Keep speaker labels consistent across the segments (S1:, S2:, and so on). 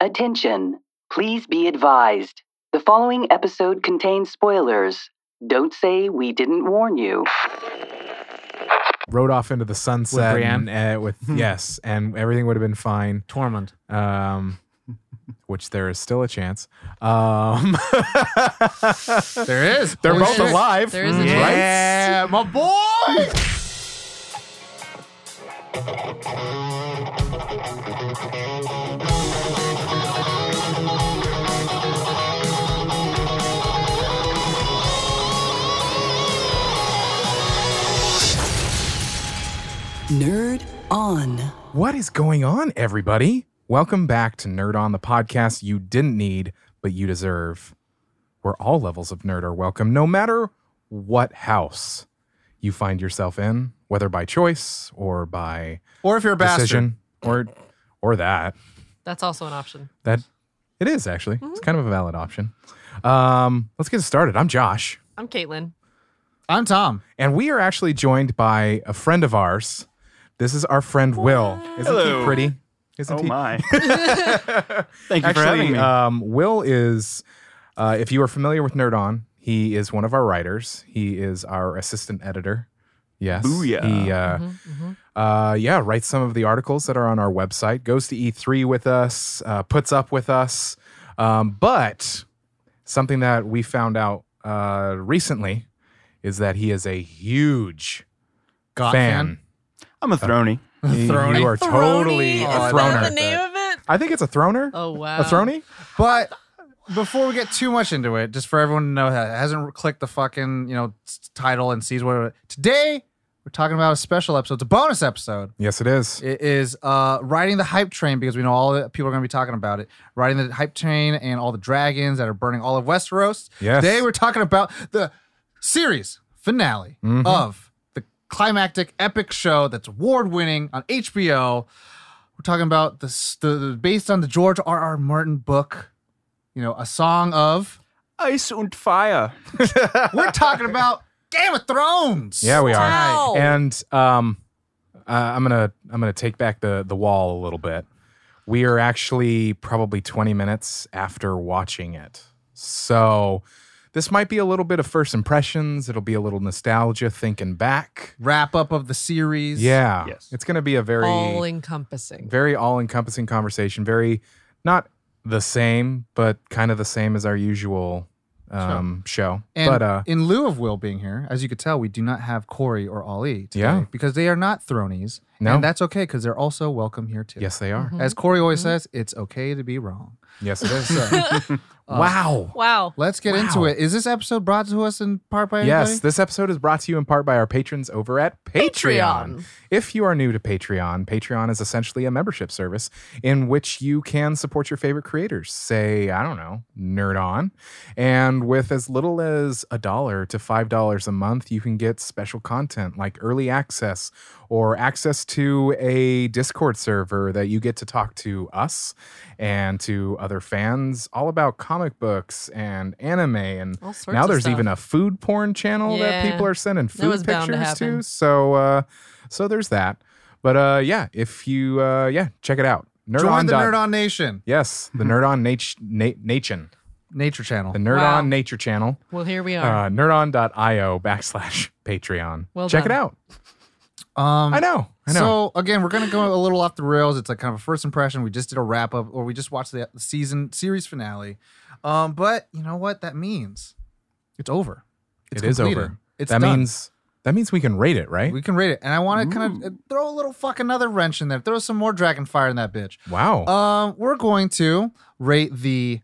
S1: Attention! Please be advised. The following episode contains spoilers. Don't say we didn't warn you.
S2: rode off into the sunset
S3: With Brienne?
S2: and, uh, with yes, and everything would have been fine.
S3: Tormund.
S2: Um, which there is still a chance. Um,
S3: There is.
S2: they're
S3: Holy
S2: both
S3: shit.
S2: alive, Mm.
S4: Oh, There is a
S2: right?
S3: Yeah, my boy.
S5: Nerd on.
S2: What is going on, everybody? Welcome back to Nerd on the podcast you didn't need but you deserve. Where all levels of nerd are welcome, no matter what house you find yourself in, whether by choice or by
S3: Or if you're a bastard.
S2: decision or or that.
S4: That's also an option.
S2: That it is actually. It's kind of a valid option. Um, let's get started. I'm Josh,
S4: I'm Caitlin.
S3: I'm Tom.
S2: and we are actually joined by a friend of ours. This is our friend Will. Isn't he pretty? Isn't
S6: Oh
S2: he?
S6: my! uh, Thank you for having
S2: Actually,
S6: me.
S2: um, Will is. Uh, if you are familiar with Nerd On, he is one of our writers. He is our assistant editor. Yes.
S6: Booyah.
S2: He, uh, uh, yeah, writes some of the articles that are on our website, goes to E3 with us, uh, puts up with us. Um, but something that we found out uh, recently is that he is a huge
S3: Got
S2: fan.
S6: I'm a throny.
S3: Throny?
S2: You are totally
S4: Throny?
S2: a
S4: Is
S2: throner.
S4: that the name of it?
S2: I think it's a throner.
S4: Oh wow.
S2: A throny?
S3: But before we get too much into it, just for everyone to know that hasn't clicked the fucking you know s- title and sees what it, today we're talking about a special episode. It's a bonus episode.
S2: Yes, it is.
S3: It is uh, riding the hype train because we know all the people are going to be talking about it. Riding the hype train and all the dragons that are burning all of Westeros.
S2: Yes.
S3: Today we're talking about the series finale
S2: Mhm.
S3: of the climactic epic show that's award winning on HBO. We're talking about this the, the based on the George R. R. Martin book. You know, a song of.
S6: Ice und Fire.
S3: We're talking about Game of Thrones.
S2: Yeah, we are.
S4: Wow.
S2: And um, uh, I'm gonna I'm gonna take back the the wall a little bit. We are actually probably 20 minutes after watching it, so this might be a little bit of first impressions. It'll be a little nostalgia, thinking back.
S3: Wrap up of the series.
S2: Yeah,
S6: Yes.
S2: it's gonna be a very
S4: all encompassing.
S2: very all encompassing conversation. Very not the same, but kind of the same as our usual um, show.
S3: And
S2: But uh,
S3: in lieu of Will being here, as you could tell, we do not have Corey or Ali today
S2: Yeah.
S3: because they are not thronies.
S2: No.
S3: And that's okay because they're also welcome here too.
S2: yes, they are.
S3: As Corey always says, it's okay to be wrong.
S2: Yes, it is.
S3: So
S6: Uh,
S2: wow.
S4: Wow.
S3: let's get into
S2: Wow.
S3: it. Is this episode brought to us in part by anybody?
S2: Yes, this episode is brought to you in part by our patrons over at Patreon.
S4: Patreon.
S2: If you are new to Patreon, Patreon is essentially a membership service in which you can support your favorite creators, say, I don't know, Nerd On. And with as little as a dollar to $5 a month, you can get special content like early access or access to a Discord server that you get to talk to us and to other fans all about comic books and anime and
S4: All sorts
S2: now
S4: of
S2: there's
S4: stuff.
S2: even a food porn channel that
S4: Yeah.
S2: people are sending food
S4: was bound to
S2: pictures
S4: happen.
S2: to. So uh, so there's that. But uh, yeah, if you uh, yeah, check it out. Nerd
S3: Join
S2: on
S3: the
S2: dot-
S3: Nerd On Nation
S2: Yes, the Nerd on Nat- Nat- Nation,
S3: Nature Channel.
S2: the Nerd
S4: Wow.
S2: on Nature channel,
S4: Well, here we are.
S2: uh, nerdon.io backslash Patreon.
S4: Well
S2: check it
S4: done.
S2: out.
S3: Um,
S2: I know, I know.
S3: So again, we're gonna go a little off the rails. It's like kind of a first impression. We just did a wrap up, or we just watched the season series finale. Um, but you know what that means? It's over. It's
S2: it is
S3: completed.
S2: over.
S3: It's
S2: that
S3: done.
S2: means that means we can rate it, right?
S3: we can rate it. And I want to kind of throw a little fucking other wrench in there. Throw some more dragon fire in that bitch.
S2: wow.
S3: Um, we're going to rate the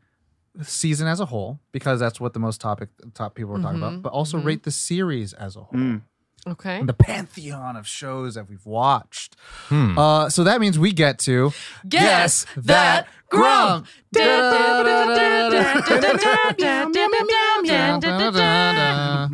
S3: season as a whole because that's what the most topic top people are talking about. But also rate the series as a whole
S4: okay.
S3: and the pantheon of shows that we've watched.
S2: Hmm.
S3: Uh, so that means we get to
S4: Guess that grump.
S3: Da-da-da-da-da-da-da-da-da-da-da-da-da-da.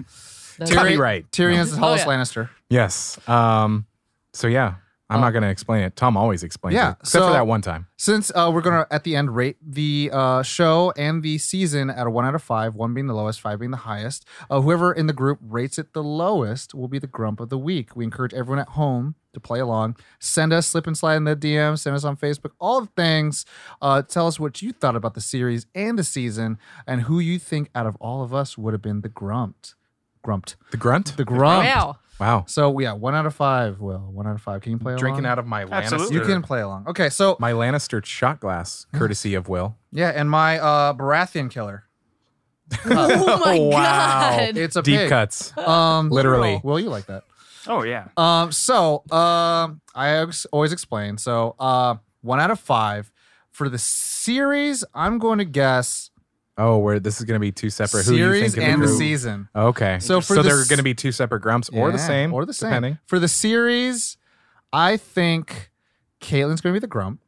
S4: That's
S2: Copyright.
S3: Tyrion is the
S4: Oh,
S3: tallest
S4: yeah.
S3: Lannister.
S2: Yes. Um. So yeah, I'm not going to explain it. Tom always explains
S3: uh, yeah,
S2: it, except for
S3: so-
S2: that one time.
S3: Since uh, we're gonna at the end rate the uh, show and the season at a one out of five, one being the lowest, five being the highest. Uh, whoever in the group rates it the lowest will be the grump of the week. We encourage everyone at home to play along. Send us slip and slide in the DM. Send us on Facebook. All the things. Uh, tell us what you thought about the series and the season, and who you think out of all of us would have been the grumped, grumped,
S2: The grunt?
S3: the grump.
S4: Wow.
S2: wow.
S3: So yeah, one out of five. Will one out of five? Can you play
S2: Drinking
S3: along?
S2: out of my Lannister.
S6: Absolutely.
S3: You can play along. Okay, so
S2: my Lannister shot glass, courtesy of Will.
S3: Yeah, and my uh Baratheon killer.
S4: Oh my
S2: Wow.
S4: god.
S3: It's a
S2: Deep
S3: pig.
S2: cuts.
S3: Um,
S2: Literally.
S3: Will you like that?
S6: Oh yeah.
S3: Um, so um, I ex- always explain. So uh, one out of five for the series. I'm going to guess
S2: Oh, where this is going to be two separate who you
S3: series
S2: think of
S3: and the
S2: group.
S3: season,
S2: Okay.
S3: So for
S2: so
S3: the
S2: they're
S3: s-
S2: going to be two separate grumps or the
S3: Yeah,
S2: same
S3: or the same.
S2: depending.
S3: For the series, I think Caitlin's going to be the grump.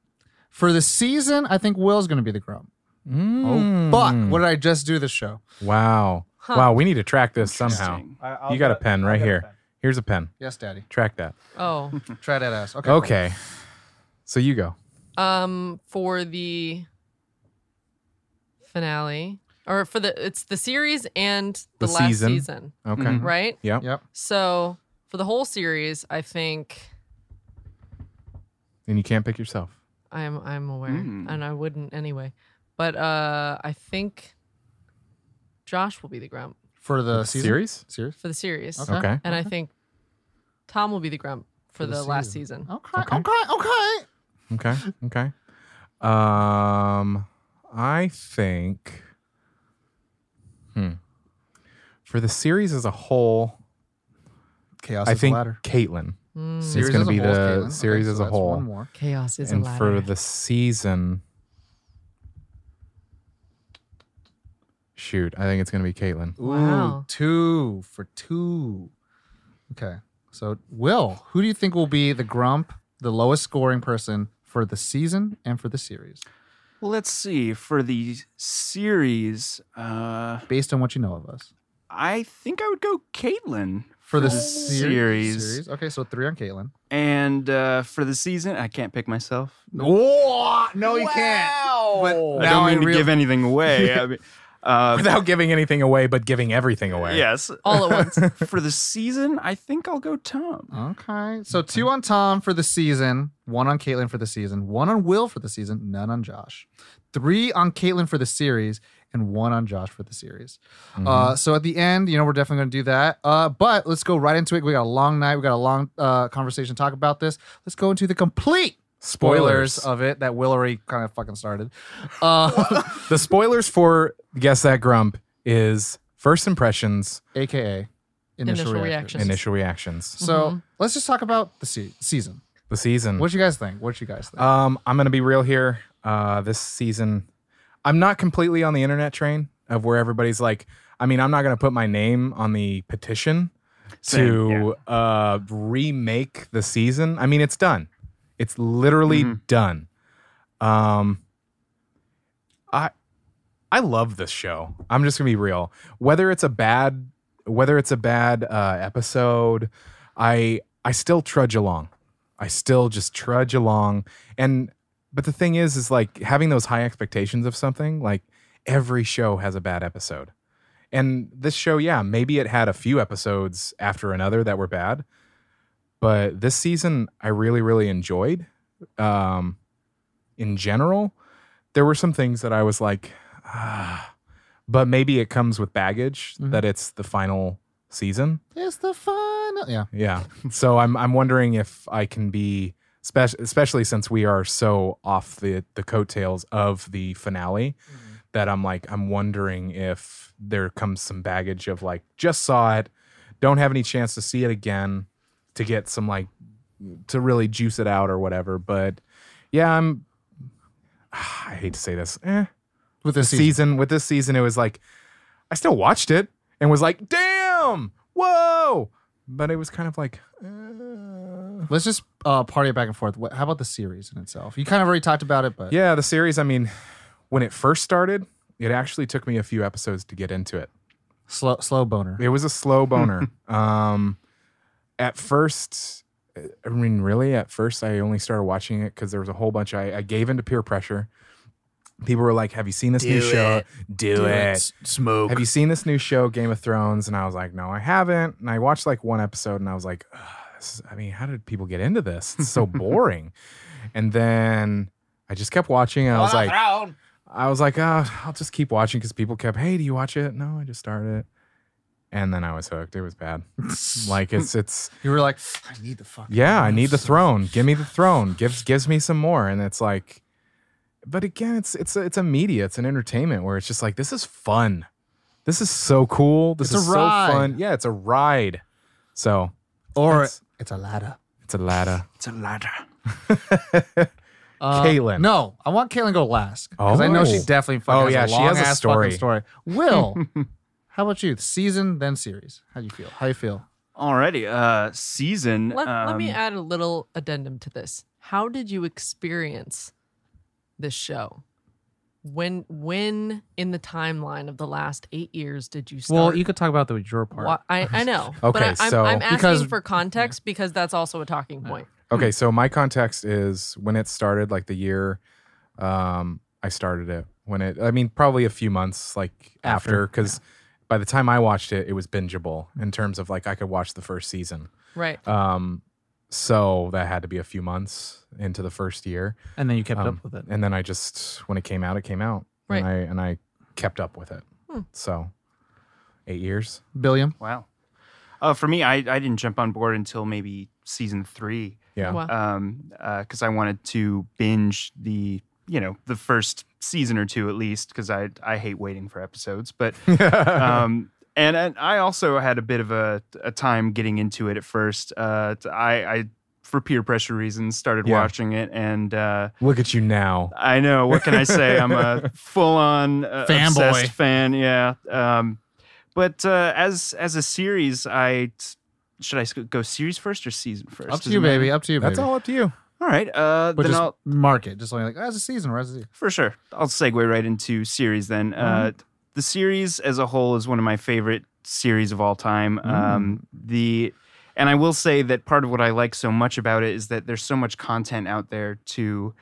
S3: For the season, I think Will's going to be the grump. Oh,
S2: Hmm.
S3: fuck! What did I just do this show?
S2: Wow.
S4: Huh.
S2: Wow, we need to track this somehow.
S6: Interesting. Uh,
S2: You got a pen right here. Here's a pen.
S3: Yes, Daddy.
S2: Track that.
S4: Oh.
S3: Try that ass. Okay.
S2: Okay. So you go.
S4: Um for the finale. Or for the it's the series and the,
S2: The
S4: last
S2: season.
S4: season,
S2: Okay.
S6: Mhm.
S4: right?
S2: Yep.
S3: Mm-hmm. Yep.
S4: So for the whole series, I think
S2: And you can't pick yourself.
S4: I'm I'm aware,
S6: Mm.
S4: and I wouldn't anyway. But uh, I think Josh will be the grump
S3: For the
S2: The
S3: season?
S2: series?
S3: Series.
S4: for the series,
S3: Okay.
S2: Okay.
S4: and I think Tom will be the grump for, the,
S3: the
S4: last season.
S3: Okay.
S2: Okay.
S3: Okay. Okay.
S2: Okay. Okay. Um, I think. Hmm. For the series as a whole,
S3: Chaos
S2: I
S3: is
S2: think
S3: the ladder.
S2: Caitlyn.
S4: Mm.
S2: Series gonna
S3: as a
S2: be
S3: whole is
S2: the
S3: Caitlyn.
S2: series as a
S3: that's
S2: whole.
S3: One more.
S4: Chaos is
S2: and
S4: a
S2: for
S4: ladder.
S2: the season, shoot, I think it's gonna be Caitlyn.
S4: Wow.
S3: two for two. Okay. So, Will, who do you think will be the grump, the lowest scoring person for the season and for the series,
S6: Let's see. For the series, uh,
S3: based on what you know of us?
S6: I think I would go Caitlyn
S3: For the
S6: Oh.
S3: ser-
S6: Series.
S3: series? Okay, so three on Caitlin.
S6: And uh, for the season, I can't pick myself.
S3: Oh, no, you can't. But
S6: I
S3: now
S6: don't mean to
S3: real-
S6: give anything away. I mean, uh,
S2: Without giving anything away, but giving everything away.
S6: yes.
S4: All at once.
S6: for the season, I think I'll go Tom.
S3: Okay. So, two on Tom for the season, one on Caitlin for the season, one on Will for the season, none on Josh. Three on Caitlin for the series, and one on Josh for the series.
S2: Mm-hmm.
S3: Uh, so at the end, you know, we're definitely going to do that. Uh, but let's go right into it. We got a long night. We got a long uh, conversation to talk about this. Let's go into the complete spoilers,
S2: Spoilers.
S3: of it that Will already kind of fucking started. Uh,
S2: The spoilers for Guess That Grump is first impressions,
S3: AKA initial,
S4: Initial
S3: reaction.
S4: reaction.
S2: initial reactions,
S3: So let's just talk about the se- season.
S2: the season.
S3: What you guys think? What you guys think?
S2: Um, I'm gonna be real here. Uh, this season, I'm not completely on the internet train of where everybody's like. I mean, I'm not gonna put my name on the petition
S6: Same,
S2: to uh, remake the season. I mean, it's done. It's literally done. Um, I I love this show. I'm just gonna be real. Whether it's a bad whether it's a bad uh, episode, I I still trudge along. I still just trudge along. And but the thing is, is like having those high expectations of something. Like every show has a bad episode, and this show, yeah, maybe it had a few episodes after another that were bad, but this season I really, really enjoyed. Um, in general, there were some things that I was like, ah, but maybe it comes with baggage
S3: Mhm.
S2: that it's the final season.
S3: it's the final. Yeah.
S2: Yeah. So I'm I'm wondering if I can be spe- especially since we are so off the the coattails of the finale that I'm like I'm wondering if there comes some baggage of like just saw it, don't have any chance to see it again to get some like to really juice it out or whatever, but yeah, I'm I hate to say this. Eh
S3: With the
S2: the
S3: season.
S2: season with this season it was like i still watched it and was like damn whoa but it was kind of like uh,
S3: Let's just uh, party it back and forth. What, how about the series in itself? You kind of already talked about it, but
S2: yeah the series i mean when it first started it actually took me a few episodes to get into it
S3: slow, slow boner.
S2: it was a slow boner um at first I mean, really, at first, I only started watching it because there was a whole bunch. I, I gave into peer pressure. People were like, "Have you seen this new show? Do, it.
S7: Smoke.
S2: Have you seen this new show, Game of Thrones? And I was like, no, I haven't. And I watched like one episode and I was like, ugh, this is- I mean, how did people get into this? It's so boring. and then I just kept watching and I was like, I was like, uh, I'll just keep watching because people kept, hey, do you watch it? No, I just started it. And then I was hooked. It was bad. like it's it's
S3: You were like, I need the fucking.
S2: yeah, I need the
S3: so-
S2: throne. Give me the throne. Gives gives me some more. And it's like, but again, it's it's a, it's a media. It's an entertainment where it's just like this is fun. This is so cool. This
S3: It's a
S2: is so
S3: ride.
S2: fun. Yeah, it's a ride. So
S3: Or
S2: That's-
S3: it's a ladder.
S2: it's a ladder.
S6: It's a ladder.
S3: Uh,
S2: Caitlin.
S3: No, I want Caitlin to go last because I know she
S2: Oh.
S3: definitely fucking
S2: Oh,
S3: has
S2: yeah,
S3: a
S2: she has a
S3: long-ass
S2: story.
S3: fucking story. Will, how about you? Season then series. How do you feel? How you feel?
S6: Alrighty. Uh, season.
S4: Let, let me
S6: um,
S4: add a little addendum to this. How did you experience this show? When when in the timeline of the last eight years did you start?
S3: Well, you could talk about the your part.
S4: Wha- I, I know. but
S2: Okay,
S4: I, I'm,
S2: so-
S4: I'm asking
S3: Because-
S4: for context because that's also a talking point.
S2: Okay, so my context is when it started, like the year um, I started it. When it, I mean, probably a few months like after,
S3: After,
S2: because by the time I watched it, it was bingeable in terms of like I could watch the first season.
S4: Right.
S2: Um, so that had to be a few months into the first year,
S3: and then you kept
S2: Um,
S3: up with it.
S2: and then I just when it came out, it came out,
S4: Right.
S2: and I and I kept up with it.
S4: Hmm.
S2: So eight years.
S3: Billiam.
S6: Wow. Uh, for me, I, I didn't jump on board until maybe season three.
S2: Yeah.
S3: Uh,
S4: Wow.
S6: um because I wanted to binge the you know the first season or two at least because I I hate waiting for episodes but um and, and I also had a bit of a, a time getting into it at first uh t- I I for peer pressure reasons started
S2: Yeah.
S6: watching it and uh
S2: Look at you now.
S6: I know. What can I say? I'm a full-on uh,
S3: Fanboy.
S6: obsessed fan. Yeah. Um, but uh, as as a series, I should I s- go series first or season first?
S3: Up to
S6: Does
S3: you,
S6: it matter?
S3: baby. Up to you, baby.
S2: That's all up to you.
S6: All right. Uh,
S3: But
S6: then
S3: just
S6: I'll,
S3: mark it. Just like, like as a season or as a season.
S6: for sure. I'll segue right into series then. Uh, the series as a whole is one of my favorite series of all time. Um, the and I will say that part of what I like so much about it is that there's so much content out there to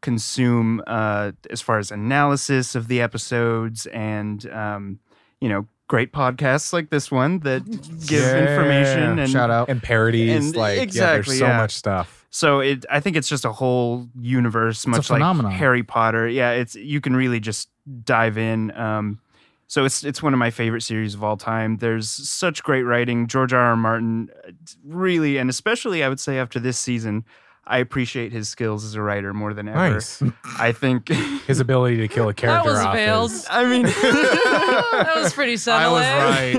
S6: consume uh, as far as analysis of the episodes and um, you know great podcasts like this one that give
S2: Yeah.
S6: information and
S3: Shout out.
S2: And parodies,
S6: And
S2: like
S6: exactly,
S2: yeah, there's so
S6: yeah.
S2: much stuff.
S6: So it, I think it's just a whole universe, much like
S3: phenomenon.
S6: Harry Potter. Yeah, it's you can really just dive in. Um, so it's it's one of my favorite series of all time. There's such great writing. George R. R. Martin, uh, really, and especially I would say after this season, I appreciate his skills as a writer more than ever.
S2: Nice.
S6: I think.
S2: His ability to kill a
S4: That
S2: character
S4: was
S2: off
S4: veiled.
S2: is-
S6: I mean.
S4: that was pretty subtle. eh?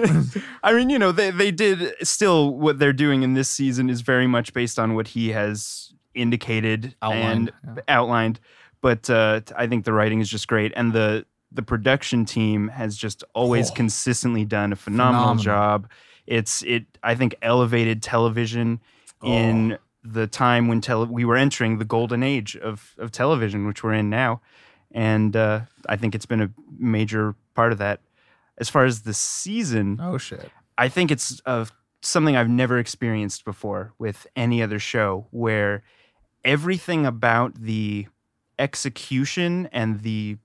S6: I mean, you know, they they did still what they're doing in this season is very much based on what he has indicated
S3: Outlined,
S6: and
S3: yeah.
S6: outlined. But uh, I think the writing is just great, and the the production team has just always consistently done a phenomenal,
S3: Phenomenal.
S6: job. It's it I think elevated television in the time when tele- we were entering the golden age of of television, which we're in now, and uh, I think it's been a major part of that. As far as the season,
S3: Oh shit.
S6: I think it's uh, something I've never experienced before with any other show where everything about the execution and the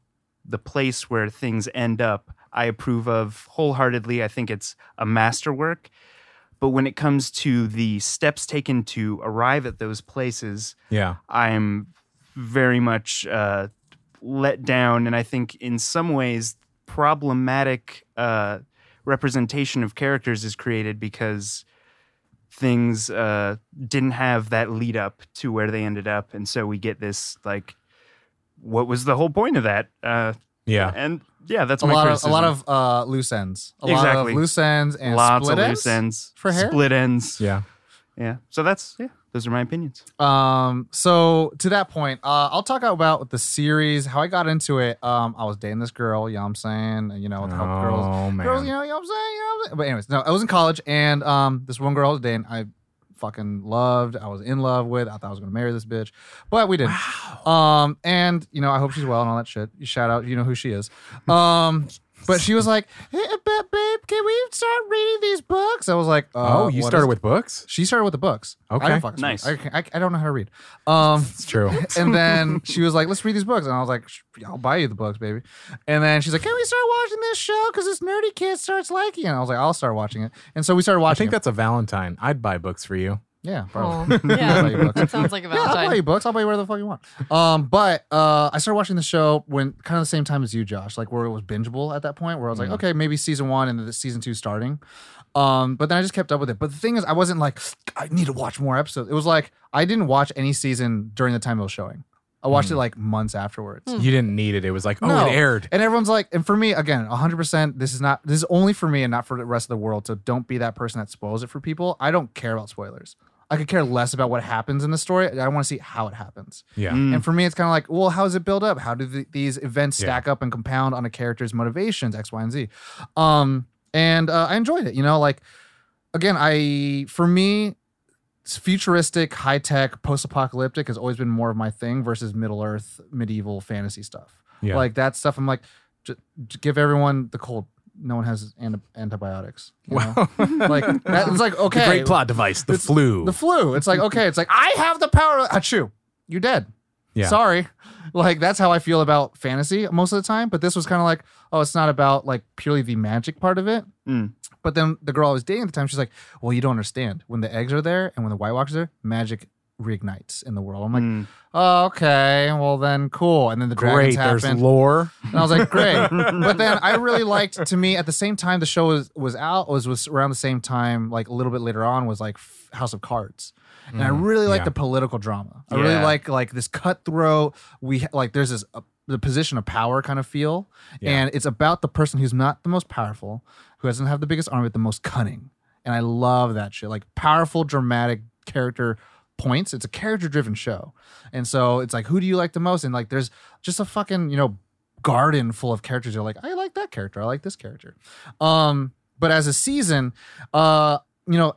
S6: the place where things end up I approve of wholeheartedly. I think it's a masterwork. But when it comes to the steps taken to arrive at those places,
S2: Yeah.
S6: I'm very much uh, let down, and I think in some ways problematic uh, representation of characters is created because things uh, didn't have that lead up to where they ended up, and so we get this like, what was the whole point of that? Uh,
S2: Yeah.
S6: and yeah, that's
S3: A
S6: my
S3: lot of a
S6: criticism.
S3: lot of uh, loose ends. A lot
S6: Exactly.
S3: of loose ends and
S6: lots
S3: split
S6: of loose ends,
S3: for hair?
S6: split ends.
S2: Yeah.
S6: yeah. So that's yeah. Those are my opinions.
S3: Um, so to that point, uh, I'll talk about the series, how I got into it. Um, I was dating this girl, you know what I'm saying? And, You know, how girls
S2: Oh, man.
S3: girls, you know, you know what I'm saying? You know what I'm saying? But anyways, no, I was in college and um this one girl I was dating, I fucking loved, I was in love with, I thought I was gonna marry this bitch. But we didn't. Um and you know, I hope she's well and all that shit. You shout out, you know who she is. Um But she was like, hey, ba- babe, can we start reading these books? I was like, uh,
S2: oh, you
S3: what
S2: started
S3: is-
S2: with books?
S3: She started with the books.
S2: Okay.
S3: I don't fucking
S6: Nice.
S3: I, can't- I, I don't know how to read. Um,
S2: It's true.
S3: and then she was like, "Let's read these books," and I was like, "Sh- "I'll buy you the books, baby." And then she's like, "Can we start watching this show? Because this nerdy kid starts liking it." And I was like, "I'll start watching it." And so we started
S2: I
S3: watching.
S2: think that's a Valentine. I'd buy books for you.
S3: it. yeah,
S4: Aw.
S3: probably. I'll buy you
S4: Oh, yeah,
S3: books.
S4: that sounds like a
S3: Yeah, I'll buy
S4: Valentine.
S3: you books. I'll buy you whatever the fuck you want. Um, but uh, I started watching the show when kind of the same time as you, Josh, like where it was bingeable at that point, where I was
S2: Mm-hmm.
S3: like, okay, maybe season one and the season two starting. Um, but then I just kept up with it. But the thing is, I wasn't like, I need to watch more episodes. It was like I didn't watch any season during the time it was showing. I watched
S2: Mm.
S3: it like months afterwards.
S2: You didn't need it. It was like, oh,
S3: Hmm. No.
S2: it aired.
S3: And everyone's like, and for me, again, 100%, this is not, this is only for me and not for the rest of the world. So don't be that person that spoils it for people. I don't care about spoilers. I could care less about what happens in the story. I want to see how it happens.
S2: Yeah.
S6: Mm.
S3: And for me, it's kind of like, well, how does it build up? How do the, these events
S2: Yeah.
S3: stack up and compound on a character's motivations, X, Y, and Z? Um, and uh, I enjoyed it. You know, like, again, I, for me, s- futuristic, high tech, post apocalyptic has always been more of my thing versus Middle Earth, medieval fantasy stuff.
S2: Yeah.
S3: Like that stuff, I'm like, j- j- give everyone the cold. No one has an- antibiotics. you know?
S2: Wow.
S3: like that, it's like okay,
S2: the great plot device, the flu.
S3: the flu. It's like okay, it's like I have the power. Achoo, you're dead.
S2: Yeah.
S3: Sorry. Like that's how I feel about fantasy most of the time. But this was kind of like, oh, it's not about like purely the magic part of it.
S6: Mm.
S3: But then the girl I was dating at the time, she's like, well, you don't understand. When the eggs are there and when the White Walkers are there, magic reignites in the world. I'm like,
S6: Mm.
S3: oh, okay, well then, cool. And then the dragons
S2: Great. There's
S3: happen.
S2: lore.
S3: And I was like, great. but then I really liked to me at the same time the show was, was out was was around the same time, like a little bit later on was like F- House of Cards. And I really like
S2: Mm. yeah.
S3: the political drama. I really
S6: Yeah.
S3: like like this cutthroat. We ha- like there's this uh, the position of power kind of feel,
S2: Yeah.
S3: and it's about the person who's not the most powerful, who doesn't have the biggest army, but the most cunning. And I love that shit. Like powerful, dramatic character points. It's a character driven show, and so it's like who do you like the most? And like there's just a fucking you know garden full of characters. You're like I like that character. I like this character. Um, but as a season, uh, you know,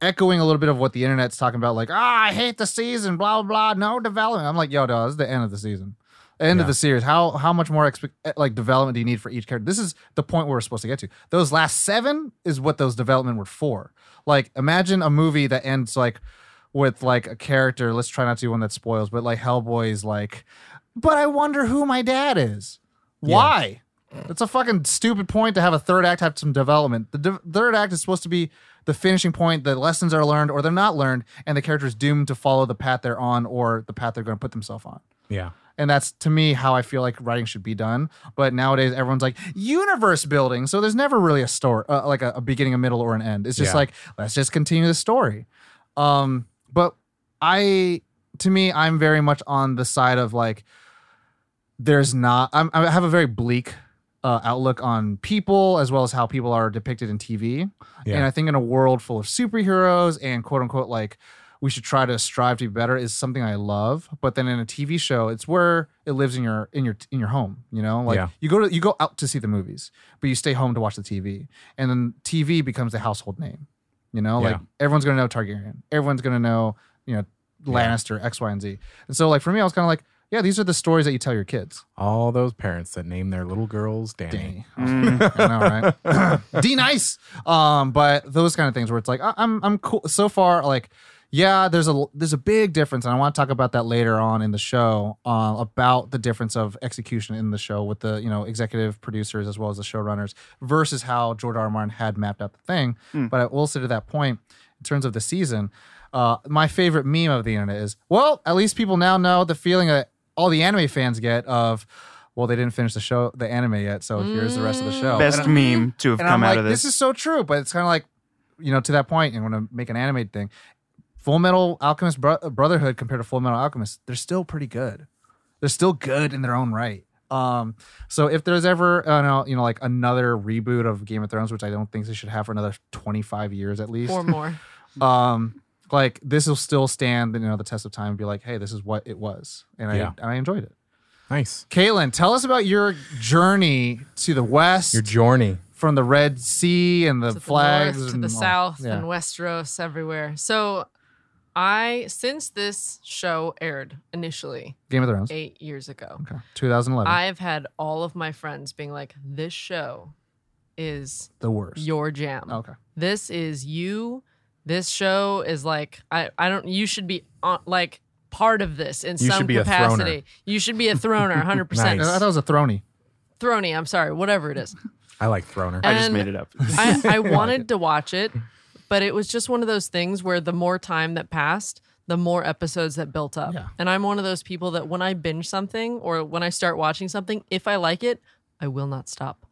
S3: echoing a little bit of what the internet's talking about, like, ah, I hate the season, blah blah blah, no development. I'm like, yo, no, this is the end of the season, end
S2: Yeah.
S3: of the series. How how much more expe- eh, like development do you need for each character? This is the point where we're supposed to get to. Those last seven is what those development were for. Like, imagine a movie that ends like with like a character. Let's try not to do one that spoils, but like Hellboy's like, but I wonder who my dad is. Why? It's a fucking stupid point to have a third act have some development. The de- third act is supposed to be the finishing point. The lessons are learned or they're not learned, and the character is doomed to follow the path they're on or the path they're going to put themselves on.
S2: Yeah.
S3: And that's to me how I feel like writing should be done. But nowadays, everyone's like universe building, so there's never really a story, uh, like a, a beginning, a middle, or an end. It's just
S2: Yeah.
S3: like let's just continue the story. Um, but I, to me, I'm very much on the side of like there's not. I'm, I have a very bleak uh, outlook on people as well as how people are depicted in TV.
S2: Yeah.
S3: And I think in a world full of superheroes and quote unquote like we should try to strive to be better is something I love. But then in a TV show, it's where it lives in your in your in your home. You know, like
S2: Yeah.
S3: you go to you go out to see the movies, but you stay home to watch the TV, and then TV becomes the household name. You know, like
S2: Yeah.
S3: everyone's gonna know Targaryen, everyone's gonna know you know Lannister X Y and Z. And so like for me, I was kind of like, yeah, these are the stories that you tell your kids.
S2: All those parents that name their little girls Danny.
S3: Danny. I know, right? D nice. Um, but those kind of things where it's like I- I'm I'm cool so far. Like, yeah, there's a there's a big difference, and I want to talk about that later on in the show uh, about the difference of execution in the show with the you know executive producers as well as the showrunners versus how George R. R. Martin had mapped out the thing. But I will say to that point, in terms of the season, uh, my favorite meme of the internet is well, at least people now know the feeling that all the anime fans get of. Well, they didn't finish the show, the anime yet, so here's the rest of the show.
S6: Best meme to have
S3: And
S6: come
S3: I'm
S6: out
S3: like,
S6: of this.
S3: is so true, but it's kind of like, you know, to that point, you want to make an animated thing. Full Metal Alchemist Bro- Brotherhood compared to Full Metal Alchemist, they're still pretty good. They're still good in their own right. Um, so if there's ever, uh, no, you know, like another reboot of Game of Thrones, which I don't think they should have for another 25 years at least,
S4: Or more.
S3: um, like this will still stand, you know, the test of time and be like, hey, this is what it was, and
S2: Yeah.
S3: I and I enjoyed it.
S2: Nice.
S3: Caitlin, tell us about your journey to the west
S2: Your journey.
S3: from the Red Sea and the
S4: to the
S3: flags
S4: north, to
S3: and
S4: the
S3: all-
S4: south
S3: yeah.
S4: and Westeros everywhere. So I since this show aired initially
S3: Game of Thrones.
S4: eight years ago,
S3: Okay. 2011.
S4: I've had all of my friends being like, "This show is
S3: the worst.
S4: your jam.
S3: okay.
S4: This is you. This show is like I I don't. You should be on like." Part of this in
S2: You
S4: some
S2: should be a throner.
S4: capacity. You should be a throner, 100%.
S3: I thought it was a throny.
S4: Throny, I'm sorry, whatever it is.
S2: I like Throner.
S6: I just
S4: And-
S6: made it up.
S4: I, I wanted to watch it, but it was just one of those things where the more time that passed, the more episodes that built up.
S3: Yeah.
S4: And I'm one of those people that when I binge something or when I start watching something, if I like it, I will not stop.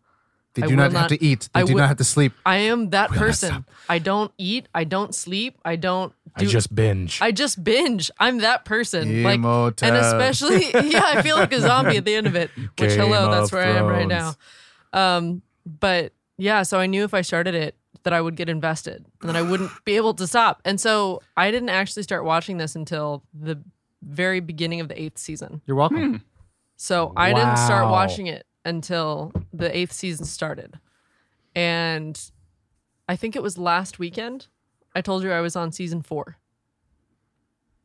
S3: They
S4: I
S3: do
S4: will
S3: not, have
S4: not-
S3: to eat. They
S4: I
S3: do
S4: will-
S3: not have to sleep.
S4: I am that
S3: not
S4: person.
S3: stop.
S4: I don't eat, I don't sleep, I don't
S2: I
S4: do
S2: just binge.
S4: I just binge. I'm that person. Like
S3: Emotive.
S4: and especially yeah, I feel like a zombie at the end of it. Which
S2: Game
S4: hello, that's
S2: of
S4: where I am right now.
S2: Thrones.
S4: Um, but yeah, so I knew if I started it that I would get invested and that I wouldn't be able to stop. And so I didn't actually start watching this until the very beginning of the eighth season.
S3: You're welcome.
S4: So I didn't start
S2: Wow.
S4: watching it until the eighth season started. And I think it was last weekend. I told you I was on season four.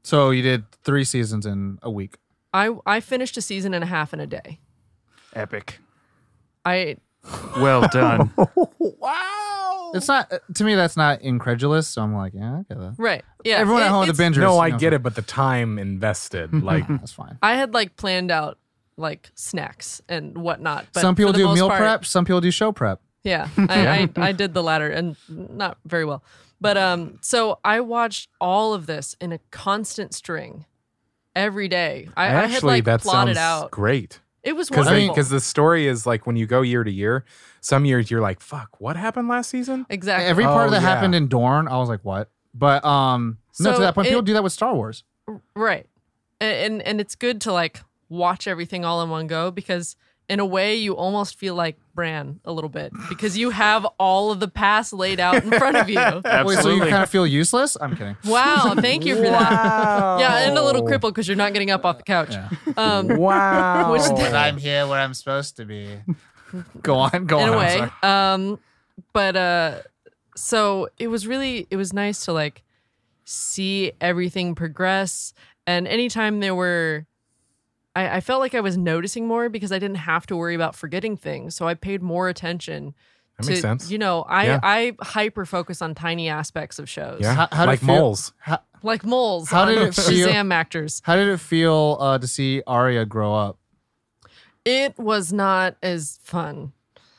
S3: So you did three seasons in a week.
S4: I I finished a season and a half in a day.
S6: Epic.
S4: I
S6: Well done.
S2: wow.
S3: It's not uh, to me. That's not incredulous. So I'm like, yeah, I get that.
S4: right yeah.
S3: Everyone
S4: it-
S3: at home, the
S4: it's-
S3: bingers.
S2: No, I
S3: you know,
S2: get it, but the time invested, like
S3: That's fine.
S4: I had like planned out like snacks and whatnot. But
S3: some people
S4: for the
S3: do
S4: most
S3: meal
S4: part-
S3: prep. Some people do show prep.
S4: Yeah, I, I I did the latter and not very well. But um, so I watched all of this in a constant string every day. I, I had
S2: actually
S4: like
S2: that
S4: plotted
S2: sounds
S4: out.
S2: great.
S4: It was
S2: Because
S4: wonderful.
S2: because the story is like when you go year to year, some years you're like, "Fuck, what happened last season?"
S4: exactly.
S3: Every part
S2: Oh,
S3: that
S2: yeah.
S3: happened in Dorne, I was like, what? But um, no. To
S4: So
S3: that point, people
S4: it-
S3: do that with Star Wars.
S4: Right. A- And and it's good to like watch everything all in one go because in a way you almost feel like Bran a little bit because you have all of the past laid out in front of you.
S3: Wait, so you
S6: Absolutely.
S3: kind of feel useless? I'm kidding.
S4: Wow, thank you for that.
S2: Wow.
S4: Yeah, and a little crippled because you're not getting up off the couch. Um
S2: Wow.
S4: Which the-
S3: here where I'm supposed to be. go on, go
S4: in
S3: on.
S4: a
S3: I'm
S4: way.
S3: sorry.
S4: Um, but uh, so it was really it was nice to like see everything progress, and anytime there were, I, I felt like I was noticing more because I didn't have to worry about forgetting things, so I paid more attention.
S2: That makes
S4: to,
S2: sense.
S4: You know, I
S2: Yeah.
S4: I hyper focus on tiny aspects of shows,
S2: yeah,
S3: How- how did
S2: like
S3: it feel-
S2: moles.
S4: like moles.
S3: How
S4: on
S3: did it feel-
S4: Shazam actors?
S3: How did it feel uh, to see Arya grow up?
S4: It was not as fun.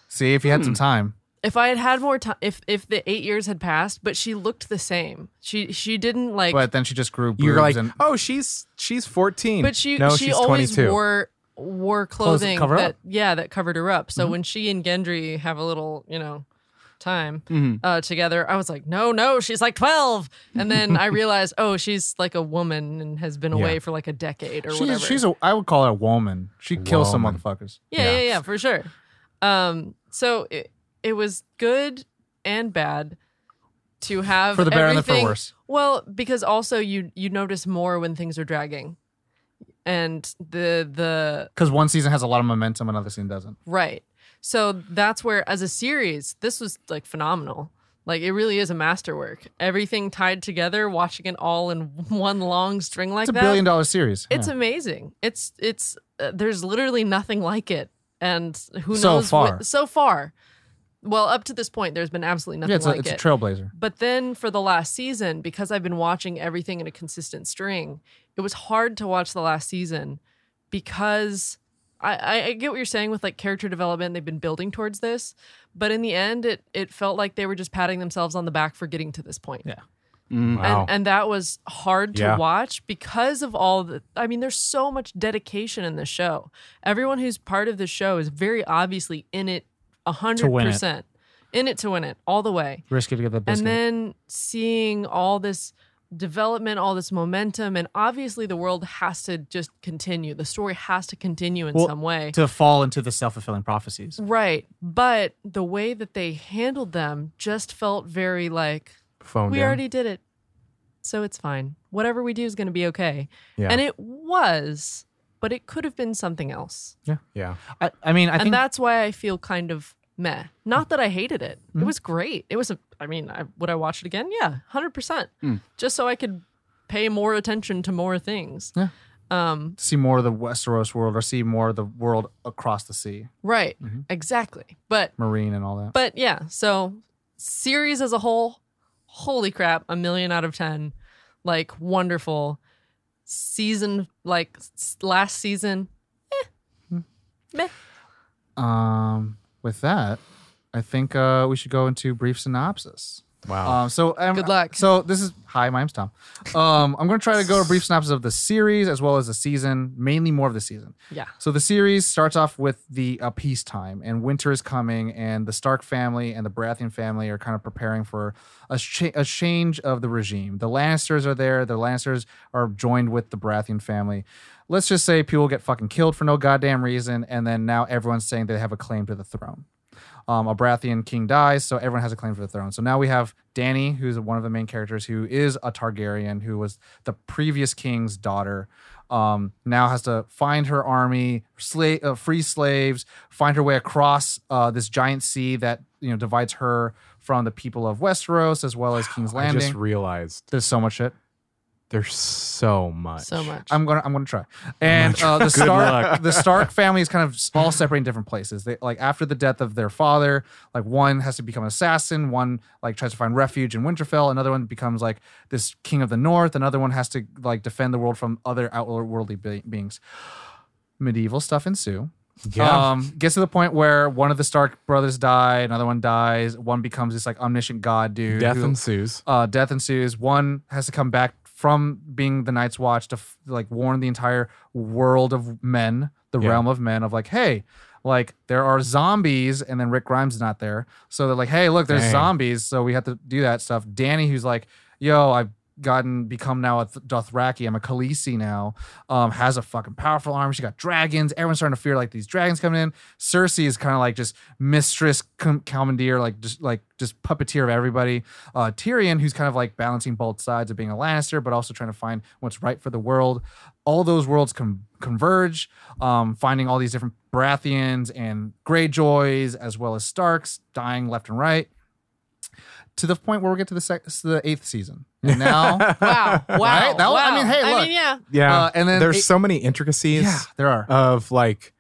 S3: See, if you had some
S4: Hmm.
S3: time,
S4: if I had had more time, if if the eight years had passed, but she looked the same. She she didn't like,
S3: but
S4: but,
S3: then she just grew boobs.
S2: You're like,
S3: and,
S2: oh, she's she's 14.
S4: she
S2: no,
S4: she
S2: she's
S4: always
S2: 22.
S4: wore wore
S3: Clothes that
S4: clothing
S3: cover
S4: that
S3: up. Mm-hmm.
S4: yeah that covered her up. So when she and Gendry have a little you know time
S3: Mm-hmm.
S4: uh, together, I was like, no no, she's like twelve. And then I realized, oh, she's like a woman and has been away for like a decade or
S3: she's,
S4: whatever.
S3: she's a. I would call her a woman. She kills some
S2: Woman.
S3: motherfuckers.
S4: yeah, yeah, yeah, for sure. Um, so it, it was good and bad to have
S3: For the better and the for
S4: everything.
S3: worse.
S4: Well, because also you you notice more when things are dragging, and the the
S3: Because one season has a lot of momentum, another season doesn't.
S4: right. So that's where, as a series, this was like phenomenal. Like it really is a masterwork. Everything tied together, watching it all in one long string like
S3: It's a
S4: that.
S3: billion dollar series.
S4: It's
S3: yeah.
S4: amazing. It's it's uh, there's literally nothing like it, and who
S3: So
S4: knows?
S3: far.
S4: wh- so far, well, up to this point, there's been absolutely nothing
S3: yeah, it's,
S4: like
S3: a, it's
S4: it.
S3: a trailblazer.
S4: but then for the last season, because I've been watching everything in a consistent string, it was hard to watch the last season because I, I, I get what you're saying with like character development. They've been building towards this, but in the end, it it felt like they were just patting themselves on the back for getting to this point.
S3: Yeah.
S2: Wow.
S4: And, and that was hard to
S2: Yeah.
S4: watch because of all the. I mean, there's so much dedication in the show. Everyone who's part of the show is very obviously in it
S3: To win
S4: 100%. In it to win it all the way.
S3: Risky to get the biscuit.
S4: And then seeing all this development, all this momentum, and obviously the world has to just continue. The story has to continue in
S7: Well,
S4: some way.
S7: to fall into the self fulfilling prophecies.
S4: right. But the way that they handled them just felt very like,
S2: Phoned
S4: we
S2: in.
S4: already did it. So it's fine. Whatever we do is going to be okay.
S2: Yeah.
S4: And it was, but it could have been something else.
S2: yeah.
S7: I, I mean, I
S4: and
S7: think
S4: that's why I feel kind of meh. Not that I hated it.
S7: Mm-hmm. Mm.
S4: It was great. It was, a, I mean, I, would I watch it again? Yeah, 100%. Just so I could pay more attention to more things.
S3: Yeah.
S4: Um,
S3: see more of the Westeros world or see more of the world across the sea,
S4: right.
S7: Mm-hmm.
S3: Mhm.
S4: Exactly. But
S3: marine and all that.
S4: but yeah, so series as a whole, holy crap, a million out of 10. Like wonderful. Season like s- last season, eh.
S3: Hmm. Um, with that, I think uh, we should go into brief synopsis.
S2: Wow.
S3: Um, so um,
S4: Good luck.
S3: So this is hi, my name's Tom. Um, I'm going to try to go a brief synopsis of the series as well as the season, mainly more of the season.
S4: yeah.
S3: So the series starts off with the uh, peacetime, and winter is coming, and the Stark family and the Baratheon family are kind of preparing for a, cha- a change of the regime. The Lannisters are there. The Lannisters are joined with the Baratheon family. Let's just say people get fucking killed for no goddamn reason, and then now everyone's saying they have a claim to the throne. Um, a Baratheon king dies, so everyone has a claim to the throne. So now we have Danny, who's one of the main characters, who is a Targaryen, who was the previous king's daughter. Um, now has to find her army, slay, uh, free slaves, find her way across uh, this giant sea that you know divides her from the people of Westeros as well as King's
S2: I
S3: Landing.
S2: just realized
S3: There's so much shit.
S2: there's so much.
S4: So much.
S3: I'm gonna I'm gonna try. And uh, the Stark the Stark family is kind of all separating different places. They like after the death of their father, like one has to become an assassin, one like tries to find refuge in Winterfell, another one becomes like this king of the North, another one has to like defend the world from other outworldly be- beings. Medieval stuff ensue.
S2: Yeah.
S3: Um, gets to the point where one of the Stark brothers die, another one dies, one becomes this like omniscient god dude.
S2: Death
S3: who-
S2: ensues.
S3: uh, death ensues. One has to come back from being the Night's Watch to f- like warn the entire world of men, the
S2: Yeah.
S3: realm of men, of like, hey, like there are zombies, and then Rick Grimes is not there, so they're like, hey, look, there's
S2: Dang.
S3: zombies, so we have to do that stuff. Danny, who's like, yo, I've gotten become now a Th- Dothraki, I'm a Khaleesi now, um, has a fucking powerful arm. She got dragons. Everyone's starting to fear like these dragons coming in. Cersei is kind of like just mistress com- commandeer, like just like just puppeteer of everybody. Uh, Tyrion, who's kind of like balancing both sides of being a Lannister, but also trying to find what's right for the world. All those worlds com- converge, um, finding all these different Baratheons and Greyjoys, as well as Starks, dying left and right. To the point where we get to the sec- the eighth season, and now
S4: wow. Wow.
S3: Right? That was- I
S4: wow.
S3: mean, hey,
S4: I
S3: look.
S4: mean, yeah.
S2: Yeah.
S3: uh, and then
S2: there's
S3: it-
S2: so many intricacies
S3: yeah, there are
S2: of like,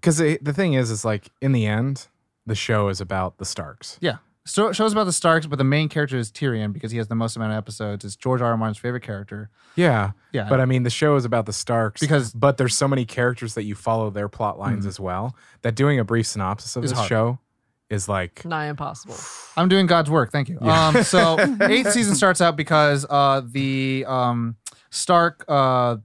S2: because the thing is, is like in the end, the show is about the Starks.
S3: Yeah. So it shows about the Starks, but the main character is Tyrion because he has the most amount of episodes. It's George R. R. Martin's favorite character.
S2: Yeah.
S3: Yeah.
S2: But I mean, the show is about the Starks
S3: Because- Mm-hmm.
S2: but there's so many characters that you follow their plot lines as well that doing a brief synopsis of
S3: It's
S2: this
S3: hard.
S2: show is like
S4: Nigh impossible.
S3: I'm doing God's work. Thank you. Um, so eighth season starts out because uh, the um, Stark uh,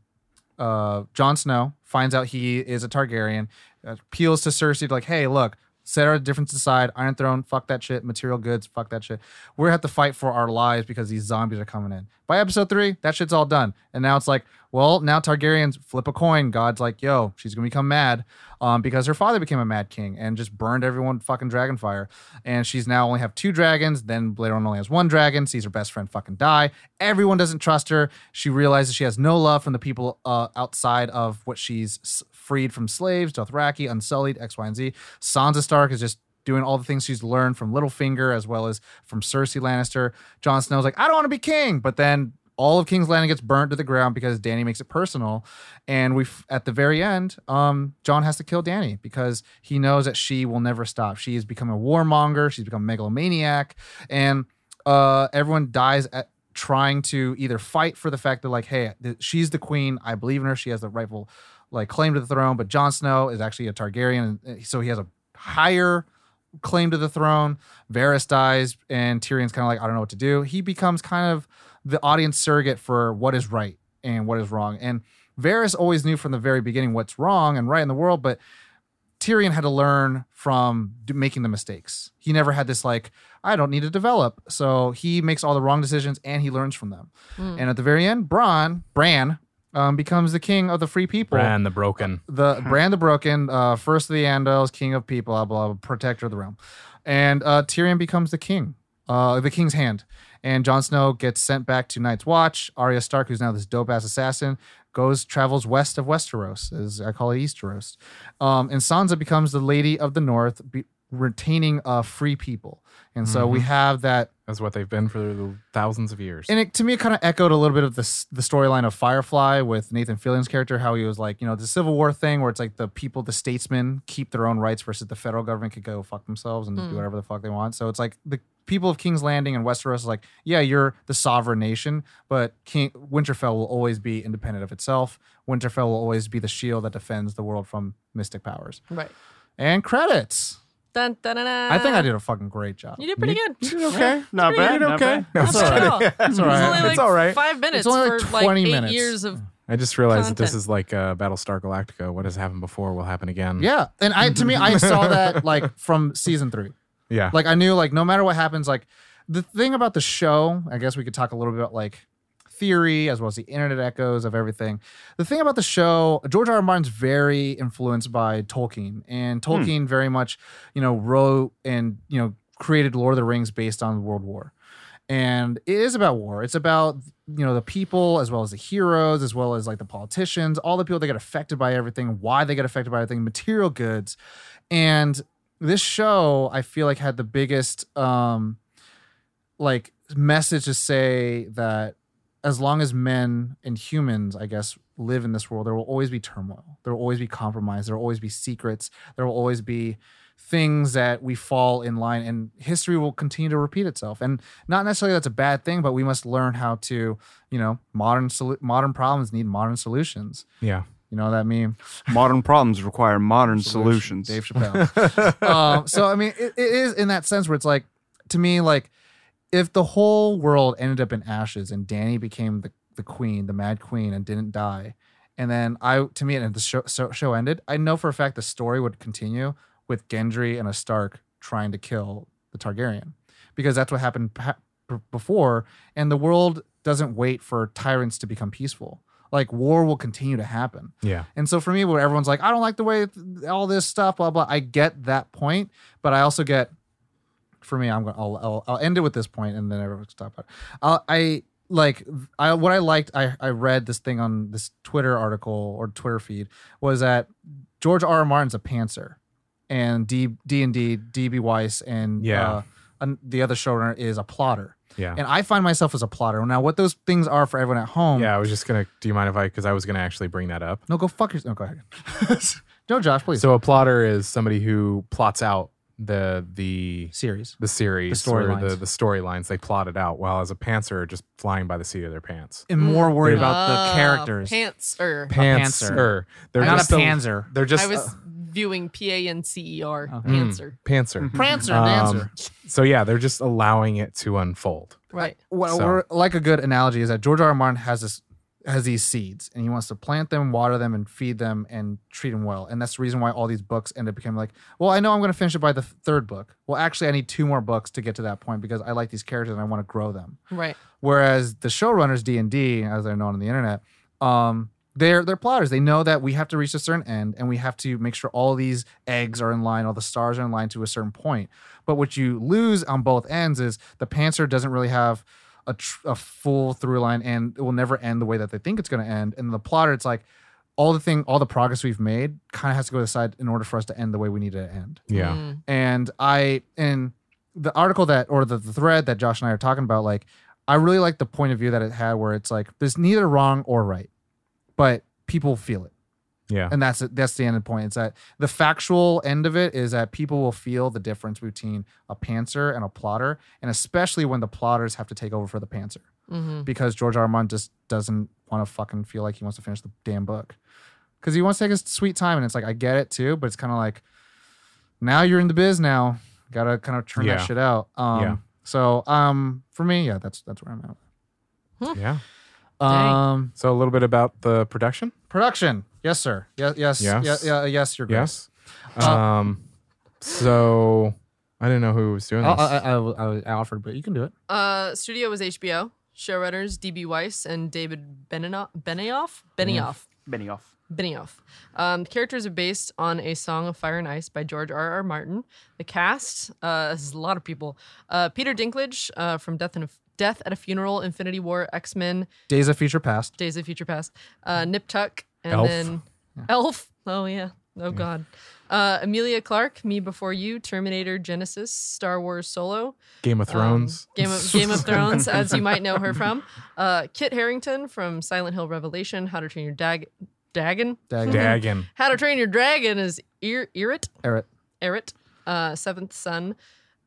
S3: uh, Jon Snow finds out he is a Targaryen, uh, appeals to Cersei to like, hey, look, set our differences aside. Iron Throne, fuck that shit. Material goods, fuck that shit. We're gonna have to fight for our lives because these zombies are coming in. By episode three, that shit's all done, and now it's like, well, now Targaryens flip a coin. God's like, yo, she's gonna become mad, um, because her father became a Mad King and just burned everyone fucking Dragonfire, and she's now only have two dragons. Then later on, only has one dragon. Sees her best friend fucking die. Everyone doesn't trust her. She realizes she has no love from the people uh, outside of what she's s- freed from slaves, Dothraki, Unsullied, X, Y, and Z. Sansa Stark is just doing all the things she's learned from Littlefinger as well as from Cersei Lannister. Jon Snow's like, I don't want to be king, but then all of King's Landing gets burnt to the ground because Danny makes it personal, and we f- at the very end, um, John has to kill Danny because he knows that she will never stop. She has become a warmonger. She's become megalomaniac, and uh, everyone dies at trying to either fight for the fact that like, hey, th- she's the queen. I believe in her. She has the rightful like claim to the throne. But Jon Snow is actually a Targaryen, and uh, so he has a higher claim to the throne. Varys dies, and Tyrion's kind of like, I don't know what to do. He becomes kind of the audience surrogate for what is right and what is wrong. And Varys always knew from the very beginning what's wrong and right in the world, but Tyrion had to learn from d- making the mistakes. He never had this like, I don't need to develop. So he makes all the wrong decisions and he learns from them. And at the very end, Bronn, Bran, um, becomes the king of the free people
S2: Bran ah, the Broken.
S3: the brand the broken uh first of the andals king of people blah blah, blah protector of the realm and uh tyrion becomes the king uh the king's hand and Jon Snow gets sent back to Night's Watch. Arya Stark, who's now this dope ass assassin, goes travels west of Westeros, as I call it Easteros. Um, and Sansa becomes the Lady of the North, be, retaining uh, free people. And so we have that
S2: as what they've been for the thousands of years.
S3: And it, to me, it kind of echoed a little bit of the s- the storyline of Firefly with Nathan Fillion's character, how he was like, you know, the Civil War thing, where it's like the people, the statesmen, keep their own rights versus the federal government could go fuck themselves
S4: Mm.
S3: and do whatever the fuck they want. So it's like the people of King's Landing and Westeros, is like, yeah, you're the sovereign nation, but King Winterfell will always be independent of itself. Winterfell will always be the shield that defends the world from mystic powers.
S4: Right.
S3: And credits.
S4: Dun, dun, dun, dun.
S3: I think I did a fucking great job.
S4: Uh, You did pretty good.
S2: You did okay.
S6: Not bad. Not
S2: okay.
S6: bad.
S2: No,
S4: Not
S2: it's
S4: bad
S2: all right.
S3: It's
S4: at all.
S3: all
S4: It's only
S3: right.
S4: like
S2: It's all right.
S4: five minutes
S3: It's only like
S4: for
S3: 20
S4: like eight
S3: minutes.
S4: years of
S2: I just realized that this
S4: Content.
S2: is like uh, Battlestar Galactica. What has happened before will happen again.
S3: Yeah. And I to me, I saw that like from season three.
S2: Yeah.
S3: Like I knew like no matter what happens, like the thing about the show, I guess we could talk a little bit about like theory as well as the internet echoes of everything. The thing about the show, George R. R. Martin's very influenced by Tolkien, and Tolkien very much, you know, wrote and you know created Lord of the Rings based on World War. And it is about war. It's about you know the people as well as the heroes, as well as like the politicians, all the people that get affected by everything, why they get affected by everything, material goods, and this show I feel like had the biggest um like message to say that as long as men and humans, I guess, live in this world, there will always be turmoil. There will always be compromise. There will always be secrets. There will always be things that we fall in line, and history will continue to repeat itself. And not necessarily that's a bad thing, but we must learn how to, you know, modern solu- modern problems need modern solutions.
S2: Yeah.
S3: You know that meme.
S6: Modern problems require modern solutions.
S3: Dave Chappelle. um, so I mean, it, it is in that sense where it's like, to me, like if the whole world ended up in ashes and Danny became the the queen, the Mad Queen, and didn't die, and then I, to me, and the show, so, show ended, I know for a fact the story would continue with Gendry and a Stark trying to kill the Targaryen, because that's what happened pa- b- before, and the world doesn't wait for tyrants to become peaceful. Like war will continue to happen.
S2: Yeah.
S3: And so for me, where everyone's like, I don't like the way th- all this stuff, blah blah. I get that point, but I also get, for me, I'm gonna, I'll, I'll, I'll end it with this point, and then everyone can talk about it. I'll, I like, I what I liked, I, I read this thing on this Twitter article or Twitter feed was that George R. R. Martin's a pantser, and D D and D D B Weiss and
S2: Yeah.
S3: uh, an- the other showrunner is a plotter.
S2: Yeah.
S3: And I find myself as a plotter. Now, what those things are for everyone at home,
S2: yeah. I was just going to, do you mind if I, because I was going to actually bring that up.
S3: no, go fuck yourself. No, go ahead. no, Josh, please.
S2: So a plotter is somebody who plots out the, the,
S3: series.
S2: the series
S3: The
S2: or the,
S3: storylines.
S2: the storylines they plot it out while as a pantser just flying by the seat of their pants
S7: And more worried about
S4: Ah,
S7: the characters.
S4: Pants or
S7: pantser.
S2: Pantser. they're
S7: Not
S2: just
S7: a panzer.
S2: they're just
S4: I was
S3: uh,
S4: viewing P A N C E R.
S2: Mm,
S4: Pantser.
S2: pantser
S3: Prancer,
S2: Um,
S3: Dancer.
S2: so yeah they're just allowing it to unfold
S4: Right.
S3: What
S2: so-
S3: we're, like a good analogy is that George R. R. Martin has this has these seeds and he wants to plant them, water them, and feed them and treat them well. And that's the reason why all these books end up becoming like, well, I know I'm going to finish it by the third book. Well, actually, I need two more books to get to that point because I like these characters and I want to grow them.
S4: Right.
S3: Whereas the showrunners D and D, as they're known on the internet, um, they're they're plotters. They know that we have to reach a certain end, and we have to make sure all these eggs are in line, all the stars are in line to a certain point. But what you lose on both ends is the pantser doesn't really have a, tr- a full through line, and it will never end the way that they think it's going to end. And the plotter, it's like all the thing, all the progress we've made, kind of has to go to the side in order for us to end the way we need it to end
S2: yeah
S4: Mm.
S3: and I in the article that or the, the thread that Josh and I are talking about, like I really like the point of view that it had where it's like there's neither wrong or right, but people feel it,
S2: yeah
S3: and that's that's the end point. It's that the factual end of it is that people will feel the difference between a pantser and a plotter, and especially when the plotters have to take over for the pantser
S4: Mhm.
S3: because George R. R. Martin just doesn't want to fucking feel like he wants to finish the damn book. Because he wants to take his sweet time, and it's like I get it too, but it's kind of like now you're in the biz now, gotta kind of turn
S2: Yeah.
S3: that shit out. Um,
S2: Yeah.
S3: So um, for me, yeah, that's that's where I'm
S2: yeah
S3: at.
S4: Dang.
S3: Um,
S2: so a little bit about the production
S3: production, yes, sir. Yes, yes,
S2: Yes.
S3: yes, yeah, yeah, yes, you're yes.
S2: yes
S4: Uh,
S2: um so i didn't know who was doing
S3: I,
S2: this
S3: I, I, I offered, but you can do it.
S4: Uh, studio was HBO. Showrunners DB Weiss and David Benino- Benioff. Benioff.
S6: Benioff.
S4: Benioff. Um, the characters are based on a song of Fire and Ice by George R. R. Martin. The cast uh, this is a lot of people. Uh, Peter Dinklage uh, from Death and Death at a Funeral, Infinity War, X Men,
S3: Days of Future Past.
S4: Days of Future Past, uh, Nip Tuck, and
S2: Elf.
S4: then Elf. Oh yeah, Oh God. Uh, Amelia Clark, Me Before You, Terminator, Genesis, Star Wars Solo,
S2: Game of
S4: um,
S2: Thrones.
S4: Game of Game of Thrones, as you might know her from. Uh, Kit Harrington from Silent Hill Revelation, How to Train Your Dag Dagon.
S3: Dag-
S2: Dagon.
S4: How to Train Your Dragon is Ir- Irit.
S3: Erit.
S4: Erit, uh, Seventh Son,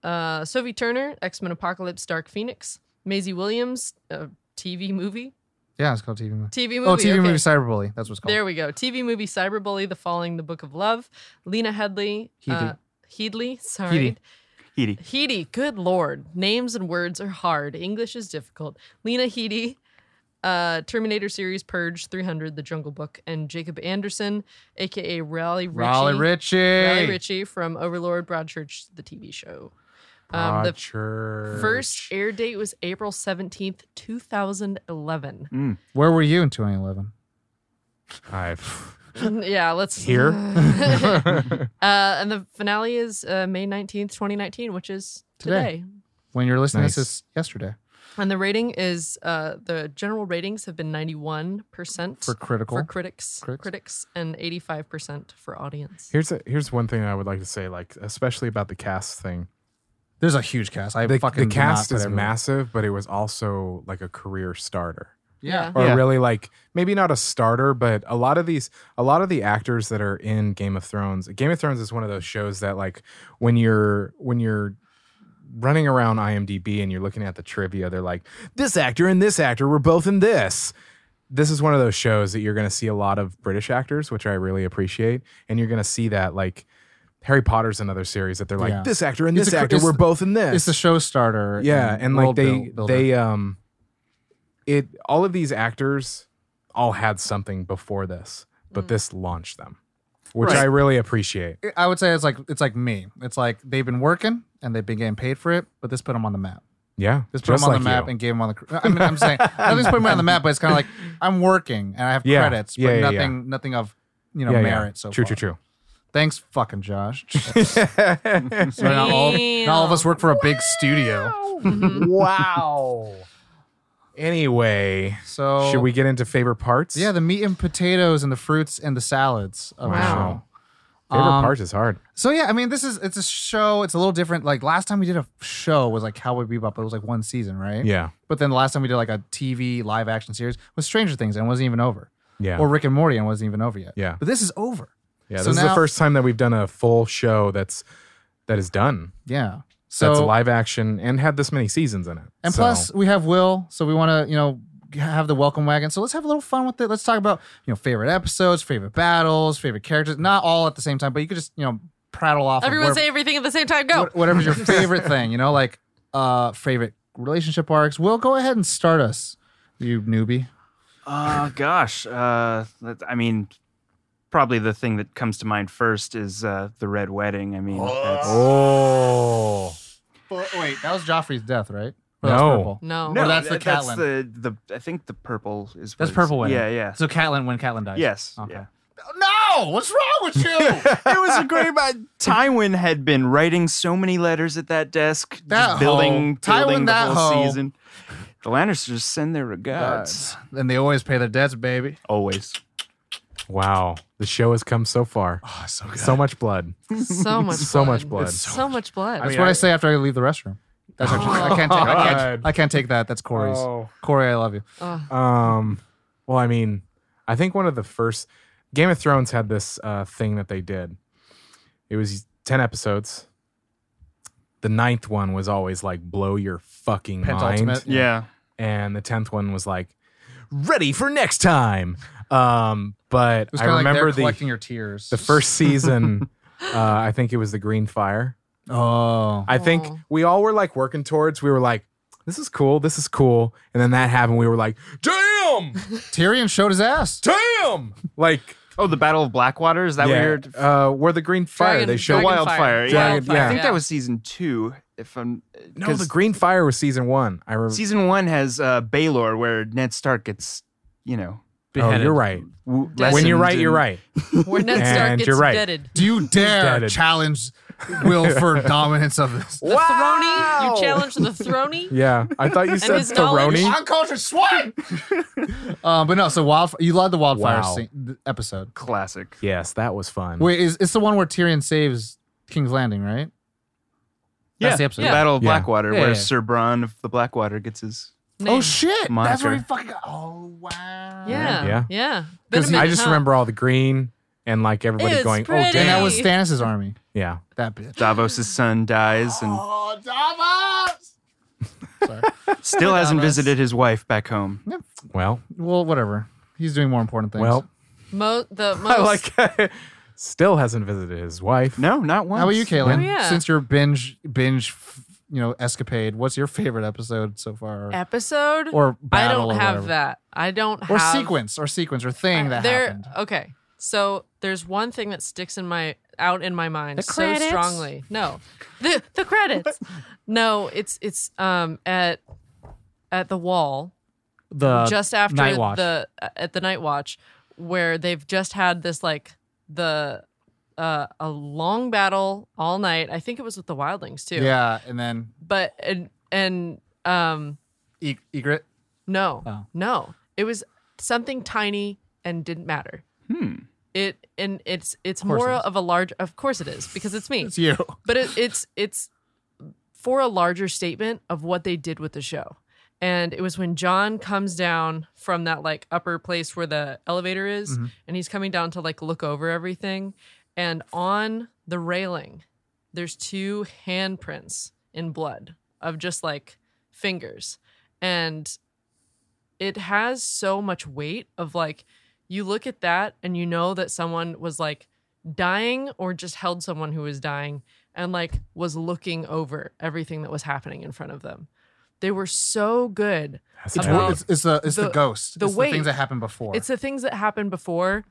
S4: uh, Sophie Turner, X Men Apocalypse, Dark Phoenix, Maisie Williams, uh, TV movie,
S3: Yeah, it's called TV movie.
S4: TV movie.
S3: oh, TV
S4: okay.
S3: movie Cyberbully. That's what's called.
S4: There we go. TV movie Cyberbully, The Falling, The Book of Love, Lena Headley, uh, Headley, sorry.
S6: Edie.
S4: Heedy, good lord. Names and words are hard. English is difficult. Lena Headey, uh, Terminator series Purge 300, The Jungle Book, and Jacob Anderson, aka Raleigh Ritchie.
S3: Raleigh Ritchie.
S4: Riley Ritchie from Overlord Broadchurch, the TV show. Um, the first air date was April 17th, 2011.
S3: Where were you in 2011?
S2: I,
S4: yeah, let's.
S2: Here?
S4: uh, and the finale is uh, May 19th, 2019, which is
S3: Today.
S4: today.
S3: When you're listening to this
S2: Nice.
S3: is yesterday
S4: And the rating is uh, the general ratings have been 91%
S3: for
S4: for,
S3: critical.
S4: critics,
S3: Critics?
S4: critics, and 85% for audience.
S2: here's a, here's one thing I would like to say, like especially about the cast thing.
S3: There's a huge cast. I
S2: The,
S3: fucking
S2: the
S3: did not
S2: cast
S3: put
S2: is
S3: everyone-
S2: massive, but it was also like a career starter.
S3: Yeah.
S2: or
S6: Yeah.
S2: really like maybe not a starter, but a lot of these, a lot of the actors that are in Game of Thrones. Game of Thrones is one of those shows that like when you're when you're running around IMDb and you're looking at the trivia, they're like this actor and this actor were both in this. This is one of those shows that you're going to see a lot of British actors, which I really appreciate, and you're going to see that like. Harry Potter's another series that they're like
S3: Yeah.
S2: this actor and
S3: It's
S2: this
S3: a cr-
S2: actor
S3: it's
S2: were
S3: the-
S2: both in this
S3: It's the showstarter.
S2: yeah and like
S3: world
S2: they
S3: buil- builder.
S2: they um it all of these actors all had something before this
S3: Mm.
S2: but this launched them which
S6: Right.
S2: i really appreciate
S3: I would say it's like it's like me. It's like they've been working and they've been getting paid for it, but this put them on the map.
S2: yeah
S3: This put them on the map and gave them on the. cr- I mean, I'm saying nothing's putting me on the map, but it's kind of like I'm working and I have
S2: Yeah.
S3: credits, but
S2: Yeah, yeah, yeah.
S3: nothing, nothing of you know
S2: yeah,
S3: merit. So
S2: true
S3: far.
S2: true
S3: Thanks, fucking Josh.
S2: true
S3: So now all, now all of us work for a big studio.
S2: wow anyway
S3: So
S2: should we get into favorite parts
S3: Yeah, the meat and potatoes and the fruits and the salads of the
S2: Wow.
S3: show.
S2: favorite
S3: um,
S2: parts is hard
S3: So yeah, I mean, this is it's a show. It's a little different. Like last time we did a show was like Cowboy Bebop, but it was like one season, right?
S2: yeah
S3: But then the last time we did like a TV live action series was Stranger Things and it wasn't even over.
S2: yeah
S3: Or Rick and Morty and it wasn't even over yet.
S2: Yeah.
S3: But this is over.
S2: yeah this
S3: so
S2: is the
S3: now-
S2: first time that we've done a full show that's that is done
S3: Yeah. So
S2: that's live action and had this many seasons in it
S3: and
S2: So-
S3: plus we have Will, so we want to you know have the welcome wagon. So let's have a little fun with it. Let's talk about you know favorite episodes, favorite battles, favorite characters. Not all at the same time, but you could just you know prattle off. of
S4: Everyone
S3: whatever-
S4: say everything at the same time. Go.
S3: What- whatever's your favorite thing, you know, like uh favorite relationship arcs. Will go ahead and start us, you newbie.
S6: Uh, gosh. Uh, that- I mean, probably the thing that comes to mind first is uh, the Red Wedding. I mean, that's,
S3: Oh,
S2: Oh,
S3: wait, that was Joffrey's death, right?
S2: Or that was No. purple?
S4: No.
S3: No. that's
S6: tha-
S3: the
S6: that's
S3: Catelyn.
S6: the the I think the purple is
S7: That's
S6: what it's-
S7: Purple Wedding.
S6: Yeah, yeah.
S7: So Catelyn, when Catelyn dies.
S6: yes.
S7: Okay.
S6: yeah.
S3: Oh, No, what's wrong with you?
S6: it was a great. But Tywin had been writing so many letters at that desk, just
S3: That
S6: building,
S3: hoe. Tywin,
S6: building the
S3: that
S6: whole
S3: hoe.
S6: season. The Lannisters send their regards
S3: and they always pay their debts, baby.
S6: always.
S2: wow. The show has come so far.
S3: Ah, so
S2: So much blood.
S4: So much
S2: So much blood.
S4: It's So much blood.
S3: That's what I, say after I leave the restroom. That's actually, I can't take. I
S2: God.
S3: can't, I can't take that. That's Corey's.
S2: Oh.
S3: Corey, I love you.
S2: Um, well, I mean, I think one of the first Game of Thrones had this uh, thing that they did. It was 10 episodes. The ninth one was always like, blow your fucking mind.
S3: Penultimate.
S6: Yeah.
S2: And the 10th one was like, ready for next time. Um, but
S3: It was
S2: I
S3: kind of like
S2: remember
S3: they're
S2: the,
S3: collecting your tears.
S2: the first season, uh, I think it was the Green Fire.
S3: Oh,
S2: I think
S4: Aw.
S2: we all were like working towards. We were like, "This is cool. This is cool." And then that happened. We were like, "Damn,
S3: Tyrion showed his ass.
S2: damn!" Like,
S6: Oh, the Battle of Blackwater is that
S2: yeah,
S6: weird?
S2: Uh, where the green fire?
S4: Dragon-
S2: they show
S4: dragon
S2: wild.
S6: wildfire.
S4: fire.
S6: Yeah,
S2: Dragon-
S6: I think
S4: yeah.
S6: that was season two. If I'm
S2: No,
S6: 'cause
S2: the green fire was season one. I remember.
S6: season one has uh, Baylor, where Ned Stark gets, you know,
S2: Oh,
S7: Beheaded.
S2: you're right.
S6: w-
S4: Dead.
S2: When you're
S6: lessoned
S2: right, you're
S6: and-
S2: right.
S4: Where Ned
S2: And
S4: Stark gets
S2: you're right.
S4: deaded.
S3: Do you dare
S2: Deaded.
S3: challenge will for dominance of this.
S4: The Throny, you challenge the Throny.
S2: Yeah, I thought you said
S4: his knowledge-
S2: Theroni.
S3: Uncultured swine. uh, but no, so wild. You love the wildfire
S2: Wow.
S3: scene, th- episode.
S6: Classic.
S2: Yes, that was fun.
S3: Wait, is it's the one where Tyrion saves King's Landing, right? That's the episode.
S6: The Battle of
S2: Yeah.
S6: Blackwater,
S3: Yeah,
S6: where
S3: yeah.
S6: Sir Bronn of the Blackwater gets his.
S3: Oh
S4: Name.
S3: shit! That's
S6: Monitor.
S3: where he fucking. Got. Oh wow.
S4: Yeah.
S2: Yeah.
S4: Yeah. Yeah. Been a
S2: Because I
S4: minute,
S2: just
S4: huh?
S2: remember all the green and like everybody
S4: It's
S2: going, oh,
S4: pretty.
S3: And
S2: damn.
S3: that was Stannis' army.
S2: yeah.
S3: That bitch.
S6: Davos' son dies and
S3: Oh, Davos. Sorry.
S6: still hasn't
S4: Davos.
S6: visited his wife back home.
S2: Well,
S3: Well, whatever. He's doing more important things.
S2: well,
S4: Mo- the most.
S2: I like still hasn't visited his wife.
S6: No, not once.
S3: How about you, Kaylin?
S4: Oh, yeah.
S3: Since your binge binge, f- you know, escapade, what's your favorite episode so far?
S4: episode.
S3: or
S4: I
S3: battle
S4: don't
S3: or
S4: have
S3: whatever.
S4: that. I don't
S3: Or
S4: have
S3: sequence, or sequence, or thing
S4: I-
S3: that
S4: there-
S3: happened.
S4: Okay, so there's one thing that sticks in my out in my mind
S7: The
S4: so
S7: credits?
S4: strongly. No, the the credits. no, it's it's um at at the wall
S3: Uh,
S7: The
S4: just after
S7: Night Watch.
S4: the uh, at the night watch where they've just had this like the uh a long battle all night. I think it was with the wildlings too.
S3: Yeah, and then
S4: but and and um
S3: e- egret.
S4: no,
S7: Oh.
S4: no. It was something tiny and didn't matter.
S6: Hmm.
S4: It and it's it's
S3: course it
S4: more
S3: is.
S4: of a large. Of course it is because it's me.
S3: It's you.
S4: but it, it's it's for a larger statement of what they did with the show. And it was when John comes down from that like upper place where the elevator is,
S3: Mhm.
S4: and he's coming down to like look over everything. And on the railing, there's two handprints in blood of just like fingers. And it has so much weight of like, you look at that and you know that someone was like dying or just held someone who was dying and like was looking over everything that was happening in front of them. They were so good
S2: That's
S3: It's,
S2: right.
S4: About-
S3: it's, it's the it's the,
S4: the-
S3: ghost.
S4: the
S3: it's the
S4: weight.
S3: things that happened before.
S4: it's the things that happened before,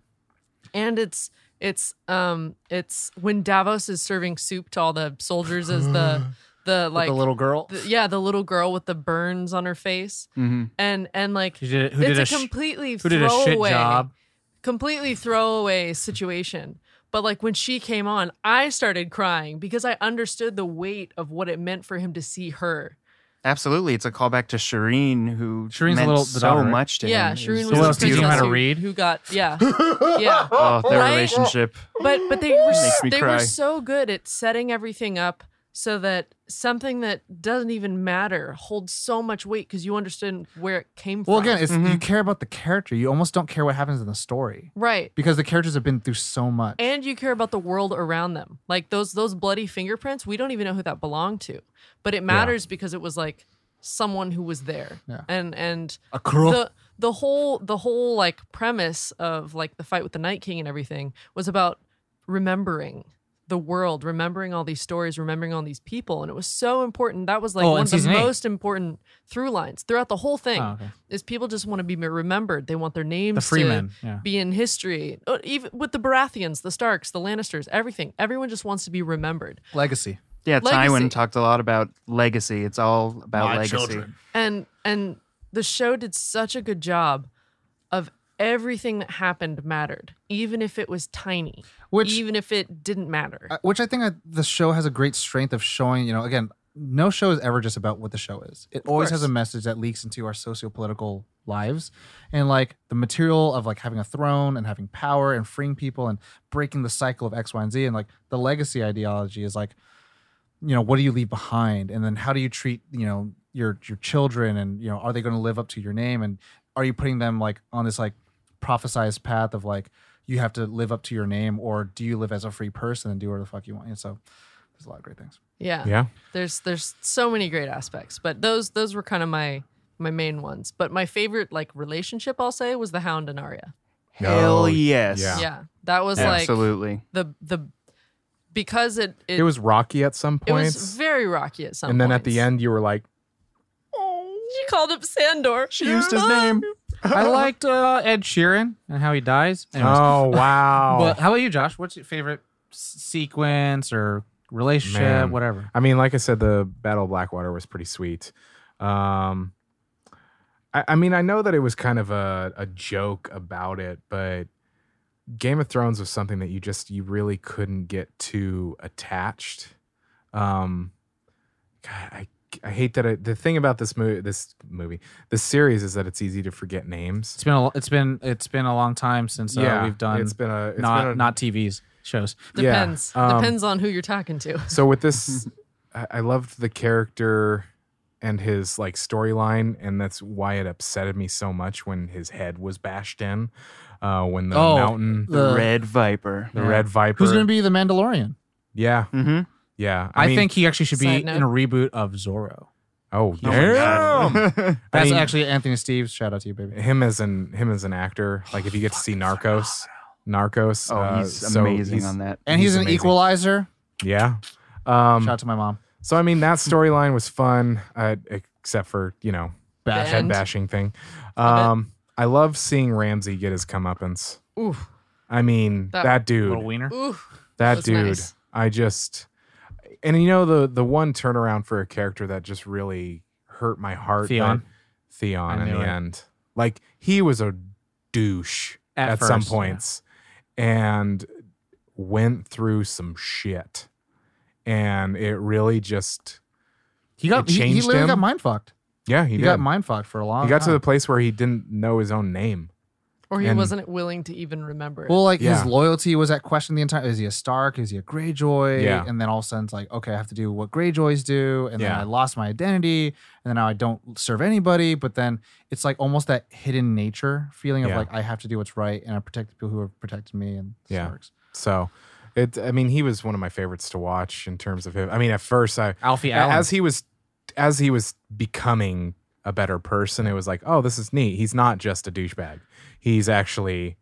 S4: and it's it's um it's when Davos is serving soup to all the soldiers as the the
S3: With
S4: like
S3: the little girl.
S4: the- yeah the little girl with the burns on her face
S6: hmm
S4: and and like
S7: who did, who
S4: it's
S7: did
S4: a,
S7: a, sh-
S4: completely
S7: who did a shit
S4: throwaway-
S7: job.
S4: completely throwaway situation. But like when she came on, I started crying because I understood the weight of what it meant for him to see her.
S6: Absolutely. It's a callback to Shireen, who
S3: Shireen's a
S6: meant
S3: little- the
S6: so
S3: daughter, right?
S6: much to
S4: yeah,
S6: him.
S4: Shireen was
S7: who
S4: the
S7: else teaching
S4: princess
S7: how to
S4: who-
S7: read?
S4: Who got yeah, yeah.
S6: Oh, their
S4: Right?
S6: relationship.
S4: But but they were
S6: Makes me
S4: they
S6: cry.
S4: were so good at setting everything up so that something that doesn't even matter holds so much weight because you understand where it came from.
S3: well, again, it's
S4: Mm-hmm.
S3: you care about the character. You almost don't care what happens in the story
S4: right.
S3: because the characters have been through so much.
S4: and you care about the world around them like those those bloody fingerprints we don't even know who that belonged to but it matters because it was like someone who was there
S3: Yeah.
S4: and and
S3: a crook.
S4: the the whole the whole like premise of like the fight with the night king and everything was about remembering the world remembering all these stories remembering all these people and it was so important that was like
S7: Oh,
S4: one
S7: in
S4: of the
S7: season eight.
S4: most important through lines throughout the whole thing
S7: Oh, okay.
S4: is people just want to be remembered they want their names
S7: The
S4: to-
S7: Freeman. Yeah.
S4: be in history. Uh, Even with the Baratheons, the Starks, the Lannisters, everything. Everyone just wants to be remembered.
S3: Legacy.
S6: Yeah,
S4: Legacy.
S6: Tywin talked a lot about legacy. It's all about legacy.
S2: Oh,
S4: And and the show did such a good job of everything that happened mattered, even if it was tiny,
S3: Which
S4: even if it didn't matter.
S3: Uh, which I think I, the show has a great strength of showing, you know, again, no show is ever just about what the show is. It always has a message that leaks into our socio-political lives and like the material of like having a throne and having power and freeing people and breaking the cycle of X, Y, and Z. And like the legacy ideology is like, you know, what do you leave behind? And then how do you treat, you know, your your children and you know, are they going to live up to your name? And are you putting them like on this like prophesized path of like you have to live up to your name or do you live as a free person and do whatever the fuck you want? And so there's a lot of great things.
S4: yeah.
S2: Yeah.
S4: There's there's so many great aspects, but those those were kind of my my main ones. But my favorite like relationship I'll say was the Hound and Arya.
S2: No,
S6: Hell yes.
S2: yeah.
S4: Yeah. that was like
S6: Absolutely.
S4: the the because it it,
S2: It was rocky at some
S4: it
S2: points.
S4: was very rocky at some
S2: and then at the
S4: points. Oh.
S2: end, you were like,
S4: She called up Sandor.
S6: She used his name.
S7: I liked uh, Ed Sheeran and how he dies. Anyways.
S2: oh, wow.
S7: But how about you, Josh? What's your favorite s- sequence or relationship,
S2: Man.
S7: whatever?
S2: I mean, like I said, the Battle of Blackwater was pretty sweet. Um, I, I mean, I know that it was kind of a, a joke about it, but Game of Thrones was something that you just you really couldn't get too attached. Um, God, I I hate that. I, the thing about this movie, this movie, this series is that it's easy to forget names.
S7: It's been a, it's been it's been a long time since uh, we've done
S2: It's been a it's
S7: not
S2: been a-
S7: not TVs shows.
S2: Yeah,
S4: Depends.
S2: um,
S4: Depends on who you're talking to.
S2: So with this, I, I loved the character and his like storyline, and that's why it upsetted me so much when his head was bashed in, uh, when the
S3: Oh,
S2: mountain, the,
S3: The-
S6: Red Viper.
S2: red viper.
S3: Who's going to be the Mandalorian?
S2: Yeah,
S6: Mm-hmm.
S2: yeah.
S7: I,
S2: mean-
S7: think he actually should be
S4: Side
S7: in
S4: note.
S7: a reboot of Zorro.
S2: Oh,
S6: Oh my
S2: damn.
S6: God.
S2: I
S3: That's
S2: mean-
S3: actually Anthony Steves. Shout out to you, baby.
S2: him as an him as an actor. Like if you get to see Narcos, Narcos.
S6: Oh,
S2: uh,
S6: he's
S2: so
S6: amazing
S2: he's-
S6: on that.
S3: And he's,
S2: He's
S3: an
S2: amazing.
S3: equalizer.
S2: Yeah. Um,
S3: Shout out to my mom.
S2: so I mean that storyline was fun, uh, except for you know
S4: Bash.
S2: head
S4: And-
S2: bashing thing.
S4: Love it.
S2: Um, I love seeing Ramsey get his comeuppance.
S4: Ooh,
S2: I mean that,
S4: That-
S7: Little
S2: dude,
S7: wiener.
S4: ooh.
S2: that
S4: was
S2: dude.
S4: nice.
S2: I just and you know the the one turnaround for a character that just really hurt my heart.
S7: Theon.
S2: that- Theon
S7: I
S2: in
S7: knew
S2: the
S7: it.
S2: end, like he was a douche. at,
S7: first,
S2: some
S7: yeah.
S2: points and went through some shit. And it really just,
S3: He
S2: It
S3: got he, he
S2: changed
S3: literally got
S2: him.
S3: mind fucked.
S2: yeah, he,
S3: He,
S2: did.
S3: got mind fucked for a long.
S2: he got to
S3: time.
S2: the place where he didn't know his own name.
S4: Or he
S2: And-
S4: wasn't willing to even remember it.
S3: Well, like
S2: Yeah.
S3: his loyalty was at question the entire. Is he a Stark? Is he a Greyjoy?
S2: Yeah.
S3: And then all of a sudden, it's like, okay, I have to do what Greyjoys do, and then
S2: Yeah.
S3: I lost my identity, and then now I don't serve anybody. But then it's like almost that hidden nature feeling of
S2: Yeah.
S3: like I have to do what's right, and I protect the people who have protected me, and
S2: Yeah.
S3: Starks.
S2: So it, I mean, he was one of my favorites to watch in terms of him. I mean, at first, I,
S7: Alfie Allen.
S2: as he was, as he was becoming a better person, it was like, oh, this is neat. He's not just a douchebag. He's actually,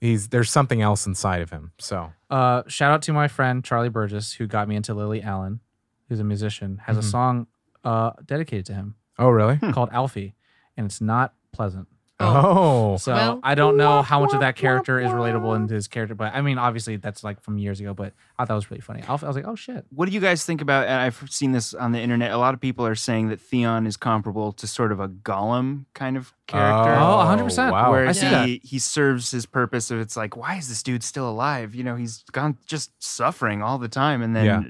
S2: he's, there's something else inside of him. So
S7: Uh, shout out to my friend Charlie Burgess, who got me into Lily Allen, who's a musician, has
S2: Mhm.
S7: a song uh, dedicated to him
S2: Oh, really?
S3: Hmm.
S7: called Alfie, and it's not pleasant.
S2: Oh.
S7: So
S4: Well-
S7: I don't know how much of that character is relatable into his character, but I mean, obviously that's like from years ago. But I thought it was really funny. Alfie, I was like, oh shit,
S6: What do you guys think about? And I've seen this on the internet. A lot of people are saying that Theon is comparable to sort of a Gollum kind of character.
S7: Oh, 100%.
S2: Wow.
S6: Where
S7: I see
S6: he,
S7: that.
S6: he serves his purpose of it's like, why is this dude still alive? You know, he's gone just suffering all the time, and then
S2: Yeah.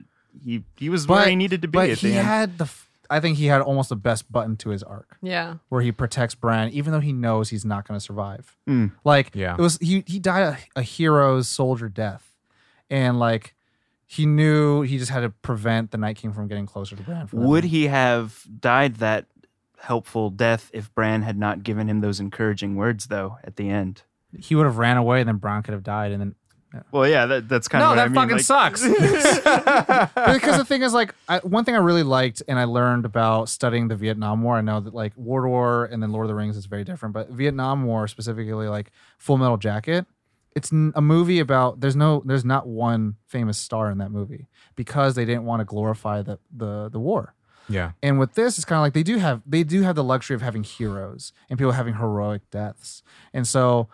S6: he he was
S3: But-
S6: where he needed to be
S3: But
S6: at
S3: he
S6: the end.
S3: had the. f- I think he had almost the best button to his arc,
S4: yeah.
S3: where he protects Bran, even though he knows he's not going to survive.
S6: Mm.
S3: Like
S2: Yeah.
S3: it was he he died a, a hero's soldier death, and like he knew he just had to prevent the Night King from getting closer to Bran. For that
S6: Would
S3: moment.
S6: he have died that helpful death if Bran had not given him those encouraging words, though? At the end.
S7: he would have ran away, and then Bron could have died, and then
S6: Well, yeah, that, that's kind of
S7: no, that fucking sucks.
S3: because the thing is, like, I, one thing I really liked and I learned about studying the Vietnam War. I know that like War War and then Lord of the Rings is very different, but Vietnam War specifically, like Full Metal Jacket, it's n- a movie about. There's no, there's not one famous star in that movie because they didn't want to glorify the the the war.
S2: Yeah.
S3: And with this, it's kind of like they do have they do have the luxury of having heroes and people having heroic deaths. And so,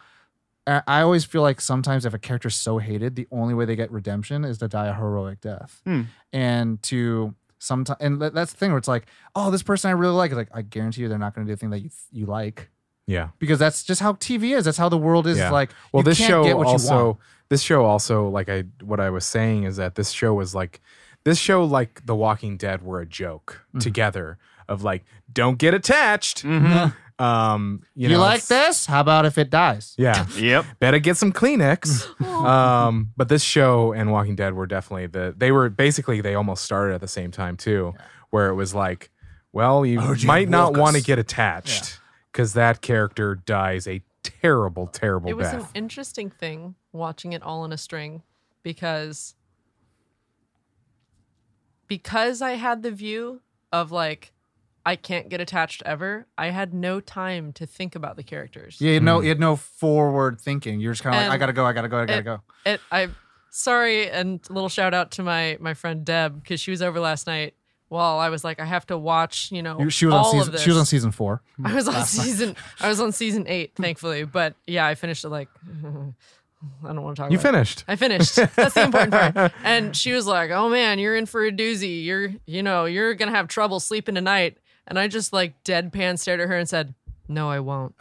S3: I I always feel like sometimes if a character's so hated, the only way they get redemption is to die a heroic death.
S6: Hmm.
S3: And to sometimes, and tha- that's the thing where it's like, oh, this person I really like. It's like I guarantee you, they're not going to do the thing that you you like
S2: Yeah.
S3: because that's just how TV is. That's how the world is. It's
S2: Yeah.
S3: like,
S2: Well,
S3: you
S2: this
S3: can't
S2: show
S3: get what you want.
S2: also this show also like I what I was saying is that this show was like this show like The Walking Dead were a joke
S3: Mm-hmm.
S2: together of like don't get attached. Um, you,
S3: You,
S2: know,
S3: like
S2: it's-
S3: this? How about if it dies?
S2: Yeah.
S6: Yep.
S2: Better get some Kleenex. um, but this show and Walking Dead were definitely the they were basically they almost started at the same time too, where it was like, well, you might not want to get attached because that character dies a terrible, terrible
S4: It was an
S2: death.
S4: interesting thing watching it all in a string because because I had the view of like I can't get attached ever, I had no time to think about the characters.
S3: Yeah, you had
S2: Hmm.
S3: no, you had no forward thinking. You're just kind of like,
S4: And
S3: I gotta go, I gotta go, I gotta
S4: it-
S3: go.
S4: it, I sorry and a little shout out to my my friend Deb because she was over last night while I was like I have to watch you know
S3: You- She was
S4: all
S3: on
S4: of
S3: season.
S4: this.
S3: She was on season four.
S4: I was on season I was on season eight thankfully but yeah I finished it like I don't want to talk.
S2: You
S4: about it.
S2: finished.
S4: I finished. That's the important part. And she was like, "Oh man, you're in for a doozy. You're you know you're gonna have trouble sleeping tonight." And I just like deadpan stared at her and said, "No, I won't."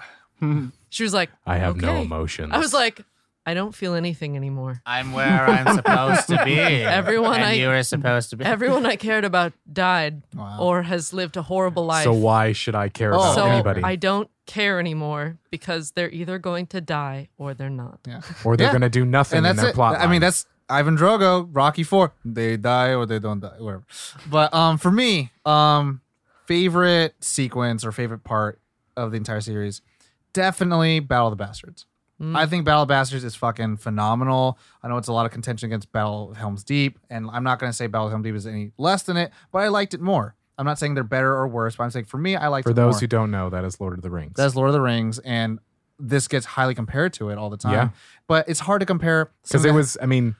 S4: she was like,
S2: I have no
S4: "Okay."
S2: emotions.
S4: I was like, I don't feel anything anymore.
S8: I'm where I'm supposed to be.
S4: Everyone
S8: and
S4: I-
S8: you were supposed to be.
S4: Everyone I cared about died
S3: Wow.
S4: or has lived a horrible life.
S2: So why should I care
S3: Oh.
S2: about
S4: So
S2: anybody?
S4: I don't care anymore because they're either going to die or they're not.
S3: yeah.
S2: or they're
S3: Yeah.
S2: going to do nothing
S3: and
S2: in
S3: that's
S2: their
S3: it.
S2: plot.
S3: I mean,
S2: line.
S3: that's Ivan Drogo, Rocky Four. They die or they don't die, whatever. But um, for me, um, favorite sequence or favorite part of the entire series, definitely Battle of the Bastards.
S4: Mm.
S3: I think Battle of the Bastards is fucking phenomenal. I know it's a lot of contention against Battle of Helm's Deep, and I'm not gonna say Battle of Helm's Deep is any less than it, but I liked it more. I'm not saying they're better or worse, but I'm saying for me, I liked
S2: for
S3: it
S2: those
S3: more.
S2: who don't know, that is Lord of the Rings.
S3: That's Lord of the Rings, and this gets highly compared to it all the time.
S2: Yeah.
S3: But it's hard to compare
S2: because
S3: something
S2: it
S3: that-
S2: was. I mean,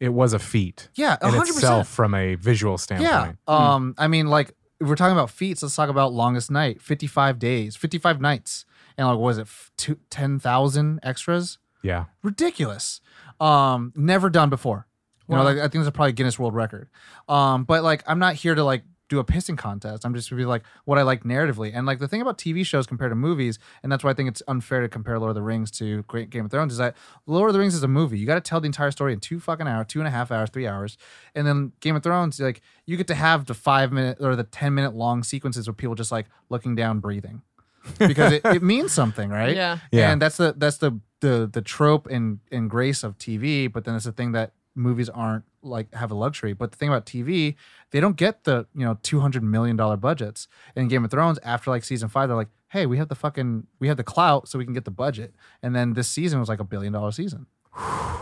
S2: it was a feat
S3: yeah,
S2: in
S3: 100%.
S2: itself from a visual standpoint. Hmm.
S3: Yeah. Um, I mean, like if we're talking about feats, let's talk about longest night, 55 days, 55 nights. And like, what was it f- two- 10,000 extras?
S2: Yeah,
S3: Ridiculous. Um, never done before. You know, like, I think this is probably Guinness World Record. Um, but like, I'm not here to like do a pissing contest. I'm just gonna be like what I like narratively. And like the thing about TV shows compared to movies, and that's why I think it's unfair to compare Lord of the Rings to Great Game of Thrones, is that Lord of the Rings is a movie. You got to tell the entire story in two fucking hours, two and a half hours, three hours. And then Game of Thrones, like you get to have the five minute or the 10 minute long sequences of people just like looking down, breathing. because it, it means something, right?
S4: Yeah.
S2: Yeah.
S3: And that's the that's the the the trope and and grace of TV, but then it's the thing that movies aren't like have a luxury. But the thing about TV, they don't get the, you know, 200 million dollar budgets. In Game of Thrones after like season 5, they're like, "Hey, we have the fucking we have the clout so we can get the budget." And then this season was like a billion dollar season.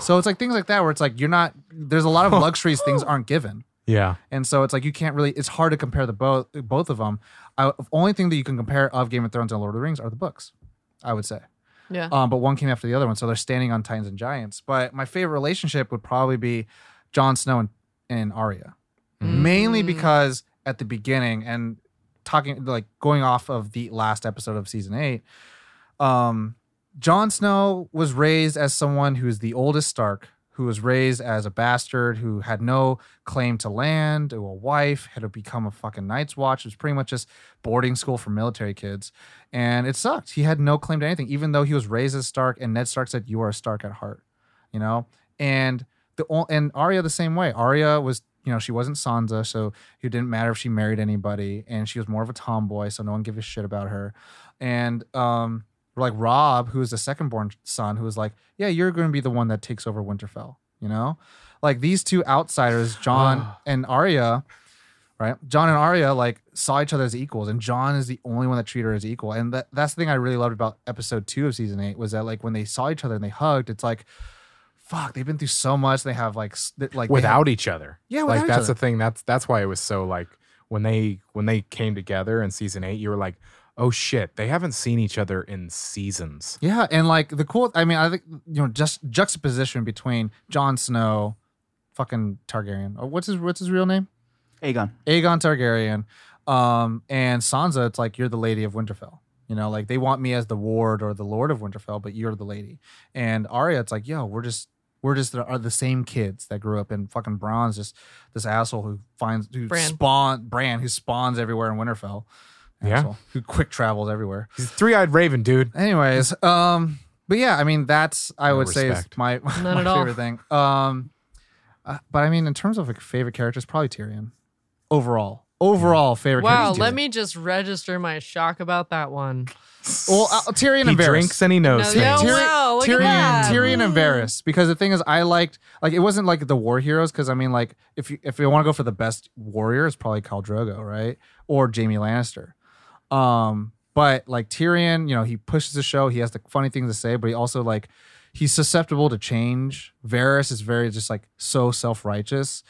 S3: So it's like things like that where it's like you're not there's a lot of luxuries things aren't given.
S2: yeah.
S3: And so it's like you can't really. It's hard to compare the both both of them. I, the only thing that you can compare of Game of Thrones and Lord of the Rings are the books, I would say.
S4: Yeah.
S3: Um, but one came after the other one, so they're standing on Titans and Giants. But my favorite relationship would probably be Jon Snow and, and Arya, mainly
S4: Mm.
S3: because at the beginning and talking like going off of the last episode of season eight, um, Jon Snow was raised as someone who is the oldest Stark, who was raised as a bastard, who had no claim to land, to a wife, had to become a fucking Night's Watch. It was pretty much just boarding school for military kids. And it sucked. He had no claim to anything, even though he was raised as Stark, and Ned Stark said, You are a Stark at heart, you know? And the o- and Arya the same way. Arya was, you know, she wasn't Sansa, so it didn't matter if she married anybody, and she was more of a tomboy, so no one gave a shit about her. And um like Rob, who is the second born son, who was like, Yeah, you're gonna be the one that takes over Winterfell, you know? Like these two outsiders, John and Arya, right? John and Arya like saw each other as equals, and John is the only one that treated her as equal. And that, that's the thing I really loved about episode two of season eight was that like when they saw each other and they hugged, it's like, fuck, they've been through so much. They have like s- that- like they have-
S2: without each other.
S3: Yeah,
S2: like
S3: without each
S2: that's
S3: other.
S2: the thing. That's that's why it was so like when they when they came together in season eight, you were like, oh shit, they haven't seen each other in seasons.
S3: yeah, and like the cool. I mean, I think you know just juxtaposition between Jon Snow, fucking Targaryen. Oh, what's his what's his real name?
S6: Aegon.
S3: Aegon Targaryen, um, and Sansa, it's like you're the lady of Winterfell. You know, like they want me as the ward or the lord of Winterfell, but you're the lady. And Arya, it's like, yo, we're just we're just the, are the same kids that grew up in fucking Bronze, just this asshole who finds who
S4: Bran.
S3: spawn Bran who spawns everywhere in Winterfell.
S2: Yeah.
S3: Asshole, who quick travels everywhere.
S2: He's three eyed raven, dude.
S3: Anyways, um, but yeah, I mean that's I
S2: No
S3: would say is
S2: respect.
S3: my,
S4: None
S3: my
S4: at all.
S3: favorite thing. Um, uh, but I mean in terms of like favorite characters, probably Tyrion. Overall, overall favorite.
S4: Wow,
S3: character,
S4: let
S3: Tyrion.
S4: me just register my shock about that one.
S3: Well, uh, Tyrion
S2: He
S3: and Varys.
S2: drinks and he knows
S4: No,
S2: things.
S4: yeah. wow, look at
S3: Tyrion,
S4: that. Mm.
S3: Tyrion and Varys. Because the thing is, I liked like it wasn't like the war heroes. Because I mean, like if you if you want to go for the best warrior, it's probably Khal Drogo, right, or Jamie Lannister. Um, but like Tyrion, you know, he pushes the show. He has the funny things to say, but he also like he's susceptible to change. Varys is very just like so self righteous,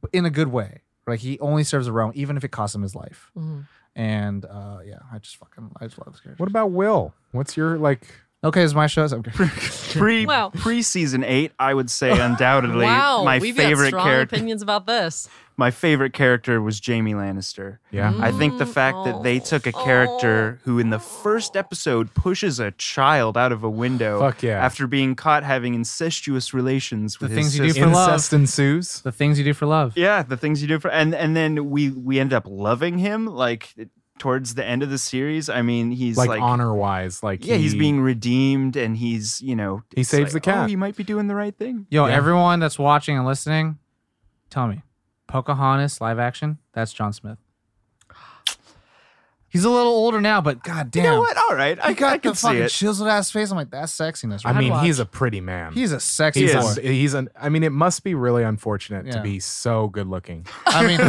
S3: but in a good way. Like he only serves the realm, even if it costs him his life.
S4: Mhm.
S3: And uh, yeah, I just fucking I just love this character.
S2: What about Will? What's your like
S3: Okay, it's my show. So okay.
S6: Pre
S4: Wow.
S6: pre season eight, I would say undoubtedly
S4: Mm. Wow,
S6: my
S4: we've got
S6: favorite
S4: strong
S6: character.
S4: opinions about this.
S6: My favorite character was Jamie Lannister.
S2: Yeah.
S6: I think the fact that they took a character who, in the first episode, pushes a child out of a window
S2: Fuck yeah.
S6: after being caught having incestuous relations with
S7: The
S6: his
S7: things you do
S6: sister.
S7: for love.
S2: incest ensues?
S7: The things you do for love.
S6: Yeah, the things you do for and and then we we end up loving him like towards the end of the series, I mean, he's
S2: like,
S6: like,
S2: honor wise, like
S6: yeah, he's
S2: he-
S6: being redeemed, and he's you know
S2: He
S6: it's
S2: saves
S6: like,
S2: the
S6: Oh,
S2: cat.
S6: he might be doing the right thing.
S7: Yo,
S2: Yeah.
S7: everyone that's watching and listening, tell me, Pocahontas live action? That's John Smith. He's a little older now, but god damn,
S6: You know what? All right, I,
S3: I got
S6: I can
S3: the
S6: see
S3: fucking
S6: it.
S3: chiseled ass face. I'm like, that's sexiness.
S2: I
S3: Right?
S2: mean,
S4: watch.
S2: he's a pretty man.
S3: he's a sexy
S6: He
S2: he's,
S6: is.
S3: boy.
S2: a, he's an. I mean, it must be really unfortunate to
S3: Yeah.
S2: be so good looking.
S3: I mean,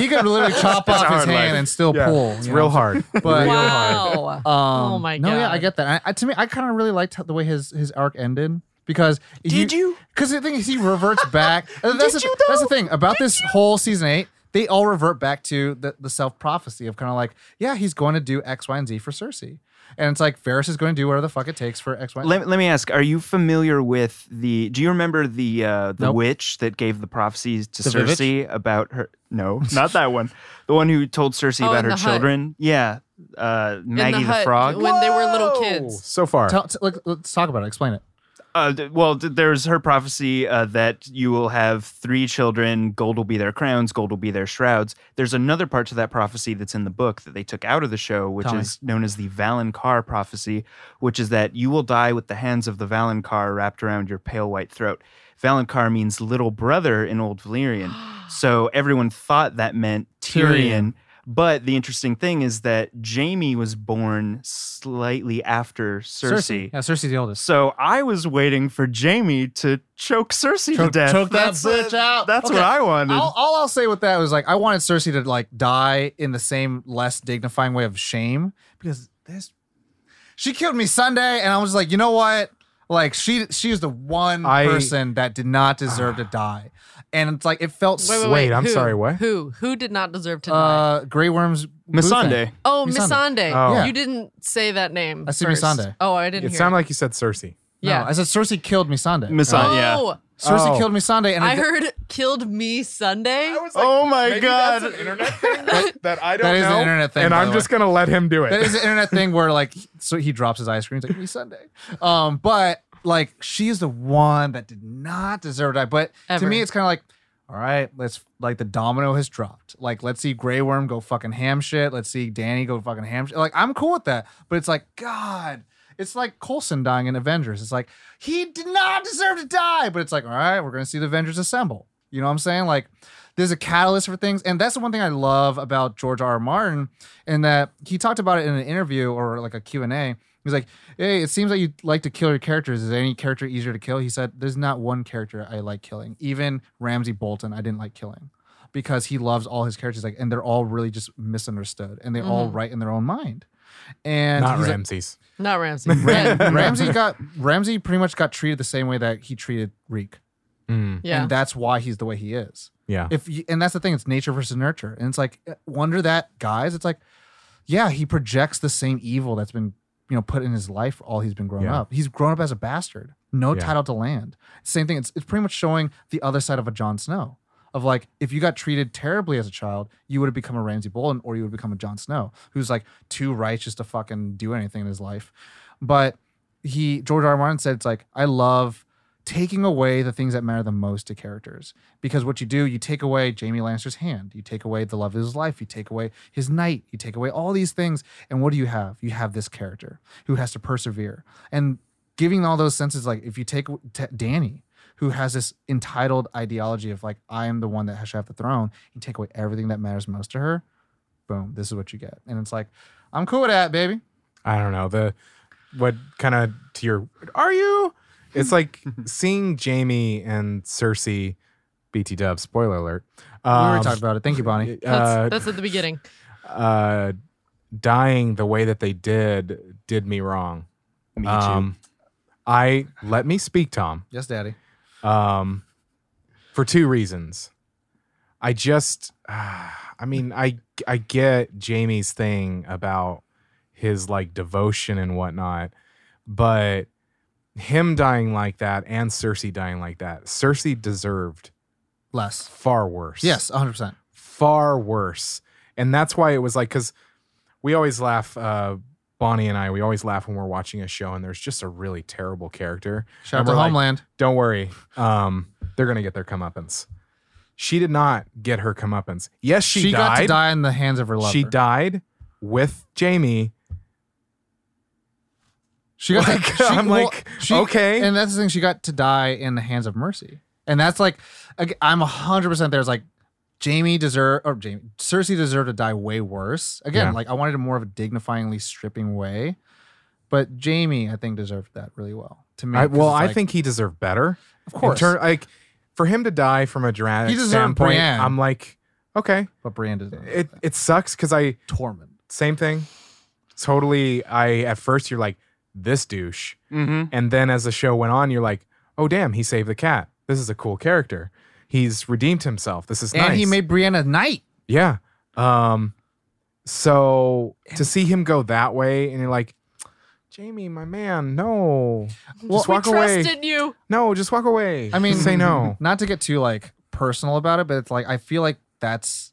S3: he could literally chop
S6: It's
S3: off
S6: a
S3: his
S6: hard
S3: hand
S6: life.
S3: and still
S2: Yeah,
S3: pull.
S2: It's
S3: you
S2: real
S3: know?
S2: hard.
S3: But-
S2: real hard.
S4: Wow.
S3: Um,
S4: Oh my
S3: No, yeah, I
S4: God.
S3: get that. I, I, to me, I kind of really liked how, the way his his arc ended because
S6: Did you?
S3: Because the thing is, he reverts back. And that's,
S6: Did
S3: the,
S6: you,
S3: that's the
S6: though?
S3: thing about this whole season eight. They all revert back to the, the self prophecy of kind of like, yeah, he's going to do X, Y, and Z for Cersei, and it's like Ferris is going to do whatever the fuck it takes for X, Y.
S6: Let, let me ask: Are you familiar with the? Do you remember the uh, the
S7: Nope.
S6: witch that gave the prophecies to
S7: The
S6: Cersei
S7: Vivitch?
S6: about her? No, not that one. The one who told Cersei
S4: Oh,
S6: about
S4: in
S6: her
S4: the hut.
S6: children. Yeah, uh, Maggie the,
S4: in the, hut
S6: frog.
S4: when they were little
S2: Whoa!
S4: kids.
S2: So far,
S3: Tell, t- like, let's talk about it. Explain it.
S6: Uh, th- well, th- there's her prophecy uh, that you will have three children. Gold will be their crowns. Gold will be their shrouds. There's another part to that prophecy that's in the book that they took out of the show, which
S7: Tell me.
S6: is known as the Valonqar prophecy, which is that you will die with the hands of the Valonqar wrapped around your pale white throat. Valonqar means little brother in Old Valyrian, so everyone thought that meant Tyrion. But the interesting thing is that Jamie was born slightly after Cersei.
S7: Yeah, Cersei's the oldest.
S6: So I was waiting for Jamie to choke Cersei to
S7: Choke-
S6: death.
S7: choke that
S6: uh,
S3: bitch out.
S6: That's
S3: Okay.
S6: what I wanted.
S3: All, all I'll say with that was like, I wanted Cersei to like die in the same less dignifying way of shame because this, she killed me Sunday, and I was like, you know what? Like she, she was the one
S2: I-
S3: person that did not
S6: Ah.
S3: deserve to die, and it's like it felt
S4: Wait, wait,
S2: Wait,
S4: wait.
S2: I'm
S4: Who?
S2: sorry, what?
S4: Who? Who did not deserve to die?
S3: uh Grey Worm's boo
S6: Missandei.
S3: thing.
S4: Oh,
S3: Missandei.
S4: Missandei.
S2: Oh.
S3: Yeah.
S4: You didn't say that name.
S3: I said
S4: first.
S3: Missandei.
S4: Oh, I didn't
S2: it
S4: hear.
S2: sounded
S4: it.
S2: like you said Cersei.
S3: No, I said Cersei killed Missandei.
S6: Missandei.
S4: Oh,
S6: yeah.
S3: Cersei
S2: Oh.
S3: killed Missandei, and
S4: I
S3: it-
S4: heard "killed me Sunday."
S6: oh my god.
S2: internet thing that, I
S3: don't is an know, internet thing,
S2: and
S3: by
S2: I'm
S3: the
S2: just gonna let him do it.
S3: That is an internet thing where like so he drops his ice cream. He's like me Sunday. Um, but like she is the one that did not deserve to die. But
S4: Ever.
S3: to me, it's kind of like, all right, let's like the domino has dropped. Like let's see Grey Worm go fucking ham shit. Let's see Danny go fucking ham shit. Like I'm cool with that. But it's like God. It's like Coulson dying in Avengers. It's like he did not deserve to die. But it's like all right, we're gonna see the Avengers assemble. You know what I'm saying? Like there's a catalyst for things and that's the one thing i love about george r. R. martin and that he talked about it in an interview or like a q&a he's like hey it seems like you like to kill your characters is any character easier to kill he said there's not one character i like killing even ramsey bolton i didn't like killing because he loves all his characters like and they're all really just misunderstood and they're all right in their own mind and
S2: Not
S3: he's like-
S2: Ramses.
S4: Not Ramsey.
S3: Ram-
S4: Ren.
S3: ramsey got ramsey pretty much got treated the same way that he treated reek
S4: Yeah.
S3: and that's why he's the way he is
S2: Hmm, yeah.
S3: if you, and that's the thing it's nature versus nurture and it's like eh, wonder that guys it's like yeah he projects the same evil that's been you know put in his life all he's been grown
S2: Yeah.
S3: up he's grown up as a bastard no
S2: Yeah.
S3: title to land same thing it's, it's pretty much showing the other side of a Jon Snow of like if you got treated terribly as a child you would have become a Ramsey Bolton or you would have become a Jon Snow who's like too righteous to fucking do anything in his life but he George R. R. Martin said it's like I love taking away the things that matter the most to characters because what you do you take away Jamie Lannister's hand you take away the love of his life you take away his knight you take away all these things and what do you have you have this character who has to persevere and giving all those senses like if you take t- Danny who has this entitled ideology of like I am the one that should have the throne you take away everything that matters most to her boom this is what you get and it's like I'm cool with that baby
S2: I don't know the what kind of to your are you? It's like seeing Jamie and Cersei. BT Dub. Spoiler alert.
S3: we
S2: um,
S3: already talked about it thank you Bonnie
S4: that's,
S2: uh,
S4: that's at the beginning.
S2: uh, dying the way that they did did me wrong.
S6: Me too.
S2: Um, I let me speak, Tom.
S3: yes daddy
S2: Um, for two reasons. I just, I mean, I I get Jamie's thing about his like devotion and whatnot, but him dying like that and Cersei dying like that, Cersei deserved
S3: less
S2: far worse
S3: Yes, 100%.
S2: far worse. And that's why it was like, because we always laugh, uh, Bonnie and I, we always laugh when we're watching a show and there's just a really terrible character.
S3: Shout out
S2: And
S3: to
S2: we're like,
S3: Homeland.
S2: Don't worry. Um, they're going to get their comeuppance. She did not get her comeuppance. Yes, she,
S3: She, got to
S2: died.
S3: die in the hands of her lover.
S2: she died, with Jamie.
S3: She got
S2: Like,
S3: she-
S2: I'm
S3: well,
S2: like,
S3: she-
S2: okay.
S3: and that's the thing. She got to die in the hands of mercy, and that's like, ag- I'm hundred percent there. It's like Jamie deserved, or Jamie Cersei deserved to die way worse. Again,
S2: Yeah.
S3: like I wanted a more of a dignifyingly stripping way, but Jamie, I think, deserved that really well. To me,
S2: I,
S3: 'cause
S2: well,
S3: it's
S2: I
S3: like,
S2: think he deserved better.
S3: of course,
S2: In turn- like for him to die from a dramatic
S3: He deserved
S2: standpoint,
S3: Brienne.
S2: I'm like, okay,
S3: but Brienne doesn't.
S2: it it sucks because I
S3: torment.
S2: same thing. Totally, I at first you're like this douche,
S6: Mm-hmm.
S2: and then as the show went on, you're like, oh damn, he saved the cat. This is a cool character. He's redeemed himself. This is
S3: And
S2: nice.
S3: he made Brienne a knight.
S2: yeah. Um, so to see him go that way, and you're like, Jamie, my man, no, just walk
S4: we
S2: away.
S4: trusted you.
S2: No, just walk away.
S3: I mean,
S2: say no.
S3: Not to get too like personal about it, but it's like I feel like that's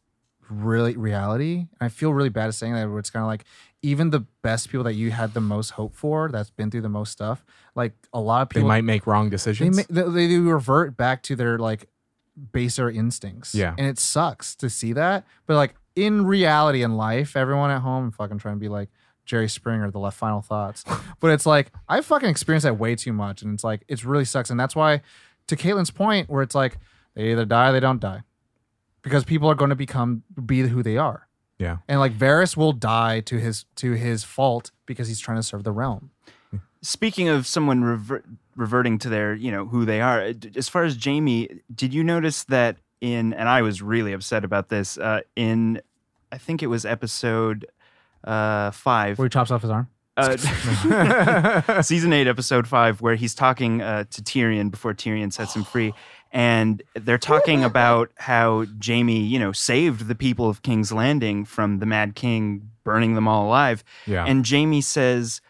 S3: really reality. And I feel really bad saying that. Where it's kind of like even the best people that you had the most hope for, that's been through the most stuff. Like a lot of
S2: They
S3: people,
S2: might make wrong
S3: they,
S2: decisions.
S3: ma- they, they revert back to their like baser instincts.
S2: Yeah.
S3: and it sucks to see that. But like in reality, in life, everyone at home fucking trying to be like. Jerry Springer, the left final thoughts. But it's like I fucking experienced that way too much, and it's like it's really sucks, and that's why, to Caitlin's point, where it's like they either die or they don't die, because people are going to become be who they are.
S2: Yeah.
S3: and like Varys will die to his to his fault because he's trying to serve the realm.
S6: Speaking of someone rever- reverting to their, you know, who they are. d- As far as Jamie, did you notice that in? And I was really upset about this. Uh, in, I think it was episode uh, five.
S7: Where he chops off his arm.
S6: Uh, season eight, episode five, where he's talking uh, to Tyrion before Tyrion sets him free. And they're talking about how Jamie, you know, saved the people of King's Landing from the Mad King burning them all alive.
S2: yeah.
S6: And Jamie says,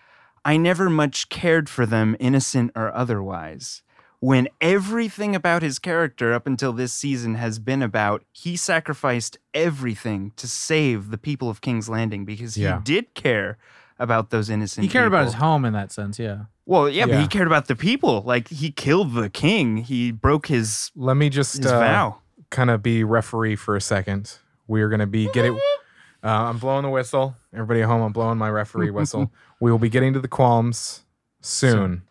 S6: I never much cared for them, innocent or otherwise. When everything about his character up until this season has been about he sacrificed everything to save the people of King's Landing because he
S2: Yeah.
S6: did care about those innocent
S7: He cared about his
S6: people.
S7: home in that sense. Yeah.
S6: Well, yeah, but
S2: Yeah.
S6: he cared about the people. Like he killed the king. He broke his
S2: Let me just
S6: his
S2: uh,
S6: vow.
S2: kind of be referee for a second. We're going to be getting. Uh, I'm blowing the whistle. Everybody at home, I'm blowing my referee whistle. We will be getting to the qualms soon,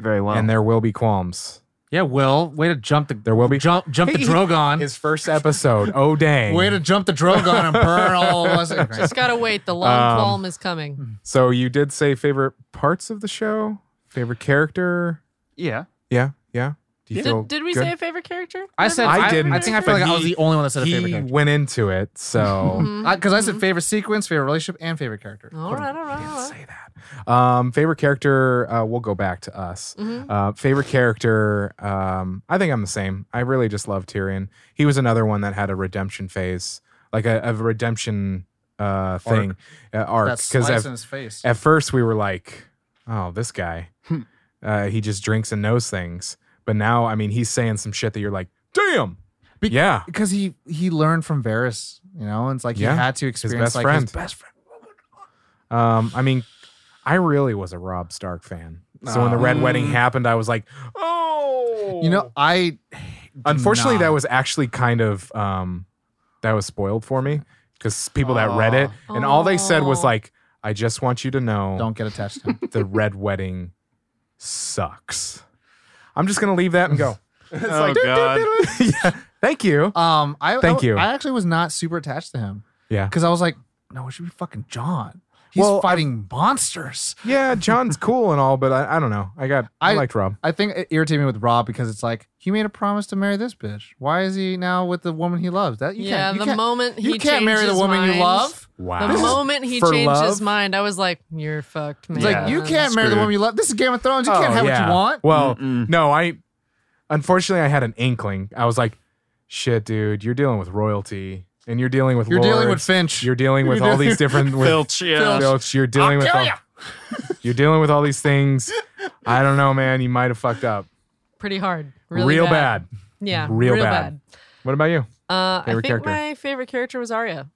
S6: Very well.
S2: and there will be qualms.
S7: Yeah. Will way to jump the
S2: There will be-
S7: jump jump the Drogon.
S2: His first episode. Oh dang!
S3: Way to jump the Drogon and burn all of us. Okay.
S4: Just gotta wait. The long
S2: Um,
S4: qualm is coming.
S2: so you did say favorite parts of the show, favorite character.
S6: yeah.
S2: Yeah, yeah. Do you feel
S4: Did, did we
S2: good?
S4: say a favorite character?
S7: I said
S2: I
S7: I, didn't.
S2: didn't,
S7: I think I feel
S2: but
S7: like I was
S2: he-
S7: the only one that said a favorite.
S2: he
S7: character.
S2: went into it, so
S3: Because I said favorite sequence, favorite relationship, and favorite character.
S4: Mm-hmm. All right, all right, all right.
S2: say that. Um, favorite character. Uh, we'll go back to us.
S4: Mm-hmm.
S2: Uh, favorite character. Um, I think I'm the same. I really just love Tyrion. He was another one that had a redemption phase, like a, a redemption uh, thing uh, arc.
S3: That
S2: Because
S3: slice in
S2: at,
S3: his face.
S2: at first we were like, "Oh, this guy.
S3: Hmm.
S2: uh, he just drinks and knows things." But now, I mean, he's saying some shit that you're like, "Damn."
S3: Be-
S2: yeah.
S3: because he he learned from Varys, you know, and it's like
S2: Yeah.
S3: he had to experience
S2: best
S3: like
S2: friend.
S3: his best friend.
S2: Um, I mean, I really was a Rob Stark fan. So when the Red Wedding happened, I was like, "Oh."
S3: Ah. You know, I
S2: Unfortunately,
S3: Nah.
S2: that was actually kind of um, that was spoiled for me because people that read it and all they said was
S4: Oh.
S2: like, "I just want you to know
S3: don't get attached to him.
S2: the red wedding sucks." I'm just gonna leave that and go.
S6: oh God.
S2: yeah, thank you.
S3: Um, I
S2: Thank
S3: I,
S2: you.
S3: I actually was not super attached to him
S2: Yeah,
S3: because I was like, no, it should be fucking John. He's
S2: Well,
S3: fighting monsters.
S2: yeah. John's cool and all, but I, I don't know. I got I,
S3: I-
S2: liked Rob.
S3: I think it irritated me with Rob because it's like he made a promise to marry this bitch. Why is he now with the woman he loves? That you
S4: yeah,
S3: can't. You
S4: the
S3: can't,
S4: moment he
S3: you can't marry the
S4: changed his
S3: woman you
S4: mind-
S3: love.
S2: Wow.
S4: The moment he
S2: For
S4: changed his
S2: love?
S4: mind, I was like, "You're fucked, man."
S3: It's like you can't marry the
S6: screwed.
S3: woman you love. This is Game of Thrones. You
S2: Oh,
S3: can't have what
S2: yeah.
S3: you want.
S2: Well,
S6: Mm-mm.
S2: no, I unfortunately I had an inkling. I was like, shit, dude, you're dealing with royalty and you're dealing with
S3: You're dealing with
S2: lords.
S3: Finch.
S2: You're dealing with
S3: You're
S2: all
S3: dealing-
S2: these different with
S6: Filch, yeah.
S2: filch. You're dealing with all, you're dealing with all these things. I don't know, man. You might have fucked up
S4: pretty hard, really
S2: real bad.
S4: Yeah,
S2: Real bad. What about you?
S4: bad. Uh, I
S2: Favorite
S4: think
S2: character?
S4: my favorite character was Arya,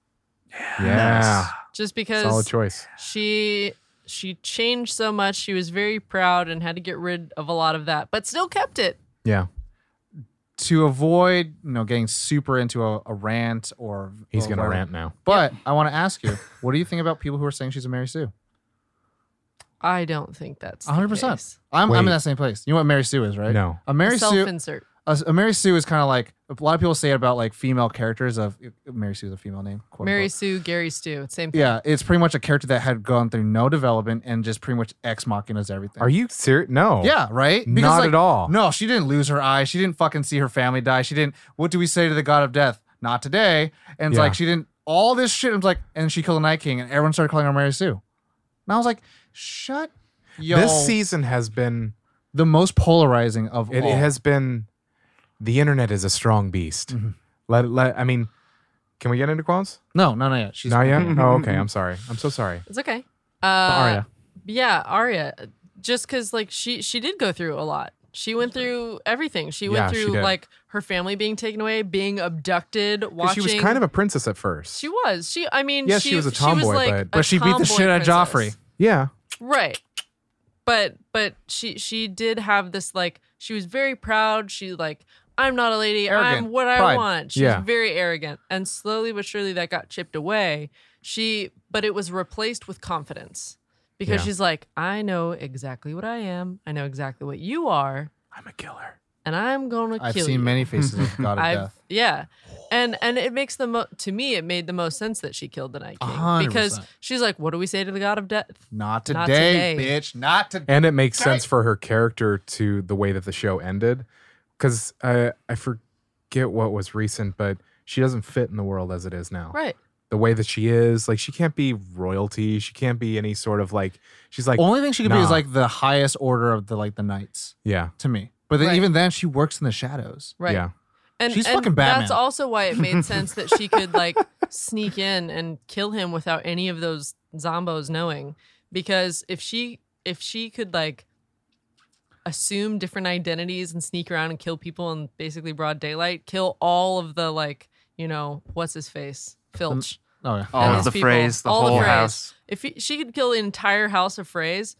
S2: Yeah,
S4: just
S2: solid
S4: because
S2: choice.
S4: she she changed so much. She was very proud and had to get rid of a lot of that, but still kept it.
S2: Yeah,
S3: to avoid you know getting super into a, a rant or
S2: He's
S3: or
S2: going to
S3: whatever.
S2: rant now.
S3: But I want to ask you, what do you think about people who are saying she's a Mary Sue?
S4: I don't think that's
S3: hundred percent. I'm I'm in
S2: Wait.
S3: that same place. You know what Mary Sue is, right?
S2: No.
S3: A Mary
S4: Self
S3: Sue.
S4: insert.
S3: A, a Uh, Mary Sue is kind of like a lot of people say it about like female characters of Mary Sue is a female name. Quote
S4: Mary
S3: unquote.
S4: Sue, Gary Stu, same thing.
S3: Yeah, it's pretty much a character that had gone through no development and just pretty much ex machina's everything.
S2: Are you serious? No.
S3: Yeah, right.
S2: Not
S3: like,
S2: at all.
S3: No, she didn't lose her eye. She didn't fucking see her family die. She didn't. What do we say to the god of death? Not today. And it's
S2: Yeah.
S3: like she didn't. All this shit. And it's like, and she killed the Night King, and everyone started calling her Mary Sue. And I was like, shut. Yo,
S2: This season has been,
S3: the most polarizing of
S2: it,
S3: all.
S2: it has been, the internet is a strong beast.
S3: Mhm.
S2: Let, let, I mean, can we get into qualms?
S3: no, no, no. yet. She's
S2: Not yet?
S6: Mhm.
S2: Oh, okay. I'm sorry. I'm so sorry.
S4: It's okay. Uh,
S7: Arya.
S4: Yeah, Arya. Just because like she she did go through a lot. She went through everything. She
S2: Yeah,
S4: went
S2: she
S4: through
S2: did.
S4: like her family being taken away, being abducted,
S2: 'Cause
S4: watching.
S2: She was kind of a princess at first.
S4: She was. She. I mean.
S2: Yeah,
S4: she,
S2: she was a tomboy,
S4: like,
S2: but-
S4: a
S3: But she beat the
S4: tomboy
S3: shit out of
S4: princess.
S3: Joffrey.
S2: yeah.
S4: Right. But but she she did have this like she was very proud. She like I'm not a lady.
S3: Arrogant.
S4: I'm what I
S3: Pride.
S4: want. She
S2: Yeah.
S4: was very arrogant, and slowly but surely that got chipped away. She but it was replaced with confidence because
S2: Yeah.
S4: she's like I know exactly what I am. I know exactly what you are,
S2: I'm a killer.
S4: and I'm gonna
S3: I've
S4: kill
S3: seen
S4: you.
S3: many faces of the god of
S4: I've-
S3: death.
S4: yeah, and and it makes the mo- to me it made the most sense that she killed the Night
S3: A
S4: King
S3: hundred
S4: because
S3: percent.
S4: she's like, what do we say to the god of death?
S3: Not today,
S4: Not today.
S3: bitch. Not today.
S2: And it makes sense for her character to the way that the show ended. Because uh, I forget what was recent, but she doesn't fit in the world as it is now.
S4: Right.
S2: The way that she is, like, she can't be royalty. She can't be any sort of like, she's like,
S3: Only thing she could be is
S2: nah.
S3: like the highest order of the like the knights
S2: yeah,
S3: to me. But then
S4: Right.
S3: even then, she works in the shadows.
S4: Right.
S2: yeah.
S4: And,
S3: She's
S4: and
S3: fucking Batman.
S4: That's also why it made sense that she could like sneak in and kill him without any of those zombos knowing. Because if she if she could like assume different identities and sneak around and kill people in basically broad daylight, kill all of the like, you know, what's his face? Filch.
S3: Oh yeah.
S6: All
S4: And
S6: of
S4: these
S6: the
S4: people,
S6: phrase, the
S4: all the
S6: whole
S4: phrase.
S6: house.
S4: If he, she could kill the entire house of Freys,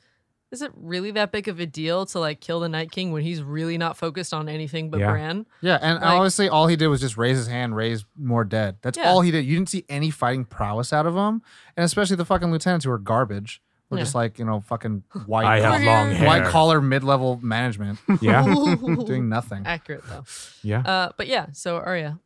S4: is it really that big of a deal to like kill the Night King when he's really not focused on anything but
S2: Yeah.
S4: Bran?
S3: Yeah, and
S4: Like-
S3: obviously all he did was just raise his hand, raise more dead. That's
S4: Yeah.
S3: all he did. You didn't see any fighting prowess out of him, and especially the fucking lieutenants who are garbage. We're just like you know fucking white
S2: I have long hair.
S3: white collar mid level management
S2: Yeah.
S3: doing nothing.
S4: Accurate though.
S2: yeah.
S4: Uh, but yeah, so Arya.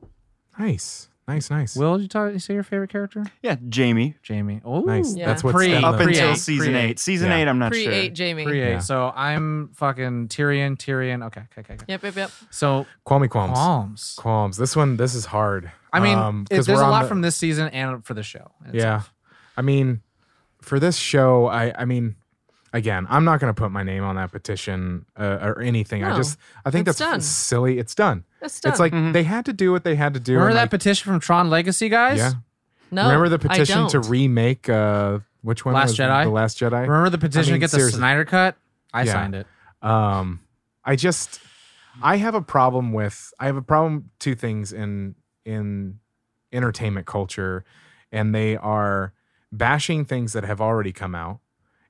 S2: Nice. Nice. Nice.
S7: Will did you talk, you say your favorite character?
S6: Yeah, Jamie.
S7: Jamie. Oh,
S2: nice.
S4: Yeah.
S2: That's what's
S7: Pre-
S2: down
S7: Uh,
S6: Up
S2: the-
S6: until
S7: pre-eight,
S6: season
S7: pre-eight.
S6: eight. Season
S2: Yeah.
S6: eight, I'm not
S4: Pre
S6: sure.
S4: eight Jamie.
S7: Three A.
S2: Yeah.
S7: So I'm fucking Tyrion. Tyrion. Okay. Okay. Okay. okay.
S4: Yep, yep, yep.
S7: So
S2: Call me qualms.
S7: qualms.
S2: Qualms. This one, this is hard.
S7: I mean,
S2: Um,
S7: it-
S2: 'cause
S7: there's
S2: we're
S7: a
S2: on
S7: lot
S2: the-
S7: from this season and for the show.
S2: Yeah. I mean, for this show, I I mean, again, I'm not going to put my name on that petition uh, or anything. I
S4: No.
S2: just I think
S4: It's
S2: that's
S4: done.
S2: silly. It's done.
S4: That's done.
S2: It's like
S7: Mm-hmm.
S6: Mhm.
S2: they had to do what they had to do.
S7: Remember
S2: and,
S7: that
S2: like,
S7: petition from Tron Legacy, guys?
S2: Yeah.
S4: no,
S2: Remember the
S4: I
S2: petition to
S4: don't.
S2: remake uh which one
S7: Last
S2: was
S7: Jedi?
S2: the Last Jedi?
S7: Remember the petition to
S2: mean,
S7: get the
S2: seriously.
S7: Snyder cut? I
S2: Yeah.
S7: signed it.
S2: Um, I just I have a problem with I have a problem two things in in entertainment culture, and they are bashing things that have already come out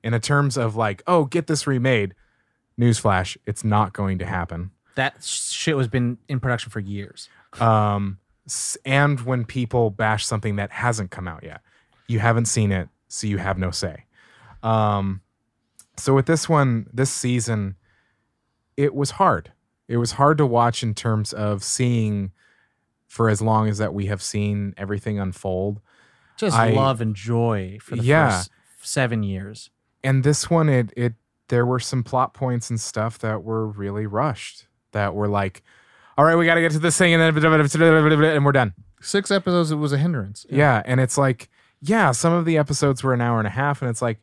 S2: in a terms of like, oh, get this remade. Newsflash, it's not going to happen.
S7: That sh- shit was been in production for years.
S2: Um, s- and when people bash something that hasn't come out yet, you haven't seen it, so you have no say. Um, so with this one, this season, it was hard. It was hard to watch in terms of seeing for as long as that we have seen everything unfold.
S7: Just
S2: I-
S7: love and joy for the
S2: Yeah.
S7: first seven years.
S2: And this one, it it there were some plot points and stuff that were really rushed. That were like, all right, we got to get to this thing, and then and we're done.
S3: Six episodes, it was a hindrance.
S2: Yeah. And it's like, yeah, some of the episodes were an hour and a half, and it's like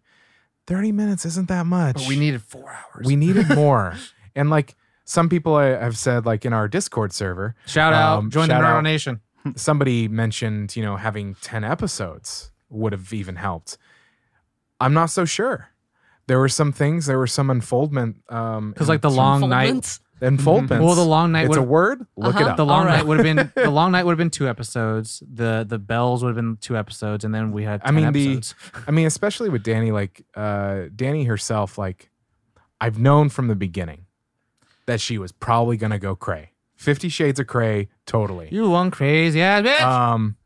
S2: 30 minutes isn't that much.
S3: but we needed four hours.
S2: we needed more. and like some people I, have said, like in our Discord server,
S7: Shout out.
S2: Um,
S7: Join
S2: shout
S7: the Nerd
S2: out.
S7: Nation.
S2: somebody mentioned, you know, having 10 episodes would have even helped. I'm not so sure. There were some things, there were some unfoldment. Um,
S7: Because, like, the long night.
S4: Fulminance.
S2: unfoldments.
S7: Well, the long night
S2: It's
S7: would-
S2: a word. Look
S4: Uh-huh.
S2: it
S7: The
S2: up.
S7: long
S4: All right.
S7: night would have been the long night would have been two episodes. The the bells would have been two episodes, and then we had.
S2: I
S7: 10
S2: mean, the-
S7: episodes.
S2: I mean, especially with Danny, like uh, Danny herself, like I've known from the beginning that she was probably gonna go cray. Fifty Shades of Grey, totally.
S7: You one crazy ass bitch.
S2: um,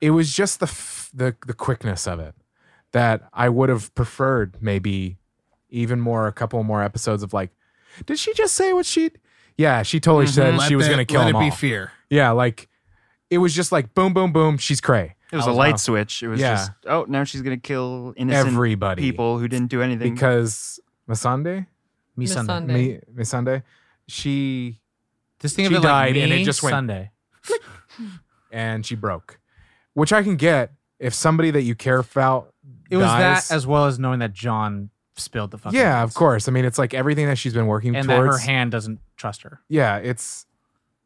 S2: it was just the f- the the quickness of it that I would have preferred maybe even more a couple more episodes of like, did she just say what she? Yeah, she totally said
S3: Mm-hmm.
S7: Mm-hmm.
S3: Let
S2: she was
S3: that-
S2: going to kill
S3: let
S2: him
S3: it be
S2: all.
S3: fear.
S2: Yeah, like it was just like boom, boom, boom. She's cray.
S6: It was
S2: I
S6: a
S2: was
S6: light
S2: off.
S6: switch. It was
S2: Yeah.
S6: just oh, now she's gonna kill innocent
S2: Everybody,
S6: people who didn't do anything.
S2: because Masande,
S7: me Sunday.
S4: Sunday.
S2: me Masande, she
S7: This thing
S2: She
S7: of it, like,
S2: died and it
S7: me
S2: just went-
S7: Sunday.
S2: and she broke, which I can get if somebody that you care about.
S7: It was
S2: dies.
S7: that as well as knowing that John spilled the fucking.
S2: yeah, of
S7: beans.
S2: course. I mean, it's like everything that she's been working
S7: And that her
S2: towards.
S7: hand doesn't trust her.
S2: yeah, it's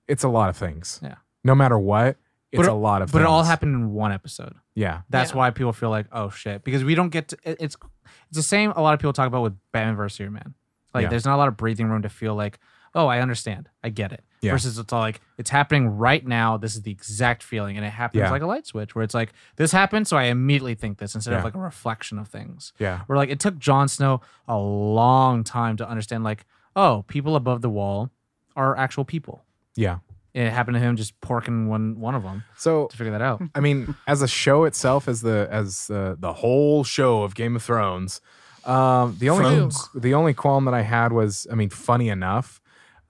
S2: it's a lot of things.
S7: Yeah.
S2: No matter what, it's
S7: But it-
S2: a lot of.
S7: But it all
S2: things.
S7: happened in one episode.
S2: Yeah.
S7: That's
S4: Yeah.
S7: why people feel like, oh shit, because we don't get to, it- it's it's the same. A lot of people talk about with Batman versus Superman. Like,
S2: Yeah.
S7: there's not a lot of breathing room to feel like, oh, I understand, I get it.
S2: Yeah.
S7: Versus it's all like it's happening right now. This is the exact feeling, and it happens
S2: Yeah.
S7: like a light switch where it's like this happened, so I immediately think this instead
S2: Yeah.
S7: of like a reflection of things.
S2: Yeah.
S7: Where like it took Jon Snow a long time to understand, like, oh, people above the wall are actual people.
S2: Yeah.
S7: And it happened to him just porking one one of them
S2: So
S7: to figure that out.
S2: I mean, as a show itself, as the as the the whole show of Game of Thrones, um, the only
S4: Thrones.
S2: the only qualm that I had was, I mean, funny enough,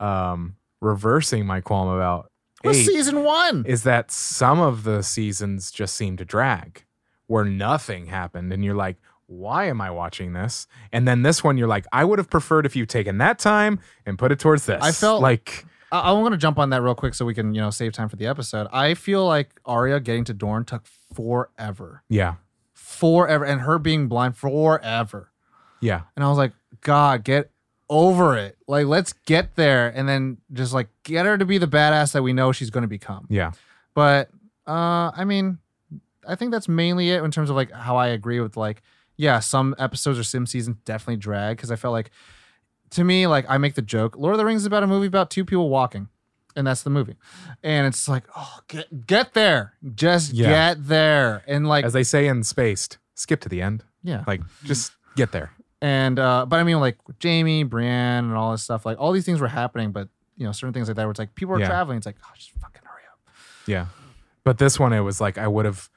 S2: um, reversing my qualm about
S3: Was
S2: eight
S3: season one.
S2: is that some of the seasons just seem to drag, where nothing happened, and you're like, why am I watching this? And then this one, you're like, I would have preferred if you taken that time and put it towards this.
S3: I felt-
S2: like,
S3: I- I'm gonna jump on that real quick so we can you know save time for the episode. I feel like Arya getting to Dorne took forever,
S2: yeah,
S3: forever, and her being blind forever.
S2: yeah,
S3: And I was like, God, get over it. Like, let's get there, and then just like get her to be the badass that we know she's gonna become.
S2: yeah,
S3: But uh, I mean, I think that's mainly it in terms of like how I agree with like, yeah, some episodes or sim seasons definitely drag because I felt like, to me, like I make the joke, Lord of the Rings is about a movie about two people walking, and that's the movie, and it's like, oh, get get there, just
S2: Yeah.
S3: get there, and like,
S2: as they say in Spaced, skip to the end.
S3: yeah,
S2: Like, just get there.
S3: and uh, but I mean, like with Jamie, Brienne, and all this stuff, like all these things were happening, but you know, certain things like that where it's like people are
S2: Yeah.
S3: traveling, it's like, oh, just fucking hurry up.
S2: Yeah. But this one, it was like I would have.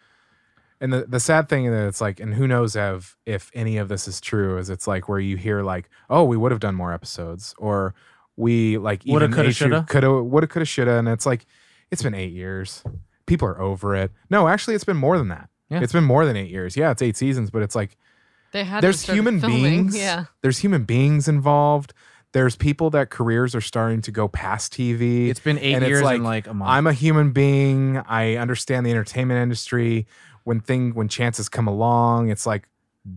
S2: And the, the sad thing that it's like, and who knows if, if any of this is true, is it's like where you hear like, oh, we would have done more episodes, or we like
S7: Woulda, coulda, shoulda.
S2: could have woulda coulda shoulda, and it's like it's been eight years, people are over it. No, actually, it's been more than that.
S7: Yeah.
S2: It's been more than eight years. Yeah, it's eight seasons, but it's like
S4: They had to
S2: there's
S4: start
S2: human
S4: filming.
S2: beings.
S4: Yeah.
S2: there's human beings involved. There's people that careers are starting to go past TV.
S7: It's been eight
S2: And it's
S7: years
S2: like,
S7: and like a month.
S2: I'm a human being. I understand the entertainment industry. When thing when chances come along, it's like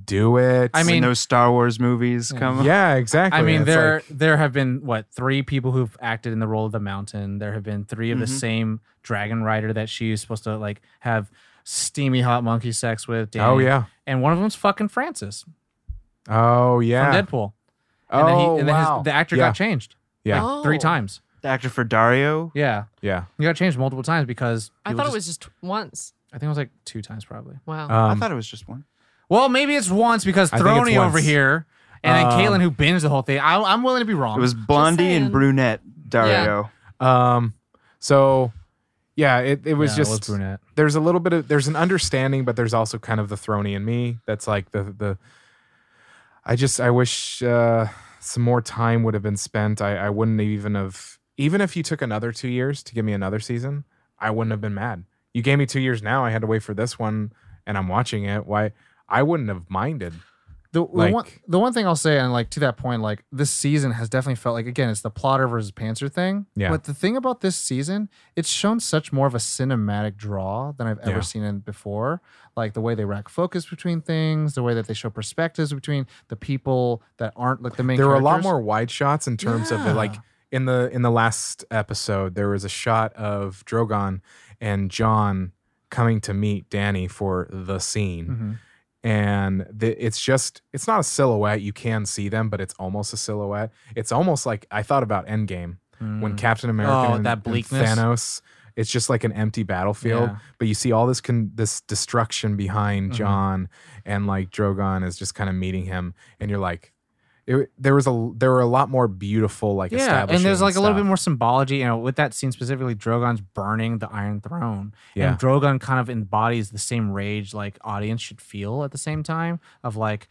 S2: do it.
S7: I
S6: I mean,
S7: mean-
S6: those Star Wars movies come.
S2: yeah, exactly.
S7: I mean,
S2: It's
S7: there
S2: like-
S7: there have been what three people who've acted in the role of the mountain. There have been 3 of the
S6: Mhm.
S2: Mm-hmm.
S7: same dragon rider that she's supposed to like have steamy hot monkey sex with.
S2: oh
S7: Danny.
S2: yeah,
S7: and one of them's fucking Francis
S2: oh yeah.
S7: from Deadpool. And then, he,
S2: oh
S7: and then his-
S2: wow.
S7: the actor
S2: Yeah.
S7: got changed
S2: Yeah.
S4: Oh.
S7: three times.
S6: The actor for Dario.
S7: Yeah,
S2: yeah.
S7: he got changed multiple times because
S4: I
S7: people
S4: thought it
S7: just-
S4: was just once.
S7: I think it was like two times probably.
S4: Wow.
S2: Um,
S6: I thought it was just one.
S7: Well, maybe it's once because
S2: I think it's
S7: Throny over
S2: once.
S7: here. And then
S2: Um,
S7: Caitlin, who binged the whole thing, I, I'm willing to be wrong.
S6: It was Blondie
S4: saying.
S6: and brunette Dario.
S2: um, so yeah, it, it was
S7: Yeah,
S2: just
S7: it was brunette.
S2: there's a little bit of there's an understanding, but there's also kind of the throny in me that's like the the. I just I wish uh, some more time would have been spent. I I wouldn't even have even if you took another two years to give me another season, I wouldn't have been mad. You gave me two years now. I had to wait for this one, and I'm watching it. Why I wouldn't have minded.
S3: The, the one
S2: Like-
S3: the one thing I'll say, and like to that point, like this season has definitely felt like again, it's the plotter versus Panzer thing.
S2: Yeah.
S3: But the thing about this season, it's shown such more of a cinematic draw than I've ever
S2: Yeah.
S3: seen in before. Like the way they rack focus between things, the way that they show perspectives between the people that aren't like the main.
S2: there were a lot
S3: characters.
S2: more wide shots in terms of it like
S3: Yeah.
S2: in the in the last episode there was a shot of drogon and john coming to meet danny for the scene
S3: Mhm.
S2: and the, it's just it's not a silhouette you can see them but it's almost a silhouette it's almost like i thought about endgame
S3: Mm.
S2: when captain america
S7: Oh,
S2: and,
S7: that
S2: and
S7: bleakness.
S2: thanos it's just like an empty battlefield
S7: Yeah.
S2: but you see all this con- this destruction behind
S7: Mhm.
S2: john and like drogon is just kind of meeting him and you're like it, there was a there were a lot more beautiful like
S3: yeah, and there's
S2: establishing
S3: like a
S2: stuff.
S3: little bit more symbology, you know, with that scene specifically. Drogon's burning the Iron Throne,
S2: Yeah.
S3: and Drogon kind of embodies the same rage like audience should feel at the same time of like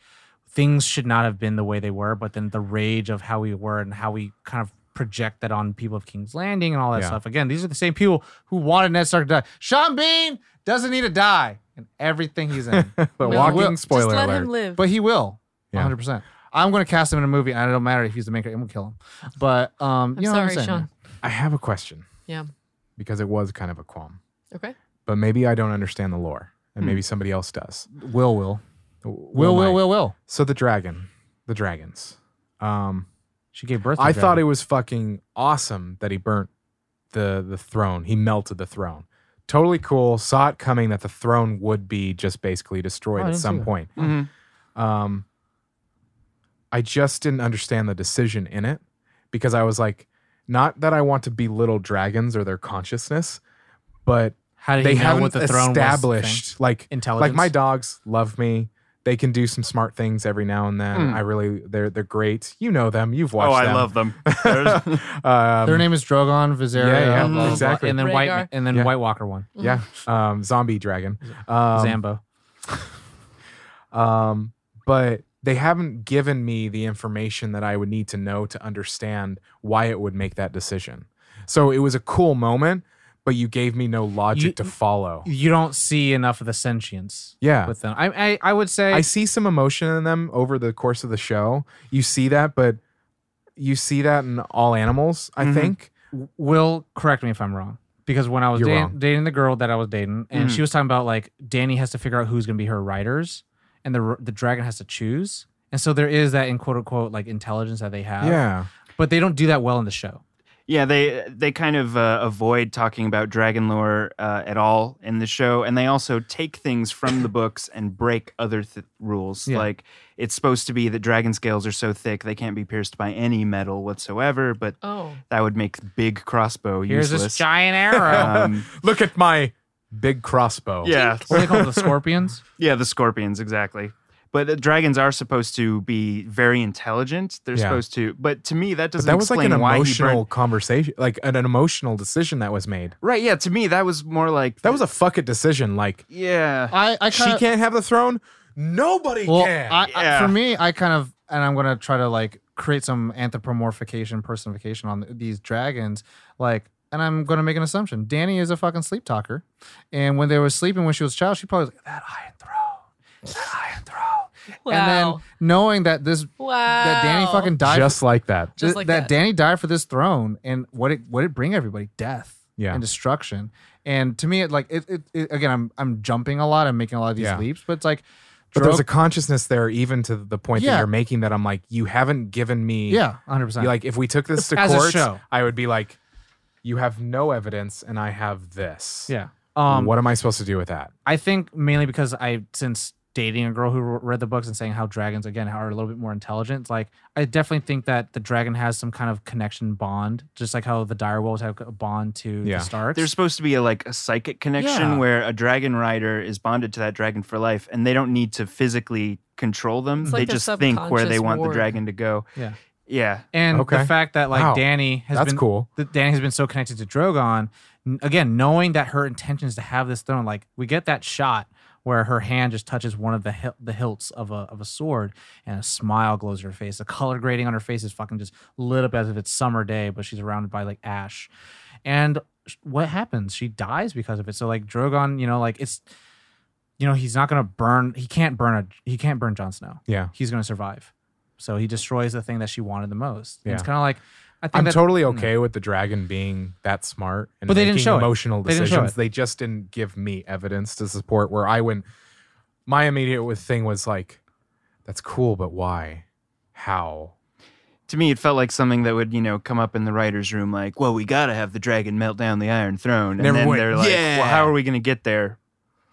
S3: things should not have been the way they were, but then the rage of how we were and how we kind of project that on people of King's Landing and all that
S2: Yeah.
S3: stuff. Again, these are the same people who wanted Ned Stark to die. Sean Bean doesn't need to die in everything he's in,
S2: but
S4: No.
S2: walking
S4: Well,
S2: spoiler
S4: Just let
S2: alert.
S4: him live.
S9: but he will.
S2: Yeah.
S9: 100%. I'm going to cast him in a movie, and it don't matter if he's the maker. I'm going to kill him. But um,
S4: I'm
S9: you know
S4: sorry,
S9: what I'm saying?
S4: Sean.
S2: I have a question.
S4: Yeah.
S2: Because it was kind of a qualm,
S4: Okay.
S2: but maybe I don't understand the lore, and maybe somebody else does.
S9: Will will. Will,
S2: Will
S9: will,
S2: might.
S9: will, will.
S2: So the dragon, the dragons. Um,
S3: she gave birth. To
S2: I
S3: Drogon.
S2: thought it was fucking awesome that he burnt the the throne. He melted the throne. Totally cool. Saw it coming that the throne would be just basically destroyed
S3: Oh, I
S2: at
S3: didn't see
S2: some
S3: that.
S2: point.
S6: Mhm.
S2: Um, I just didn't understand the decision in it because I was like, not that I want to belittle dragons or their consciousness, but
S3: How did
S2: they
S3: he know
S2: haven't
S3: what the throne was
S2: established like
S3: Intelligence.
S2: like my dogs love me. They can do some smart things every now and then.
S6: Mm.
S3: Hmm.
S2: I really they're they're great. You know them. You've
S6: Oh,
S2: watched.
S6: I
S2: them.
S6: love them. There's-
S2: Um,
S9: Their name is Drogon Viserys.
S2: Yeah, yeah,
S9: blah, blah, blah.
S2: exactly.
S3: and then
S4: Rhaegar.
S3: White and then
S2: Yeah.
S3: White Walker one,
S2: Yeah, um, zombie dragon. Um,
S3: Zambo.
S2: um, but they haven't given me the information that I would need to know to understand why it would make that decision. So it was a cool moment, but you gave me no logic
S3: You-
S2: to follow.
S3: you don't see enough of the sentience
S2: yeah.
S3: with them. I, I I would say
S2: I see some emotion in them over the course of the show. You see that, but you see that in all animals, I
S6: Mhm.
S2: think.
S3: will correct me if I'm wrong because when I was
S2: You're
S3: da-
S2: wrong. Mm.
S3: dating the girl that I was dating, and
S6: Mhm.
S3: she was talking about like Danny has to figure out who's going to be her riders, and the r- the dragon has to choose, and so there is that in quote unquote like intelligence that they have.
S2: yeah.
S3: but they don't do that well in the show.
S6: Yeah, they they kind of uh, avoid talking about dragon lore uh, at all in the show, and they also take things from the books and break other th- rules.
S3: Yeah.
S6: Like it's supposed to be that dragon scales are so thick they can't be pierced by any metal whatsoever, but
S4: Oh.
S6: that would make the big crossbow
S3: Here's
S6: useless.
S3: this giant arrow.
S6: um,
S2: Look at my big crossbow.
S6: yeah,
S3: what do they call it, the scorpions?
S6: yeah, the scorpions exactly. But the dragons are supposed to be very intelligent. They're
S2: Yeah.
S6: supposed to, but to me that
S2: But
S6: doesn't
S2: that was like
S6: explain
S2: an
S6: why he
S2: emotional
S6: burned.
S2: conversation, like an, an emotional decision that was made.
S6: Right? Yeah, to me that was more like
S2: That was a fuck it decision. Like,
S6: yeah.
S9: I, I
S2: she
S9: kinda,
S2: can't have the throne. Nobody
S9: Well,
S2: can.
S9: I, I,
S6: Yeah.
S9: for me, I kind of, and I'm going to try to like create some anthropomorphication, personification on these dragons. Like, and I'm going to make an assumption. Danny is a fucking sleep talker. And when they were sleeping, when she was a child, she probably was like, that iron throne, that iron throne.
S4: Wow.
S9: And then knowing that this,
S4: wow.
S9: that Danny fucking died.
S2: Just like that.
S4: Just
S9: th-
S4: like
S9: that,
S4: that.
S9: Danny died for this throne, and what it what it bring everybody death,
S2: Yeah.
S9: and destruction. And to me, it like it, it, it- again. I'm I'm jumping a lot. I'm making a lot of these
S2: Yeah.
S9: leaps, but it's like,
S2: But there's
S9: Dro-
S2: a consciousness there, even to the point
S9: Yeah.
S2: that you're making that I'm like, you haven't given me.
S9: yeah, 100. percent
S2: Like, if we took this to
S3: As a
S2: court,
S3: show.
S2: I would be like, you have no evidence and I have this.
S3: Yeah. Um,
S2: what am I supposed to do with that?
S3: I think mainly because I since dating a girl who re- read the books and saying how dragons again are a little bit more intelligent. it's Like I definitely think that the dragon has some kind of connection bond, just like how the direwolves have a bond to
S2: Yeah.
S3: the Starks.
S6: There's supposed to be a like a psychic connection
S3: Yeah.
S6: where a dragon rider is bonded to that dragon for life, and they don't need to physically control them.
S4: It's
S6: they
S4: like their
S6: just think where they
S4: subconscious
S6: want
S4: ward.
S6: the dragon to go.
S3: Yeah.
S6: Yeah.
S3: and
S2: Okay.
S3: the fact that like
S2: Wow.
S3: Danny has
S2: That's
S3: been
S2: cool.
S3: that Danny has been so connected to Drogon, n- again knowing that her intention is to have this throne. Like we get that shot where her hand just touches one of the hil- the hilts of a of a sword, and a smile glows her face. The color grading on her face is fucking just lit up as if it's summer day, but she's surrounded by like ash. And sh- what happens? She dies because of it. So like Drogon, you know, like it's. You know he's not gonna burn. He can't burn a. He can't burn Jon Snow.
S2: Yeah.
S3: He's gonna survive. So he destroys the thing that she wanted the most. And it's
S2: Yeah.
S3: kind of like I think
S2: I'm
S3: that-
S2: totally okay with the dragon being that smart and
S3: But they didn't
S2: making
S3: show it.
S2: emotional
S3: They didn't show
S2: decisions.
S3: it.
S2: They just didn't give me evidence to support where I went. My immediate with- thing was like, that's cool, but why? How?
S6: To me, it felt like something that would, you know, come up in the writer's room like, well, we got to have the dragon melt down the Iron Throne. And
S2: Never
S6: then
S2: went,
S6: they're like,
S2: "Yeah."
S6: well, how are we going to get there?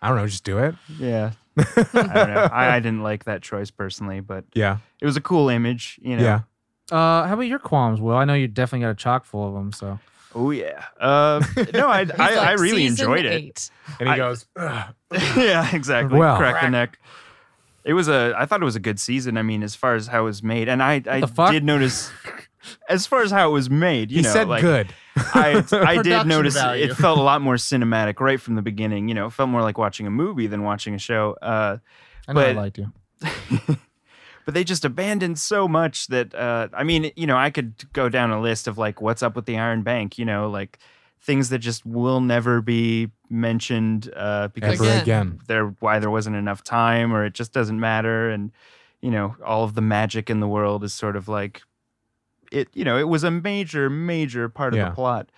S2: I don't know. Just do it.
S6: Yeah. I don't know. I, I didn't like that choice personally, but
S2: Yeah.
S6: it was a cool image, you know.
S2: Yeah.
S3: Uh, how about your qualms, Will? I know you definitely got a chock full of them. So
S6: Oh, yeah. Uh, no, I, I,
S4: He's like,
S6: I really
S4: "Season
S6: enjoyed it.
S4: eight.
S2: And he
S6: I-
S2: goes, "Ugh."
S6: yeah, exactly.
S2: Well-
S6: Crack the neck. It was a. I thought it was a good season. I mean, as far as how it was made, and I,
S7: the
S6: I
S7: fuck?
S6: did notice. As far as how it was made, you
S2: he
S6: know,
S2: said
S6: like,
S2: good.
S6: I I did
S8: Production
S6: notice it-
S8: value.
S6: it felt a lot more cinematic right from the beginning. You know, it felt more like watching a movie than watching a show. Uh,
S3: I know I
S6: But-
S3: lied to you.
S6: but they just abandoned so much that uh, I mean, you know, I could go down a list of like what's up with the Iron Bank. You know, like things that just will never be mentioned uh, because
S2: Ever
S4: Again.
S2: again.
S6: there why there wasn't enough time or it just doesn't matter and you know all of the magic in the world is sort of like it you know it was a major major part of
S2: Yeah.
S6: the plot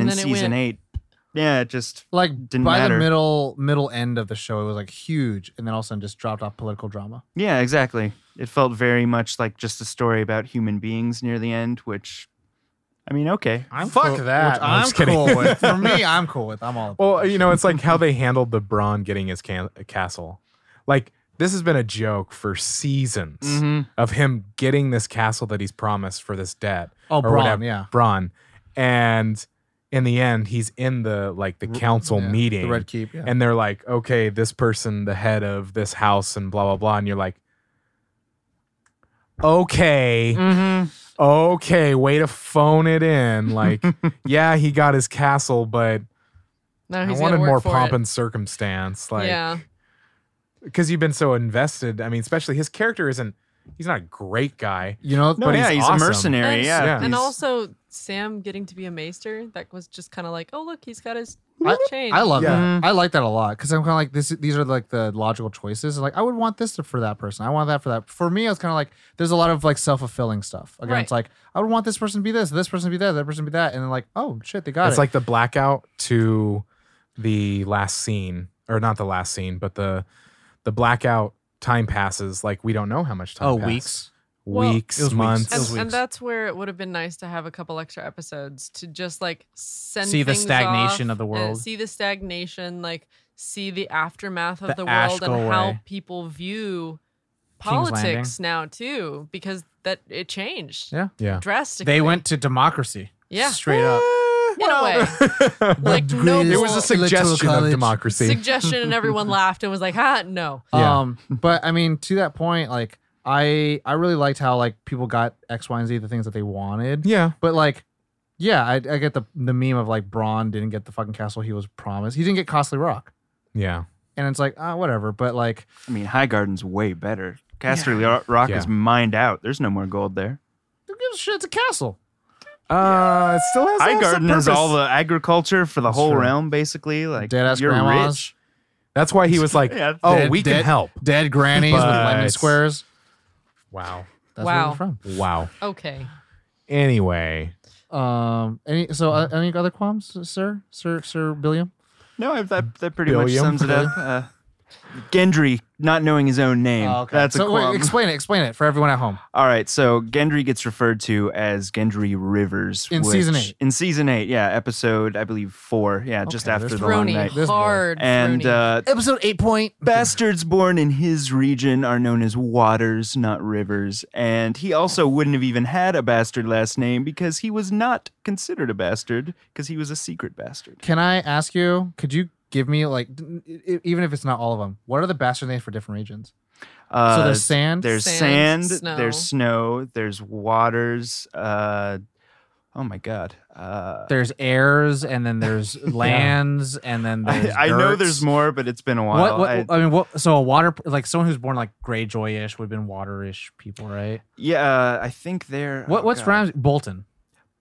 S4: And
S6: in
S4: then it
S6: season
S4: went-
S6: 8 yeah it just
S3: Like
S6: Didn't
S3: by
S6: matter.
S3: the middle middle end of the show, it was like huge, and then all of a sudden just dropped off political drama.
S6: yeah exactly it felt very much like just a story about human beings near the end which I mean okay
S7: I'm
S3: Fuck that.
S2: I'm
S3: I'm
S2: just kidding.
S3: cool with. For me, I'm cool with. I'm all. about
S2: Well,
S3: that
S2: you know, it's like how they handled the Braun getting his can- castle. Like this has been a joke for seasons
S3: Mm-hmm.
S6: Mhm.
S2: of him getting this castle that he's promised for this debt.
S3: Oh,
S2: or
S3: Braun, yeah.
S2: Braun, and in the end, he's in the like the council
S3: Yeah,
S2: meeting,
S3: The Red Keep. Yeah.
S2: and they're like, "Okay, this person, the head of this house, and blah blah blah," and you're like. Okay.
S6: Mm. Mm-hmm.
S2: Okay. Way to phone it in. Like, yeah, he got his castle, but
S4: Now
S2: I
S4: he's
S2: wanted
S4: gonna work
S2: more
S4: for
S2: pomp
S4: it.
S2: and circumstance, like
S4: yeah,
S2: because you've been so invested. I mean, especially his character isn't—he's not a great guy.
S3: you know,
S6: no,
S2: but
S6: yeah,
S2: he's
S6: he's,
S2: awesome.
S6: a mercenary.
S4: and,
S6: yeah,
S2: yeah.
S4: and
S6: he's-
S4: also Sam getting to be a maester. That was just kind of like, oh look, he's got his
S3: I-
S4: change.
S3: I love
S2: Yeah.
S3: that. I like that a lot because I'm kind of like this. These are like the logical choices. Like I would want this for that person. I want that for that. For me, I was kind of like there's a lot of like self fulfilling stuff. Again, it's like I would want this person to be this, this person to be that, that person to be that, and then like oh shit, they got
S2: It's
S3: it.
S2: like the blackout to the last scene, or not the last scene, but the the blackout time passes. Like we don't know how much time.
S7: Oh,
S2: passed.
S7: weeks.
S4: Well,
S2: weeks,
S7: it was weeks.
S2: months.
S7: It was
S4: and, and
S7: weeks.
S4: that's where it would have been nice to have a couple extra episodes to just like send
S7: See the
S4: things
S7: stagnation
S4: off
S7: of the
S4: and
S7: world.
S4: see the stagnation, like see the aftermath of
S7: The
S4: the,
S7: ash
S4: world
S7: go
S4: and how
S7: away.
S4: people view
S7: King's Landing.
S4: politics now too, because that it changed
S7: Yeah.
S2: Yeah.
S4: drastically.
S7: They went to democracy.
S4: Yeah.
S7: Straight up.
S4: in a way like no
S2: there was
S4: rule.
S2: a suggestion of
S3: college.
S2: democracy.
S4: suggestion, and everyone laughed and was like, "Ah, no."
S2: Yeah.
S3: Um, but I mean, to that point, like I I really liked how like people got X, Y, and Z the things that they wanted.
S2: yeah.
S3: But like, yeah, I, I get the the meme of like Braun didn't get the fucking castle he was promised. He didn't get Costly Rock,
S2: Yeah.
S3: and it's like ah whatever. But like,
S6: I mean, High Garden's way better. Casterly Ro- Rock
S2: Yeah.
S6: is mined out. There's no more gold there.
S3: who gives a shit? It's a castle.
S2: Uh, it still has.
S6: High
S2: has some
S6: Garden is
S2: purpose.
S6: all the agriculture for the whole
S2: true.
S6: realm, basically. Like
S3: Dead ass
S6: you're
S3: grandmas,
S6: rich.
S2: That's why he was like,
S6: Yeah.
S2: "Oh,
S3: Dead-
S2: we can
S3: dead-
S2: help."
S3: dead grannies with lemon
S2: But-
S3: squares.
S2: Wow.
S3: That's
S4: Wow.
S3: where they're
S2: Wow.
S4: Okay,
S2: Anyway.
S3: from. Um, any so uh, any other qualms, sir, sir, sir, William?
S6: No, I- that that pretty
S2: Billiam.
S6: much sums it up. Uh, Gendry not knowing his own
S7: Oh,
S6: name. That's a
S3: Oh, so wait,
S6: qualm.
S3: explain it. Explain it for everyone at home.
S6: All right, so Gendry gets referred to as Gendry Rivers
S3: In season
S6: which-
S3: eight.
S6: In season eight, yeah, episode I believe four. Yeah, just
S3: Okay,
S6: after
S3: there's
S6: the long
S4: Throny,
S6: night.
S3: This boy.
S4: hard
S6: And
S4: Throny.
S6: uh,
S3: Episode eight point.
S6: Bastards born in his region are known as waters, not rivers. And he also wouldn't have even had a bastard last name because he was not considered a bastard because he was a secret bastard.
S3: Can I ask you? Could you give me like, d- e- even if it's not all of them, what are the bastard names for different regions?
S6: Uh,
S3: so there's sand.
S6: there's
S4: Sand,
S6: sand,
S4: snow.
S6: there's snow, there's waters. Uh, oh my god. Uh,
S7: There's airs and then there's lands and then there's
S6: I, I know
S7: dirts.
S6: there's more, but it's been a while.
S7: What, what
S6: I-
S7: I, mean, what? So a water like someone who's born like Greyjoy-ish would have been water-ish people, right?
S6: yeah, I think they're
S7: What
S6: oh
S7: what's
S6: God.
S7: rhymes Bolton?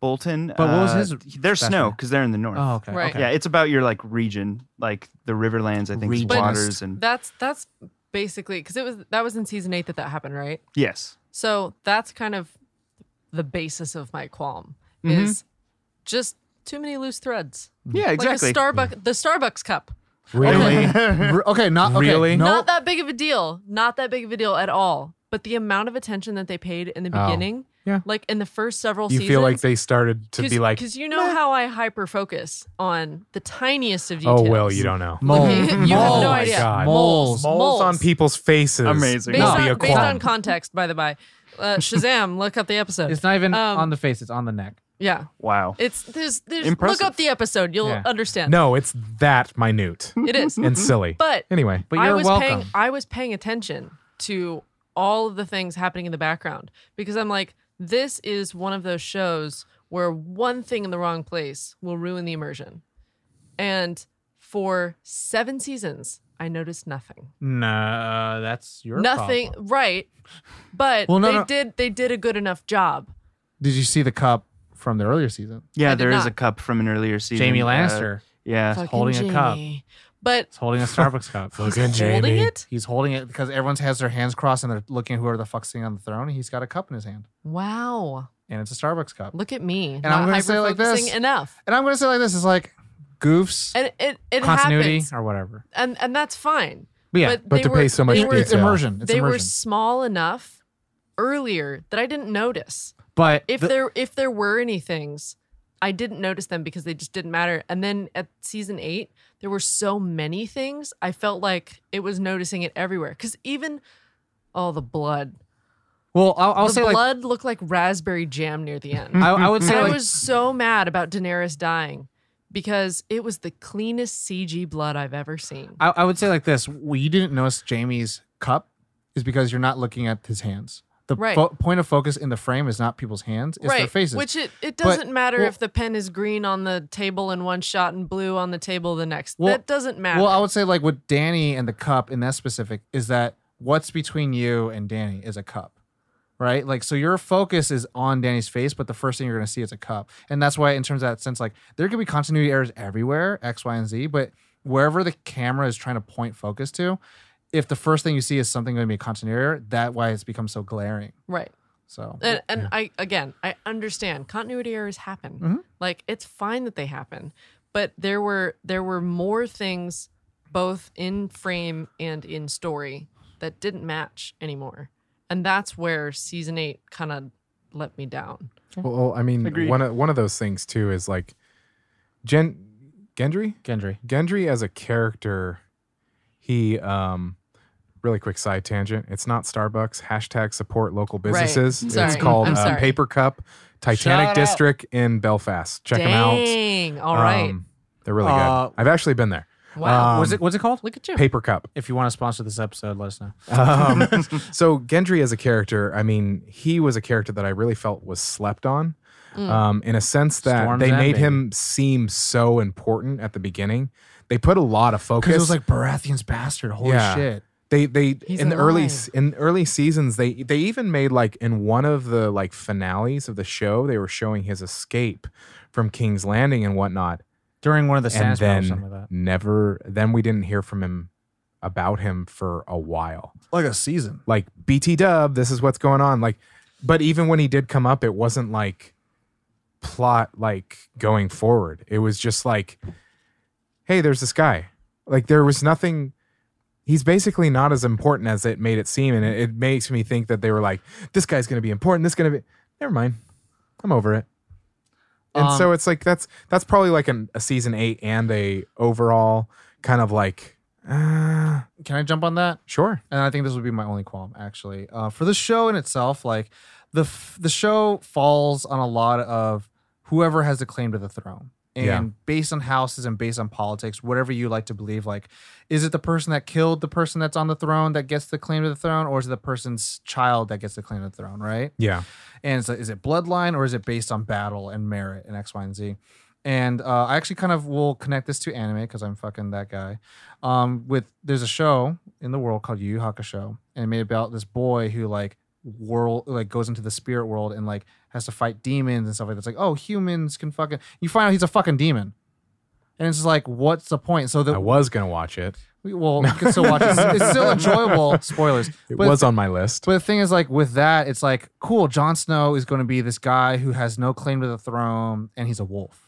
S6: Bolton?
S7: But what was
S6: uh,
S7: his
S6: They're
S7: bastard
S6: snow
S7: name?
S6: because they're in the north.
S7: Oh, okay,
S4: Right.
S7: okay.
S6: Yeah, it's about your like region, like the Riverlands. I think is
S7: Regionist.
S6: waters and
S4: that's that's basically because it was that was in season eight that that happened, right?
S6: yes,
S4: So that's kind of the basis of my qualm
S2: Mm-hmm.
S6: Mhm.
S4: is just too many loose threads.
S6: yeah, exactly.
S4: Like a Starbucks, the Starbucks cup.
S2: Really?
S3: R- okay, not okay,
S2: Really?
S3: No,
S4: Not that big of a deal. Not that big of a deal at all. But the amount of attention that they paid in the
S2: Oh.
S4: beginning,
S2: Yeah.
S4: like in the first several
S2: you
S4: seasons,
S2: feel like they started to be like,
S4: because you know how I hyper focus on the tiniest of details.
S2: "Oh well, you don't know."
S3: mole.
S4: You have
S3: Mole.
S4: no
S2: Oh my
S4: idea.
S2: God.
S3: Moles.
S2: Moles, on people's faces.
S6: Amazing.
S4: Based,
S6: No.
S2: would be a
S4: on, based
S2: qualm.
S4: on context, by the by, uh, Shazam! look up the episode.
S7: It's not even
S4: Um,
S7: on the face; it's on the neck.
S4: yeah,
S6: wow.
S4: it's there's there's
S6: Impressive.
S4: look up the episode. You'll
S7: Yeah.
S4: understand.
S2: No, it's that minute
S4: it is.
S2: and silly.
S4: But
S2: anyway,
S7: But
S4: I
S7: you're
S4: was
S7: welcome.
S4: paying I was paying attention to all of the things happening in the background because I'm like, this is one of those shows where one thing in the wrong place will ruin the immersion. And for seven seasons, I noticed nothing.
S7: No, that's your
S4: nothing,
S7: problem.
S4: right? But
S3: Well, no,
S4: they
S3: no.
S4: did they did a good enough job.
S3: Did you see the cup from the earlier season?
S4: I
S6: Yeah,
S4: did
S6: there is
S4: not.
S6: a cup from an earlier season.
S7: Jamie
S6: uh,
S7: Lannister
S6: yeah.
S4: Fucking
S7: holding a cup.
S4: Jamie. But
S7: is holding a Starbucks cup.
S4: he's holding it?
S3: He's holding it because everyone's has their hands crossed and they're looking at whoever the fuck's sitting on the throne. and He's got a cup in his hand
S4: Wow.
S3: and it's a Starbucks cup.
S4: Look at me.
S3: And I'm
S4: not
S3: gonna say it like this.
S4: hyper-focusing enough.
S3: And I'm going to say like this: it's like goofs,
S4: And it, it
S7: Continuity
S4: happens.
S7: or whatever.
S4: And and that's fine.
S7: But yeah,
S2: but
S4: they
S2: to
S4: were-
S2: pay so much
S4: they
S3: It's-
S4: were,
S3: it's
S2: detail.
S3: immersion. It's
S4: They were
S3: immersion.
S4: small enough earlier that I didn't notice.
S7: but
S4: If
S7: the-
S4: there if there were any things, I didn't notice them because they just didn't matter. And then at season eight, there were so many things. I felt like it was noticing it everywhere. Because even all the blood,
S7: well, I'll, I'll
S4: the
S7: say like
S4: blood looked like raspberry jam near the end.
S7: I, I would say
S4: And
S7: like
S4: I was so mad about Daenerys dying because it was the cleanest CG blood I've ever seen.
S7: I, I would say like this.
S3: well, you didn't notice Jamie's cup is because you're not looking at his hands. The
S4: Right.
S3: fo- point of focus in the frame is not people's hands; it's their faces.
S4: Which it, it
S3: But-
S4: doesn't matter
S3: well-
S4: if the pen is green on the table in one shot and blue on the table the next.
S3: Well-
S4: that doesn't matter.
S3: Well, I would say like with Danny and the cup in that specific is that what's between you and Danny is a cup. Right? Like so your focus is on Danny's face, but the first thing you're gonna see is a cup. And that's why in terms of that sense, like there could be continuity errors everywhere, X, Y, and Z, but wherever the camera is trying to point focus to, if the first thing you see is something gonna be a continuity error, that why it's become so glaring.
S4: right.
S3: So
S4: And, and I again, I understand continuity errors happen.
S3: Mm-hmm.
S4: Like it's fine that they happen, but there were there were more things both in frame and in story that didn't match anymore. And that's where season 8 kind of let me down.
S2: Well, I mean,
S6: Agreed.
S2: one of, one of those things too is like Gen Gendry.
S7: Gendry.
S2: Gendry as a character, he um really quick side tangent. It's not Starbucks. Hashtag support local businesses.
S4: Sorry.
S2: It's called
S4: I'm
S2: uh,
S4: sorry.
S2: Paper Cup Titanic
S7: Shout out.
S2: District in Belfast. Check them
S4: Dang. All
S2: out.
S4: right.
S2: Um, they're really
S7: Uh,
S2: good. I've actually been there.
S4: wow.
S2: um,
S7: was it what's it called?
S4: Look at you.
S2: Paper Cup.
S7: If you want to sponsor this episode, let us know.
S2: Um, so Gendry as a character, I mean, he was a character that I really felt was slept on.
S4: Mm.
S2: Um, in a sense that
S7: Storm's
S2: they
S7: End,
S2: made
S7: baby.
S2: him seem so important at the beginning. They put a lot of focus.
S3: because it was like Baratheon's bastard, holy
S2: Yeah.
S3: shit.
S2: they they
S4: He's
S2: in the early
S4: alive.
S2: s- in early seasons they they even made like in one of the like finales of the show they were showing his escape from King's Landing and whatnot
S7: During one of the
S2: and
S7: sands or
S2: then
S7: something like that.
S2: never then we didn't hear from him about him for a while
S3: Like a season.
S2: like BT Dub this is what's going on like but even when he did come up it wasn't like plot like going forward it was just like hey there's this guy like there was nothing he's basically not as important as it made it seem and it, it makes me think that they were like this guy's going to be important this going to be never mind i'm over it and so it's like that's that's probably like an, a season 8 and a overall kind of like uh,
S3: Can I jump on that?
S2: sure
S3: and I think this would be my only qualm actually. Uh, for the show in itself, like the f- the show falls on a lot of whoever has the claim to the throne. And
S2: Yeah.
S3: based on houses and based on politics, whatever you like to believe, like, is it the person that killed the person that's on the throne that gets the claim to the throne, or is it the person's child that gets the claim to the throne, right?
S2: yeah
S3: and so is it bloodline or is it based on battle and merit and X, Y, and Z? And uh, I actually kind of will connect this to anime because I'm fucking that guy. Um, with there's a show in the world called Yu Yu Hakusho, and it made about this boy who like world like goes into the spirit world and like has to fight demons and stuff like that. It's like oh humans can fucking you find out he's a fucking demon, and it's just like what's the point? So
S2: i
S3: the
S2: was going to watch it
S3: well you can still watch it. It's- It's still enjoyable. Spoilers.
S2: It
S3: But
S2: was on my list.
S3: But the thing is, like with that, it's like cool. Jon Snow is going to be this guy who has no claim to the throne, and he's a wolf.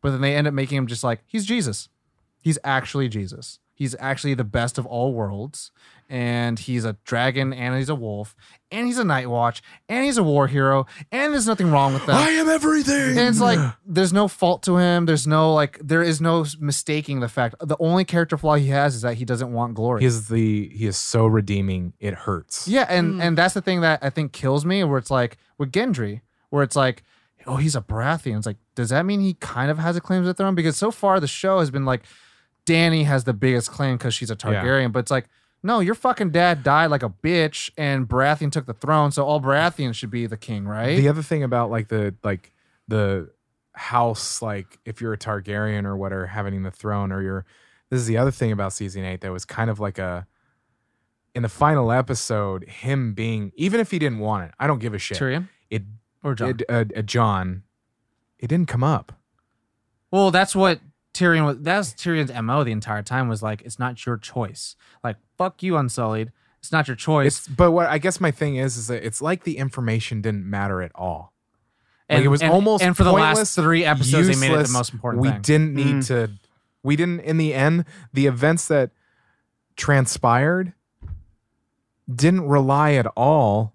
S3: But then they end up making him just like he's Jesus. He's actually Jesus. He's actually the best of all worlds, and he's a dragon, and he's a wolf, and he's a Night Watch, and he's a war hero, and there's nothing wrong with that.
S2: am everything.
S3: And it's like there's no fault to him. There's no like there is no mistaking the fact. The only character flaw he has is that he doesn't want glory.
S2: he is the he is so redeeming. It hurts.
S3: Yeah, and
S7: Hmm.
S3: and that's the thing that I think kills me, where it's like with Gendry, where it's like, oh, he's a Baratheon. It's like, does that mean he kind of has a claim to the throne? Because so far the show has been like, Danny has the biggest claim because she's a
S2: Yeah.
S3: Targaryen, but it's like, No, your fucking dad died like a bitch, and Baratheon took the throne, so all Baratheon should be the king, right?
S2: The other thing about like the like the house, like if you're a Targaryen or whatever, having the throne or you're this is the other thing about season eight that was kind of like a in the final episode, him being even if he didn't want it, I don't give a shit.
S7: Tyrion
S2: It
S7: or John.
S2: did uh, uh, John, it didn't come up.
S7: Well, that's what Tyrion was. That's Tyrion's mo the entire time. Was like, it's not your choice. Like, fuck you, Unsullied. It's not your choice.
S2: It's but what I guess my thing is is that it's like the information didn't matter at all. like,
S7: and
S2: it was
S7: and-
S2: almost
S7: and for the
S2: pointless,
S7: last three episodes, they made it
S2: useless.
S7: the most important
S2: we
S7: thing.
S2: didn't need
S6: Mm.
S2: to we didn't in the end the events that transpired didn't rely at all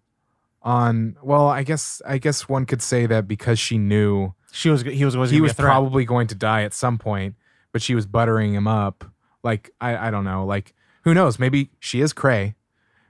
S2: on well i guess i guess one could say that because she knew
S7: She was. He was. always
S2: he
S7: gonna be
S2: was
S7: a threat.
S2: probably going to die at some point but she was buttering him up like i i don't know like who knows maybe she is cray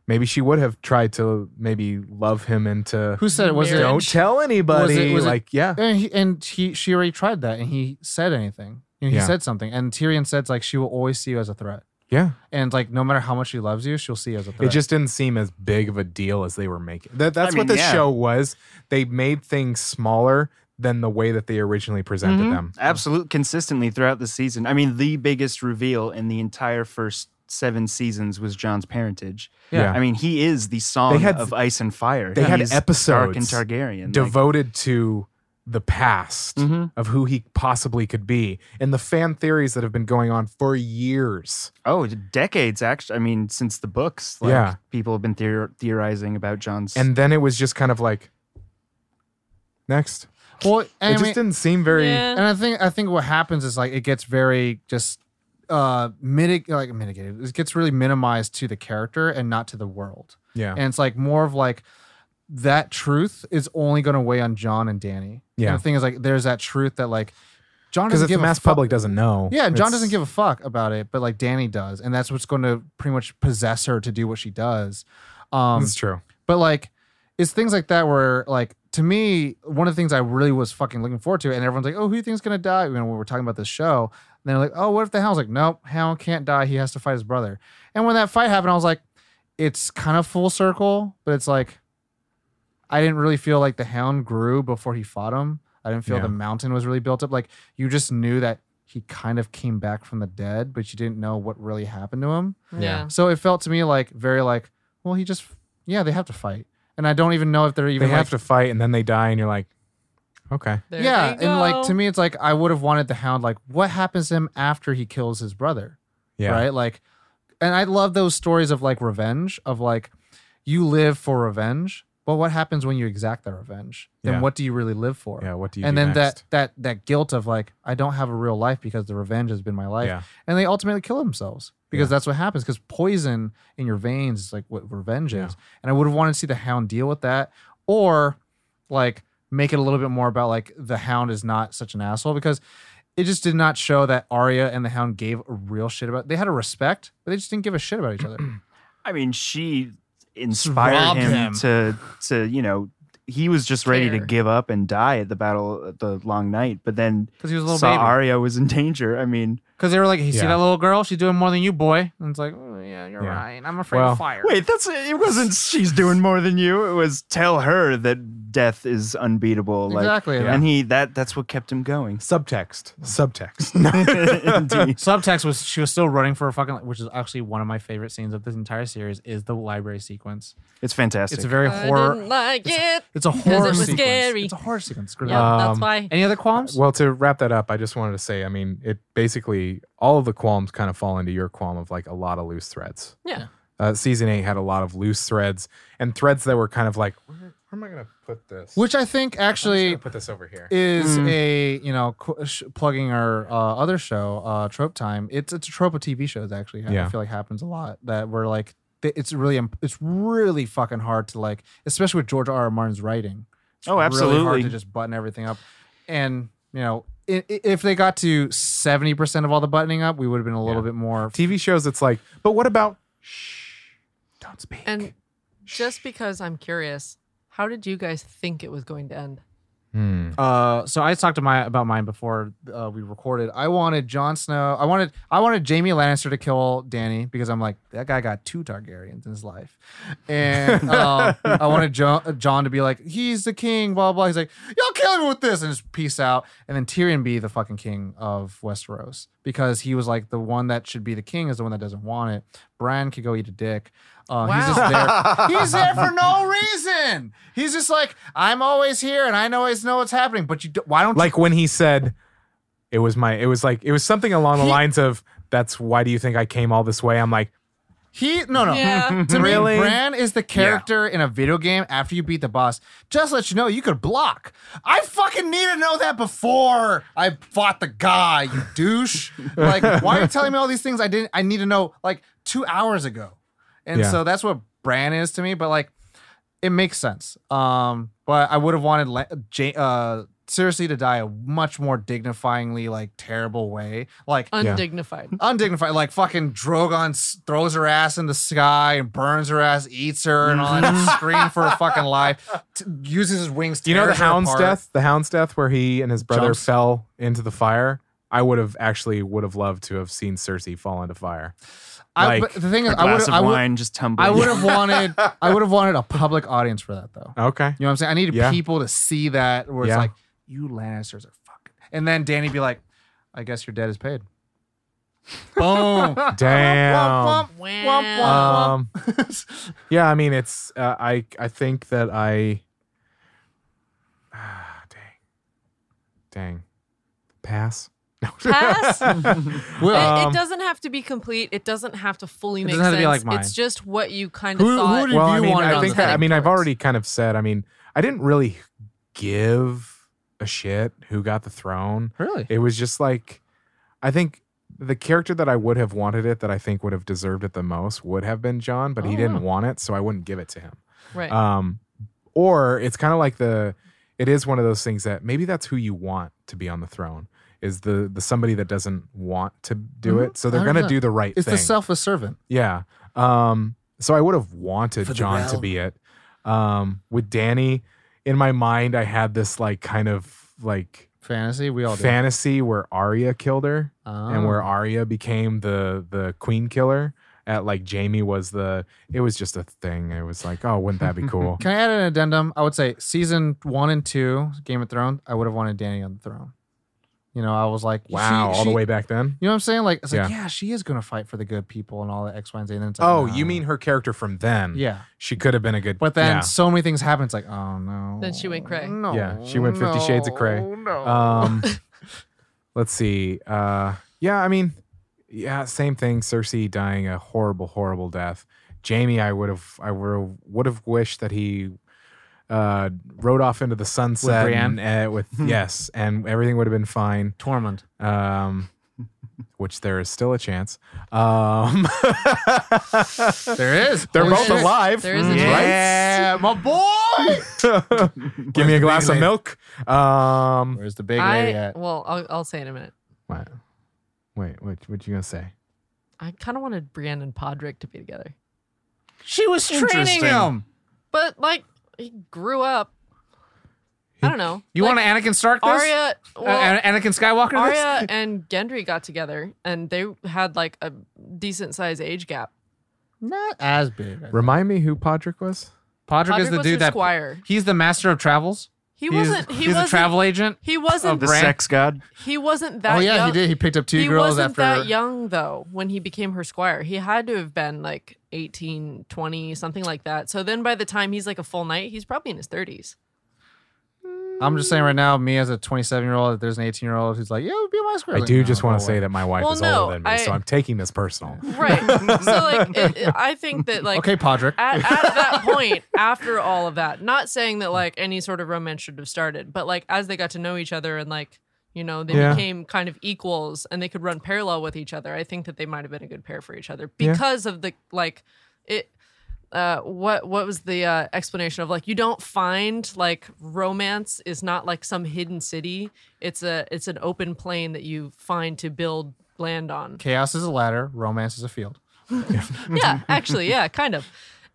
S2: maybe she would have tried to maybe love him into
S3: Who said it? Was it?
S2: don't tell anybody
S3: was it-
S2: like yeah
S3: And he, and he, she already tried that, and he said anything. You know, he
S2: Yeah.
S3: said something, and Tyrion said like she will always see you as a threat,
S2: yeah
S3: and like no matter how much she loves you, she'll see you as a threat.
S2: It just didn't seem as big of a deal as they were making. That, that's
S6: mean,
S2: what the
S6: yeah.
S2: show was. They made things smaller than the way that they originally presented
S3: Mm-hmm.
S4: Mm-hmm.
S6: Mhm.
S2: them.
S6: Absolute consistently throughout the season. I mean, the biggest reveal in the entire first seven seasons was John's parentage.
S2: Yeah.
S6: I mean, he is the song
S2: They had-
S6: of ice and fire.
S2: they had
S6: He's Stark and
S2: episodes
S6: Targaryen. like-
S2: Devoted to the past
S3: Mm-hmm.
S6: Mhm.
S2: of who he possibly could be and the fan theories that have been going on for years.
S6: oh, decades actually. I mean, since the books, like,
S2: Yeah.
S6: people have been theor- theorizing about John's.
S2: And then it was just kind of like, next.
S3: well, and I
S2: it just
S3: mean-
S2: didn't seem very.
S4: Yeah.
S3: and I think I think what happens is like it gets very just uh mitig- like mitigated. It gets really minimized to the character and not to the world.
S2: Yeah.
S3: And it's like more of like that truth is only going to weigh on John and Danny.
S2: Yeah.
S3: And the thing is like there's that truth that like John
S2: Because
S3: doesn't
S2: if the
S3: give
S2: mass
S3: a fuck.
S2: public doesn't know.
S3: Yeah, and John
S2: it's-
S3: doesn't give a fuck about it, but like Danny does, and that's what's going to pretty much possess her to do what she does. Um,
S2: That's true.
S3: but like, it's things like that where, like, to me, one of the things I really was fucking looking forward to, and everyone's like, "Oh, who do you think's gonna die?" You know, when we're talking about this show, and they're like, "Oh, what if the Hound's like, nope, Hound can't die. He has to fight his brother." And when that fight happened, I was like, "It's kind of full circle, but it's like, I didn't really feel like the Hound grew before he fought him. I didn't feel
S2: Yeah.
S3: the mountain was really built up. Like, you just knew that." He kind of came back from the dead, but you didn't know what really happened to him.
S4: Yeah.
S3: So it felt to me like very like, well, he just yeah, they have to fight, and I don't even know if they're even
S2: They have
S3: like-
S2: to fight and then they die, and you're like, okay.
S4: There
S3: yeah,
S4: they
S3: and like to
S4: go.
S3: me, it's like I would have wanted the Hound like what happens to him after he kills his brother,
S2: Yeah.
S3: right? Like, and I love those stories of like revenge of like you live for revenge, but what happens when you exact that revenge? Then
S2: Yeah.
S3: what do you really live for?
S2: Yeah. What do you
S3: and
S2: do
S3: then
S2: next?
S3: that that that guilt of like I don't have a real life because the revenge has been my life,
S2: Yeah.
S3: and they ultimately kill themselves because that's what happens because poison in your veins is like what revenge
S2: Yeah.
S3: is and i would have wanted to see the hound deal with that or like make it a little bit more about like the hound is not such an asshole because it just did not show that Arya and the Hound gave a real shit about. They had a respect, but they just didn't give a shit about each other.
S6: I mean, she inspired
S7: robbed
S6: him,
S7: him.
S6: to to you know. He was just ready to
S4: Care.
S6: give up and die at the battle, at the long night. But then
S3: Because he was a little
S6: saw
S3: baby.
S6: Arya was in danger. I mean,
S7: Because they were like, you see
S2: Yeah.
S7: that little girl? She's doing more than you, boy. And it's like, oh, yeah, you're
S2: Yeah.
S7: right. I'm afraid
S2: Well-
S7: of fire.
S6: Wait, that's it wasn't she's doing more than you. It was tell her that death is unbeatable. Like,
S3: Exactly.
S6: And he that that's what kept him going.
S2: Subtext. Subtext.
S6: Indeed.
S7: Subtext was she was still running for a fucking, which is actually one of my favorite scenes of this entire series is the library sequence.
S6: It's fantastic.
S7: It's a very
S4: I
S7: horror.
S4: didn't like it.
S7: It's a
S4: it
S7: horror
S4: was
S7: sequence.
S4: scary.
S7: It's a horror sequence. Screw
S4: Yeah,
S7: that.
S4: that's
S2: Um,
S4: why.
S7: Any other qualms?
S2: well, to wrap that up, I just wanted to say, I mean, it basically all of the qualms kind of fall into your qualm of like a lot of loose threads.
S4: Yeah.
S2: Uh, season eight had a lot of loose threads and threads that were kind of like, where, where am I going to put this?
S3: Which I think
S2: I'm just
S3: actually
S2: gonna put this over here.
S3: is
S7: Hmm.
S3: a you know qu- sh- plugging our uh, other show uh, trope time it's it's a trope of tv shows actually i
S2: Yeah.
S3: feel like happens a lot that we're like th- it's really imp- it's really fucking hard to like especially with george r r martin's writing It's
S6: Oh,
S3: really hard to
S6: absolutely.
S3: just button everything up and you know i- i- if they got to 70% of all the buttoning up we would have been a little
S2: Yeah.
S3: bit more
S2: TV shows, it's like, but what about? Shh, don't speak.
S4: And just because I'm curious, how did you guys think it was going to end?
S2: Hmm.
S7: Uh, so I talked to my about mine before uh, we recorded.
S3: I wanted Jon Snow. I wanted I wanted Jamie Lannister to kill Danny because I'm like that guy got two Targaryens in his life, and um, I wanted John, John to be like he's the king, blah blah. He's like y'all kill me with this and just peace out, and then Tyrion be the fucking king of Westeros because he was like the one that should be the king is the one that doesn't want it. Bran could go eat a dick. Uh, He's just there. He's there for no reason. He's just like I'm always here and I always know what's happening. But you, do, why don't
S2: Like when he said, it was my, it was like, it was something along the
S3: He-
S2: lines of, that's why do you think I came all this way? I'm like,
S3: He no no.
S4: Yeah.
S3: To
S2: Really?
S3: me, Bran is the character in a video game. After you beat the boss, just let you know you could block. I fucking need to know that before I fought the guy. You douche! like, why are you telling me all these things I didn't? I need to know like two hours ago. And
S2: Yeah.
S3: so that's what Bran is to me. But like, it makes sense. Um, but I would have wanted La- Ja- uh, seriously to die a much more dignifyingly like terrible way. Like
S4: Undignified.
S3: undignified. Like fucking Drogon s- throws her ass in the sky and burns her ass, eats her, and all that scream for her fucking life. T- uses his wings.
S2: Do you know the
S3: tears her
S2: hound's
S3: apart.
S2: death? The hound's death where he and his brother
S3: Jumps.
S2: fell into the fire. I would have actually would have loved to have seen Cersei fall into fire.
S3: I,
S2: Like,
S3: but the thing is,
S6: A
S3: I
S6: glass
S3: would,
S6: of
S3: I would,
S6: wine just tumbling.
S3: I would have wanted, I would have wanted a public audience for that though.
S2: Okay.
S3: You know what I'm saying? I needed
S2: Yeah.
S3: people to see that where it's
S2: Yeah.
S3: like, you Lannisters are fucking. And then Danny be like, I guess your debt is paid. Boom.
S2: Damn.
S3: Womp,
S4: Wow.
S2: Um,
S3: womp, womp.
S2: yeah, I mean it's uh, I I think that I ah, dang. Dang. Pass. No.
S4: Pass?
S3: Will-
S4: It-
S2: Um,
S4: it doesn't have to be complete. It doesn't have to fully make
S7: doesn't have
S4: sense.
S7: to be like mine.
S4: It's just what you kind of
S3: Who- who
S4: thought.
S3: did-
S2: well, I
S3: you
S2: mean,
S3: wanted
S2: I
S3: on
S2: think
S3: the
S2: I, I
S3: thing
S2: mean, I've
S3: first.
S2: already kind of said. I mean, I didn't really give a shit who got the throne.
S3: really?
S2: It was just like, I think the character that I would have wanted it, that I think would have deserved it the most, would have been John, but he
S3: Oh,
S2: didn't want it, so I wouldn't give it to him.
S4: right.
S2: Um, or it's kind of like the, it is one of those things that maybe that's who you want to be on the throne is the the somebody that doesn't want to do
S3: Mhm,
S2: it, so they're gonna
S3: 100%.
S2: do the right
S3: It's
S2: thing.
S3: the selfless servant.
S2: Yeah. Um, so I would have wanted
S8: For the
S2: John to
S8: realm.
S2: be it. Um, with Danny, in my mind, I had this like kind of like
S3: Fantasy, we all do.
S2: fantasy where Arya killed her and where
S3: Oh.
S2: Arya became the the queen killer. At like Jamie was the it was just a thing. It was like, oh, wouldn't that be cool?
S3: Can I add an addendum? I would say season one and two, Game of Thrones, I would have wanted Danny on the throne. You know, I was like, she-
S2: wow, all
S3: she-
S2: the way back then.
S3: You know what I'm saying? Like, it's like, yeah, she is gonna fight for the good people and all that X, Y, and Z. And then it's like,
S2: Oh, you
S3: no.
S2: mean her character from then?
S3: yeah?
S2: She could have been a good
S3: But then
S2: yeah.
S3: so many things happen. It's like, oh no.
S4: Then she went cray.
S3: No,
S2: Yeah, she went 50 Shades of Cray.
S3: no, No.
S2: Um, let's see. Uh, yeah, I mean, yeah, same thing. Cersei dying a horrible, horrible death. Jamie, I would have, I would would have wished that he uh, rode off into the sunset
S7: Brienne?
S2: and, uh, with yes, and everything would have been fine.
S7: Tormund.
S2: Um, which there is still a chance. Um,
S3: there is.
S2: they're
S3: Holy
S2: both
S3: shit.
S2: alive.
S4: There is
S3: Mm-hmm.
S4: a
S2: right?
S3: Yeah, my boy.
S2: Give me a glass of
S3: lady?
S2: milk. Um,
S3: Where's the big lady
S4: I
S3: at?
S4: well, I'll, I'll say in a minute.
S2: what? Wait, what? What you gonna say?
S4: I kind of wanted Brienne and Podrick to be together,
S7: She was
S6: Interesting. him.
S4: but like he grew up. I don't know.
S7: You
S4: like,
S7: want to Anakin Stark this?
S4: Arya?
S7: Uh,
S4: Well,
S7: An- Anakin Skywalker this?
S4: Arya and Gendry got together, and they had like a decent size age gap.
S3: Not as big. I think.
S2: Remind me who Podrick was.
S7: Podrick,
S4: Podrick
S7: is the
S4: was her
S7: dude that
S4: squire.
S7: he's the master of travels.
S4: He
S7: He's-
S4: wasn't. He
S7: he's
S4: wasn't.
S7: a travel agent.
S4: he wasn't.
S6: the sex god.
S4: he wasn't that.
S3: Oh yeah,
S4: young.
S3: he did. He picked up two
S4: he
S3: girls
S4: wasn't
S3: after.
S4: that young though when he became her squire he had to have been like 18 20 something like that so then by the time he's like a full knight he's probably in his 30s
S3: I'm just saying right now, me as a 27 year old, if there's an 18 year old who's like, yeah, be my square.
S2: I
S3: like,
S2: do
S3: no,
S2: just want
S3: go
S2: to say
S3: away.
S2: that my wife
S4: Well,
S2: is
S4: no,
S2: older than me, so
S4: I-
S2: I'm taking this personal.
S4: right so like it, it- i think that like
S3: okay, Podrick.
S4: at, at that point after all of that not saying that like any sort of romance should have started but like as they got to know each other and like you know they
S2: Yeah.
S4: became kind of equals and they could run parallel with each other i think that they might have been a good pair for each other
S2: Yeah.
S4: because of the like it uh what what was the uh explanation of like you don't find like romance is not like some hidden city it's a it's an open plane that you find to build land on
S3: Chaos is a ladder, romance is a field.
S4: yeah, actually, yeah, kind of.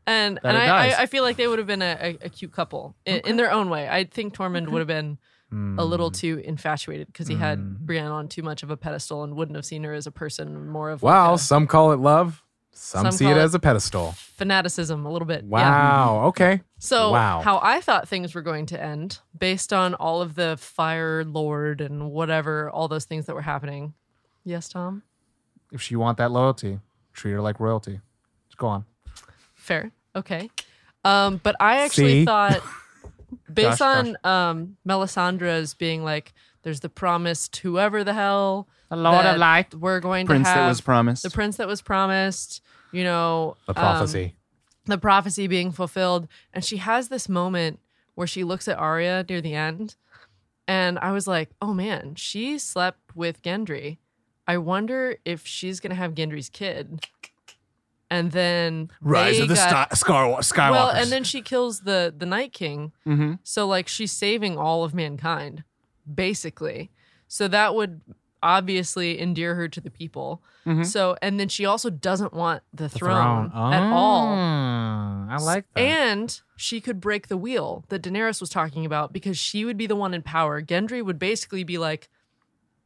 S4: And
S7: That
S4: and
S7: it
S4: I,
S7: does.
S4: I, I feel like they would have been a, a, a cute couple in, in their own way. I think Tormund would have been a little too infatuated because he had Brienne on too much of a pedestal and wouldn't have seen her as a person, more of like
S2: Wow.
S4: a
S2: Some call it love. Some,
S4: Some
S2: see it
S4: call it-
S2: as a pedestal.
S4: fanaticism a little bit. Yeah.
S2: Wow. Okay.
S4: So
S2: Wow.
S4: how I thought things were going to end based on all of the fire lord and whatever all those things that were happening. Yes, Tom.
S3: If she want that loyalty, treat her like royalty. Let's go on.
S4: Fair. Okay. Um, but I actually
S2: See?
S4: thought, based on um, Melisandre's being like, there's the promised whoever the hell
S8: The Lord
S4: that
S8: of Light.
S4: we're going
S6: Prince
S4: to have
S6: that was promised.
S4: the prince that was promised, you know,
S2: The
S4: um,
S2: prophecy.
S4: the prophecy being fulfilled. And she has this moment where she looks at Arya near the end. And I was like, oh man, she slept with Gendry. I wonder if she's going to have Gendry's kid. And then they got-
S7: Scar- Skywalker.
S4: well, and then she kills the the Night King.
S6: Mhm.
S4: So like she's saving all of mankind, basically. So that would obviously endear her to the people.
S6: Mhm.
S4: So and then she also doesn't want the,
S7: Mm-hmm. throne. Mm, Oh,
S4: throne, at all.
S7: I like that.
S4: And she could break the wheel that Daenerys was talking about because she would be the one in power. Gendry would basically be like,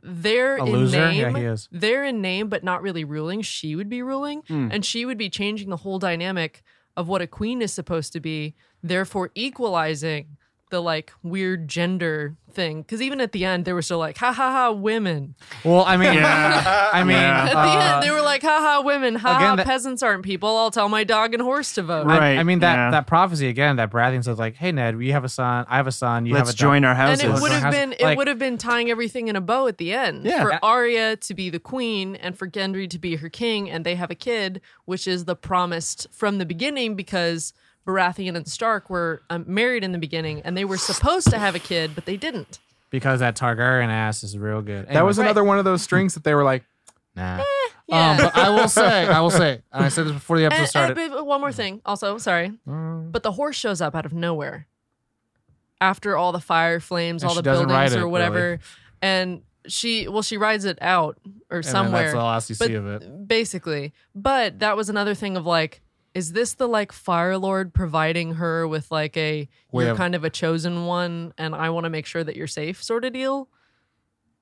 S4: they're
S7: A
S4: in
S7: loser? Yeah,
S4: name,
S7: he is.
S4: they're in name but not really ruling. She would be ruling,
S7: Hmm.
S4: and she would be changing the whole dynamic of what a queen is supposed to be, therefore equalizing the like weird gender thing. Because even at the end, they were still like, ha ha ha, women.
S7: well, I mean, I mean,
S4: At the
S7: uh,
S4: end, they were like, ha ha, women. Ha
S7: again,
S4: ha,
S7: that-
S4: peasants aren't people. I'll tell my dog and horse to vote.
S7: I-
S6: Right.
S7: I, mean that
S6: yeah.
S7: that prophecy again. That Baratheon says like, "Hey Ned, you have a son. I have a son. You
S6: Let's
S7: have a
S6: join our
S4: And
S6: houses.
S4: it
S7: Houses.
S4: would have
S7: Houses.
S4: been it
S7: Like-
S4: would have been tying everything in a bow at the end
S6: Yeah.
S4: for Arya to be the queen and for Gendry to be her king, and they have a kid, which is the promised from the beginning because Baratheon and Stark were um, married in the beginning, and they were supposed to have a kid, but they didn't.
S7: because that Targaryen ass is real good."
S2: that was
S7: Anyway.
S2: another one of those strings that they were like, nah.
S4: Yeah.
S3: Um, but I will say, I will say, and I said this before the episode
S4: and, and
S3: started.
S4: but- but one more thing, also, sorry,
S7: Mm.
S4: but the horse shows up out of nowhere after all the fire flames,
S7: And
S4: all
S7: she
S4: the
S7: doesn't ride
S4: buildings
S7: it,
S4: or
S7: really.
S4: whatever, and she well she rides it out or
S7: And then
S4: somewhere.
S7: That's the last you
S4: But
S7: see of it.
S4: basically but that was another thing of like is this the like fire lord providing her with like a
S3: Way
S4: you're
S3: of-
S4: kind of a chosen one and i want to make sure that you're safe sort of deal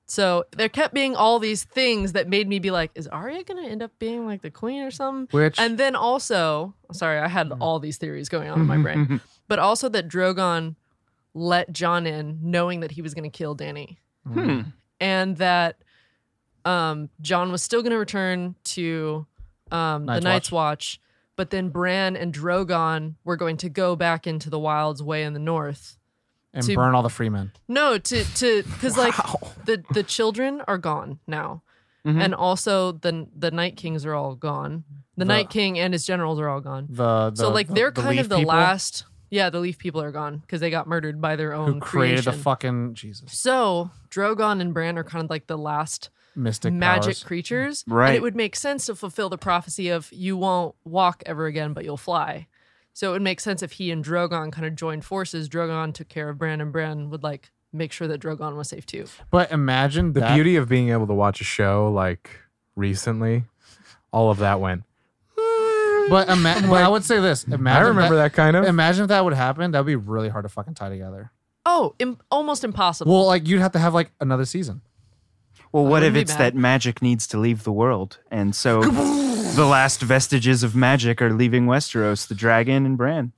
S4: so there kept being all these things that made me be like is Arya going to end up being like the queen or something
S3: Which
S4: and then also sorry i had all these theories going on in my brain but also that drogon let john in knowing that he was going to kill danny
S6: Hmm.
S4: and that um, John was still going to return to um, the
S3: Night's
S4: Night's Watch. but then Bran and Drogon were going to go back into the wilds way in the north.
S7: And
S4: to-
S7: burn all the freemen.
S4: No, to to because like the the children are gone now,
S3: Mm-hmm.
S4: and also the the Night Kings are all gone. The, Night King and his generals are all gone.
S3: the, the
S4: so like they're
S3: the
S4: kind
S3: leaf
S4: of the
S3: people
S4: last. Yeah, the Leaf people are gone because they got murdered by their own
S3: who created the
S4: creation.
S3: fucking Jesus
S4: So Drogon and Bran are kind of like the last
S3: mystic
S4: magic
S3: powers.
S4: creatures. And
S6: Right.
S4: it would make sense to fulfill the prophecy of you won't walk ever again, but you'll fly. So it would make sense if he and Drogon kind of joined forces. Drogon took care of Bran, and Bran would like make sure that Drogon was safe too.
S3: But imagine
S2: The
S3: that-
S2: beauty of being able to watch a show like recently, all of that went.
S3: But, ima- but I would say this. Imagine
S2: I remember that, kind of.
S3: Imagine if that would happen. That would be really hard to fucking tie together.
S4: Oh, Im- almost impossible.
S3: Well, like you'd have to have like another season.
S6: Well, what
S4: wouldn't
S6: if
S4: be
S6: it's
S4: bad.
S6: that magic needs to leave the world? And so the last vestiges of magic are leaving Westeros, the dragon and Bran.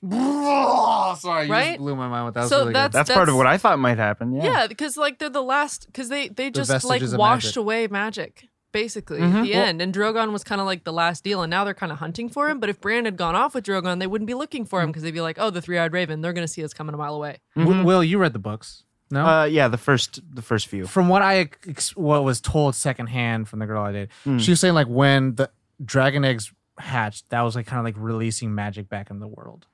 S3: sorry, you
S4: just Right?
S3: blew my mind with that.
S4: was So really good. that's-
S6: That's, part of what I thought might happen. Yeah.
S4: yeah, because like they're the last because they they just like
S3: vestiges of
S4: washed
S3: magic.
S4: away magic basically at the end, and Drogon was kind of like the last deal, and now they're kind of hunting for him. But if Bran had gone off with Drogon, they wouldn't be looking for him because they'd be like, oh, the three eyed raven, they're gonna see us coming a mile away.
S2: Mm-hmm.
S7: W- Will, you read the books? No.
S6: Uh, yeah, the first the first few.
S7: from what I ex- what was told secondhand from the girl I did,
S3: she was saying like when the dragon eggs.
S7: hatched. That was like kind of like releasing magic back in the world.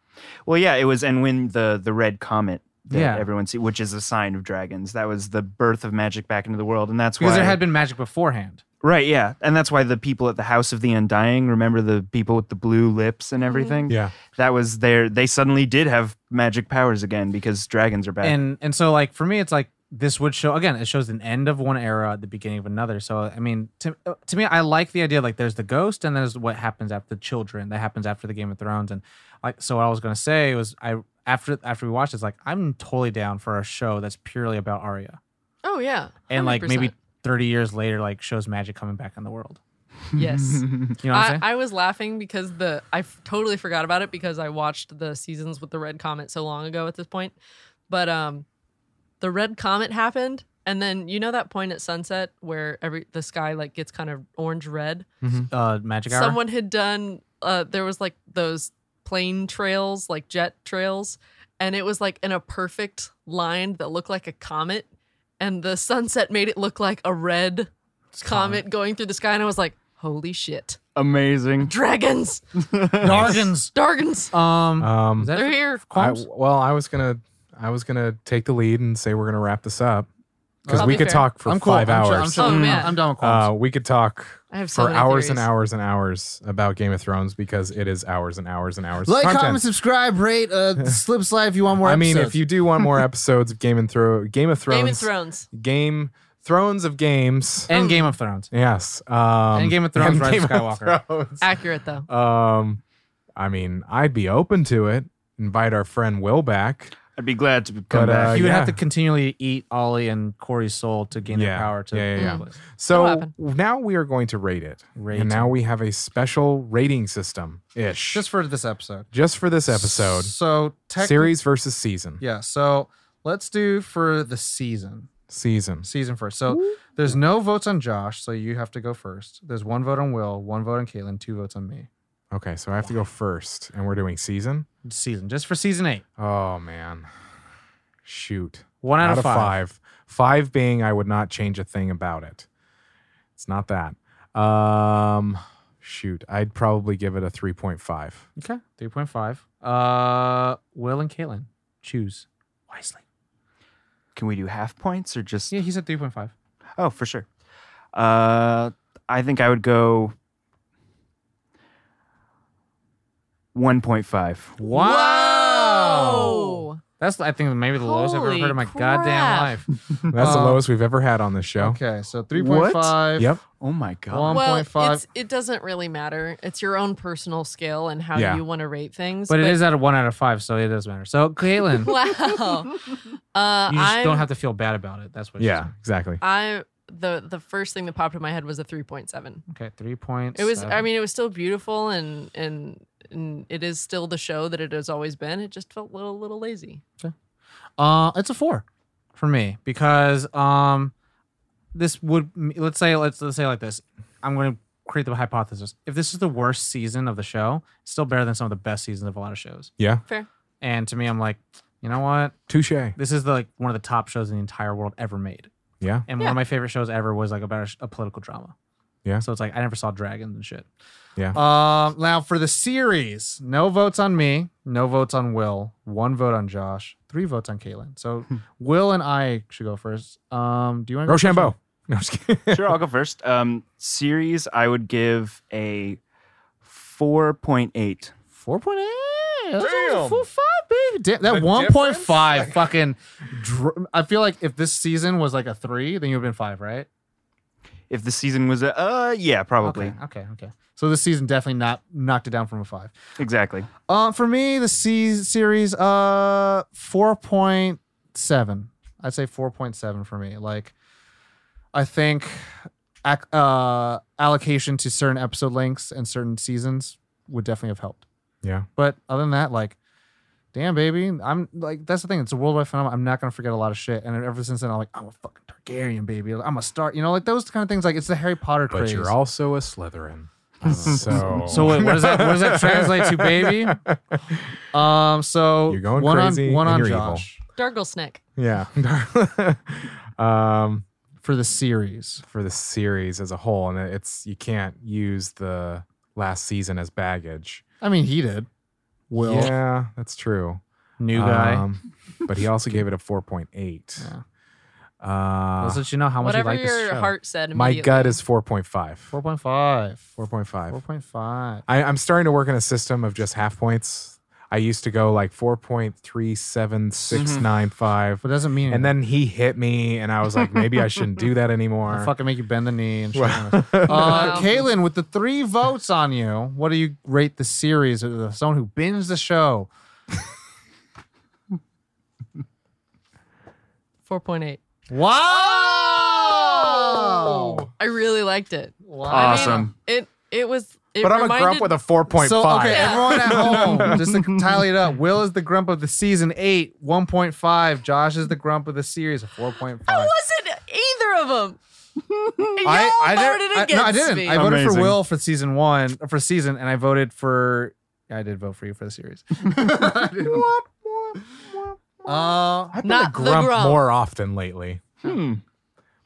S6: Well, yeah, it was and when the the red comet that
S7: Yeah.
S6: everyone see which is a sign of dragons. That was the birth of magic back into the world and that's
S7: Because
S6: why
S7: there had been magic beforehand.
S6: Right, yeah. And that's why the people at the House of the Undying, remember the people with the blue lips
S4: Mm-hmm.
S6: and everything?
S2: Yeah.
S6: That was their they suddenly did have magic powers again because dragons are back.
S7: And and so like for me it's like this would show again. It shows an end of one era, the beginning of another. So I mean, to to me, I like the idea. Like, there's the ghost, and there's what happens after the children. That happens after the Game of Thrones, and like. So what I was gonna say was, I after after we watched this, like, I'm totally down for a show that's purely about Arya,
S4: Oh yeah.
S7: and like maybe
S4: 100%.
S7: 30 years later, like shows magic coming back in the world.
S4: yes.
S7: You know what I'm saying?
S4: I, I was laughing because the I f- totally forgot about it because I watched the seasons with the red comet so long ago at this point. But um the red comet happened and then you know that point at sunset where every the sky like gets kind of orange red.
S7: uh, magic hour.
S4: Someone had done uh there was like those plane trails, like jet trails, and it was like in a perfect line that looked like a comet and the sunset made it look like a red comet going through the sky and I was like, "Holy shit.
S6: Amazing.
S4: Dragons!"
S7: Dargons.
S4: Dargons.
S7: Um,
S2: Um,
S7: is that
S4: They're here.
S2: I,
S7: Qualms?
S2: well, I was gonna, I was gonna take the lead and say we're gonna wrap this up because
S4: That'll
S2: we
S4: be
S2: could
S4: fair.
S2: talk for
S3: I'm cool.
S2: five
S3: I'm chill- I'm
S2: hours.
S3: chill.
S4: Oh,
S3: I'm-
S4: man.
S3: I'm done with qualms.
S2: uh, we could talk
S4: I have so
S2: for
S4: many
S2: hours and
S4: theories.
S2: hours and hours about Game of Thrones because it is hours and hours and hours. of
S3: like,
S2: Uh, content.
S3: comment, subscribe, rate, uh, slip slide if you want more.
S2: I mean,
S3: episodes.
S2: if you do want more episodes of Game and Thro- Game of Thrones,
S4: Game of Thrones.
S2: Game Thrones of games.
S4: Oh.
S7: and Game of Thrones.
S2: Yes, um,
S7: And Game of Thrones,
S2: and
S7: Rise of
S2: Game
S7: Skywalker.
S2: Thrones.
S4: Accurate though.
S2: Um, I mean, I'd be open to it. Invite our friend Will back.
S6: I'd be glad to come
S2: But, uh,
S6: back.
S7: you would
S2: yeah.
S7: have to continually eat Ollie and Corey's soul to gain
S2: Yeah.
S7: their power to
S2: Yeah, yeah, yeah.
S7: accomplish.
S4: That'll
S2: So
S4: happen.
S2: now we are going to rate it,
S7: Rate
S2: and
S7: it.
S2: now we have a special rating system ish,
S3: just
S2: just,
S3: for this episode,
S2: for this episode,
S3: So techni-
S2: series versus season.
S3: Yeah. So let's do for the season.
S2: Season.
S3: Season first. So there's no votes on Josh, so you have to go first. There's one vote on Will, one vote on Caitlin, two votes on me.
S2: Okay, so I have to go first, and we're doing season.
S7: season, just for season eight.
S2: Oh man, shoot.
S7: One out, of five.
S2: five. Five being I would not change a thing about it. It's not that. Um, shoot, I'd probably give it a three point five.
S7: Okay, three point five. Uh, Will and Caitlin choose wisely.
S6: Can we do half points or just?
S7: Yeah, he said three point five.
S6: Oh, for sure. Uh, I think I would go 1.5.
S4: Whoa.
S7: That's I think maybe the lowest I've ever
S4: Holy
S7: heard in my goddamn
S4: crap.
S7: life.
S2: That's the
S3: Um,
S2: lowest we've ever had on this show.
S3: Okay, so 3.5.
S2: Yep.
S6: Oh my god.
S3: One-
S4: Well,
S3: 1.5.
S4: it's, it doesn't really matter. It's your own personal scale and how
S2: Yeah.
S4: you want to rate things.
S7: But it is at a one out of five, so it does matter. So Caitlin, you just
S4: wow. Uh, I
S7: don't have to feel bad about it. That's what. she
S2: Yeah,
S7: said.
S2: exactly.
S4: I the the first thing that popped in my head was a three point seven.
S7: Okay, three points.
S4: It was. I mean, it was still beautiful and and and it is still the show that it has always been. It just felt a little little lazy.
S7: Uh, it's a four for me because um, this would let's say let's let's say it like this. I'm going to create the hypothesis. If this is the worst season of the show, it's still better than some of the best seasons of a lot of shows.
S2: Yeah.
S4: Fair.
S7: And to me, I'm like, you know what?
S2: Touche.
S7: This is the, like one of the top shows in the entire world ever made.
S2: Yeah.
S7: And one of my favorite shows ever was like about a, sh- a political drama.
S2: Yeah.
S7: So it's like I never saw dragons and shit.
S3: Um, now for the series, no votes on me, no votes on Will, one vote on Josh, three votes on Caitlin. So
S2: Hmm.
S3: Will and I should go first. Um, do you want to
S2: Rochambeau. No, I'm just kidding.
S6: sure, I'll go first. Um, series, I would give a 4.8.
S3: Four point eight. That's almost a
S2: Damn.
S3: full five, baby. Damn, that one point five fucking. Dr- I feel like if this season was like a three, then you'd have been five, right?
S6: If the season was a, uh, yeah, probably.
S3: Okay, okay, okay. So this season definitely not knocked it down from a five.
S6: Exactly.
S3: Uh, for me, the C series, uh, four point seven. I'd say four point seven for me. Like, I think, ac- uh, allocation to certain episode lengths and certain seasons would definitely have helped.
S2: Yeah.
S3: But other than that, like, damn, baby, I'm like, that's the thing. It's a worldwide phenomenon. I'm not gonna forget a lot of shit. And ever since then, I'm like, I'm a fucking Targaryen, baby. I'm a star. You know, like those kind of things. Like, it's the Harry Potter
S2: But
S3: craze.
S2: you're also a Slytherin. So,
S7: So wait, what does that what does that translate to, baby?
S3: um, so
S2: You're going
S3: one
S2: crazy
S3: on one
S2: and
S3: on
S2: you're evil.
S3: Josh
S4: Dargle Snick.
S2: yeah. um,
S3: for the series.
S2: for the series as a whole, and it's you can't use the last season as baggage.
S3: I mean, he did. Will.
S2: Yeah, that's true.
S7: New guy.
S2: Um, but he also gave it a 4.8. Uh,
S7: Let's let you know how much
S4: Whatever
S7: you like this
S4: your
S7: show.
S4: heart said.
S2: my gut
S4: immediately.
S2: is 4.5.
S3: 4.5.
S2: 4.5.
S3: 4.5.
S2: I, I'm starting to work in a system of just half points. I used to go like 4.37695.
S3: But it doesn't mean
S2: And then he hit me, and I was like, maybe I shouldn't do that anymore.
S3: I'll fucking make you bend the knee and shit.
S2: Well-
S3: Uh,
S4: Wow.
S3: Caitlin, with the three votes on you, what do you rate the series? Uh, Someone who binged the show.
S4: 4.8.
S3: Wow!
S4: I really liked it.
S3: Wow.
S4: Oh! I mean,
S6: Awesome.
S4: it it was. It
S2: but I'm a grump
S4: reminded-
S2: with a 4.5.
S3: So okay,
S4: Yeah.
S3: everyone at home, just to tally it up. Will is the grump of the season eight, one point five. Josh is the grump of the series, a four point
S4: I
S3: five.
S4: wasn't either of them. Y'all voted
S3: I-
S4: against
S3: no, I didn't.
S4: me.
S3: I voted for
S6: Amazing.
S3: Will for season one, for season, and I voted for. yeah, I did vote for you for the series. I didn't. Uh,
S2: I've been a
S4: Not the
S2: grump,
S4: grump.
S2: more often lately,
S6: Hmm.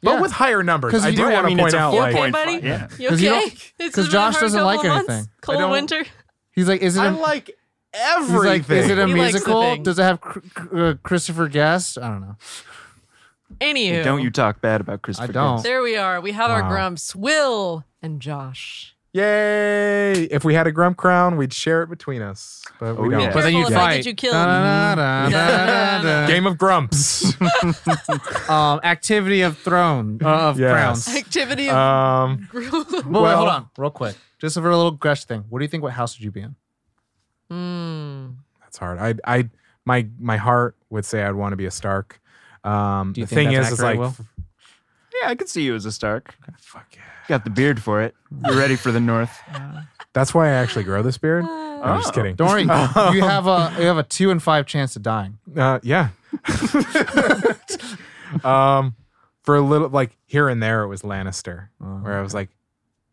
S2: but
S3: Yeah.
S2: with higher numbers.
S3: 'Cause
S2: I
S3: you-
S2: do
S3: I
S2: want to
S6: mean,
S2: point
S6: it's a
S2: out,
S4: You
S2: like,
S4: okay,
S6: 4.5,
S4: buddy?
S6: yeah.
S4: You
S3: 'Cause you
S4: okay?
S3: don't- 'cause
S4: It's just been
S3: Josh
S4: a hard
S3: doesn't like
S4: couple of months.
S3: anything. I
S4: Cold
S2: don't-
S4: winter.
S3: he's like, is it?
S2: I
S3: a-
S2: like
S3: he's
S2: everything.
S3: like, is it a
S4: He likes the
S3: musical?
S4: thing.
S3: Does it have Cr- Cr- uh, Christopher Guest? I don't know.
S4: Anywho,
S6: Don't you talk bad about Christopher?
S3: don't.
S6: Guest.
S4: There we are. We have
S2: Wow.
S4: our grumps, Will and Josh.
S2: Yay! If we had a grump crown, we'd share it between us, but we
S6: Oh,
S2: don't.
S6: yeah.
S7: But then
S4: Careful
S7: you'd
S4: if I
S7: fight.
S4: get you killed.
S3: Da-da-da-da-da-da.
S2: Game of Grumps.
S7: Um, Activity of Throne uh, of
S2: Yes.
S7: Crowns.
S4: Activity
S3: Uh,
S4: of
S2: um,
S4: group.
S3: But wait, hold
S2: Well-
S3: on, real quick, just for a little Gresh thing. What do you think? What house would you be in?
S4: Mm.
S2: that's hard. I, I, my, my heart would say I'd want to be a Stark. Um,
S7: Do you
S2: the
S7: think
S2: thing
S7: that's
S2: is, is like,
S7: accurate,
S6: Yeah, I could see you as a Stark.
S2: fuck yeah.
S6: Got the beard for it. You're ready for the North.
S2: That's why I actually grow this beard. I'm just
S6: Oh.
S2: kidding.
S3: Don't worry, you have a you have a two and five chance of dying.
S2: Uh, yeah. um, for a little, like here and there, it was Lannister, where I was like,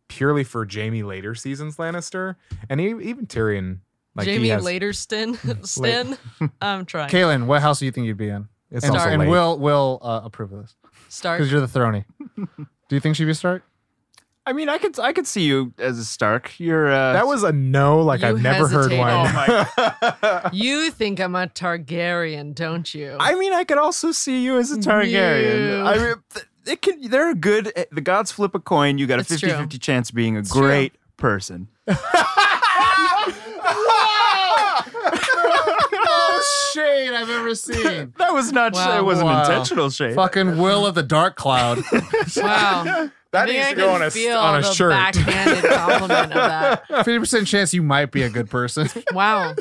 S2: purely for Jamie later seasons Lannister, and e even Tyrion. Like he
S4: Jamie
S2: has,
S4: Laterston. Stin. I'm trying.
S3: Caitlin, what house do you think you'd be in?
S2: It's
S3: And,
S2: also
S3: and
S2: late.
S3: will will uh, approve of this
S4: Stark.
S3: because you're the throny. do you think she'd be Stark?
S6: I mean, I could I could see you as a Stark. You're uh,
S2: That was a no. Like
S4: You
S2: I've never heard
S4: hesitated.
S2: one.
S4: Oh
S6: my.
S4: You think I'm a Targaryen, don't you?
S6: I mean, I could also see you as a Targaryen.
S4: You.
S6: I mean, th- it can. They're a good. eh, The gods flip a coin. You got a
S4: It's
S6: 50
S4: true.
S6: 50 chance of being a
S4: true.
S6: great person.
S3: Oh, shade I've ever seen.
S6: That was not.
S4: Wow.
S6: it wasn't
S3: Wow.
S6: intentional shade.
S3: Fucking Will of the Dark Cloud.
S4: wow.
S2: That
S4: I think
S2: needs
S4: I
S2: to go
S4: can
S2: on a s-
S4: feel
S2: on a
S4: the
S2: shirt.
S4: backhanded compliment of that.
S3: Fifty percent chance you might be a good person.
S4: Wow.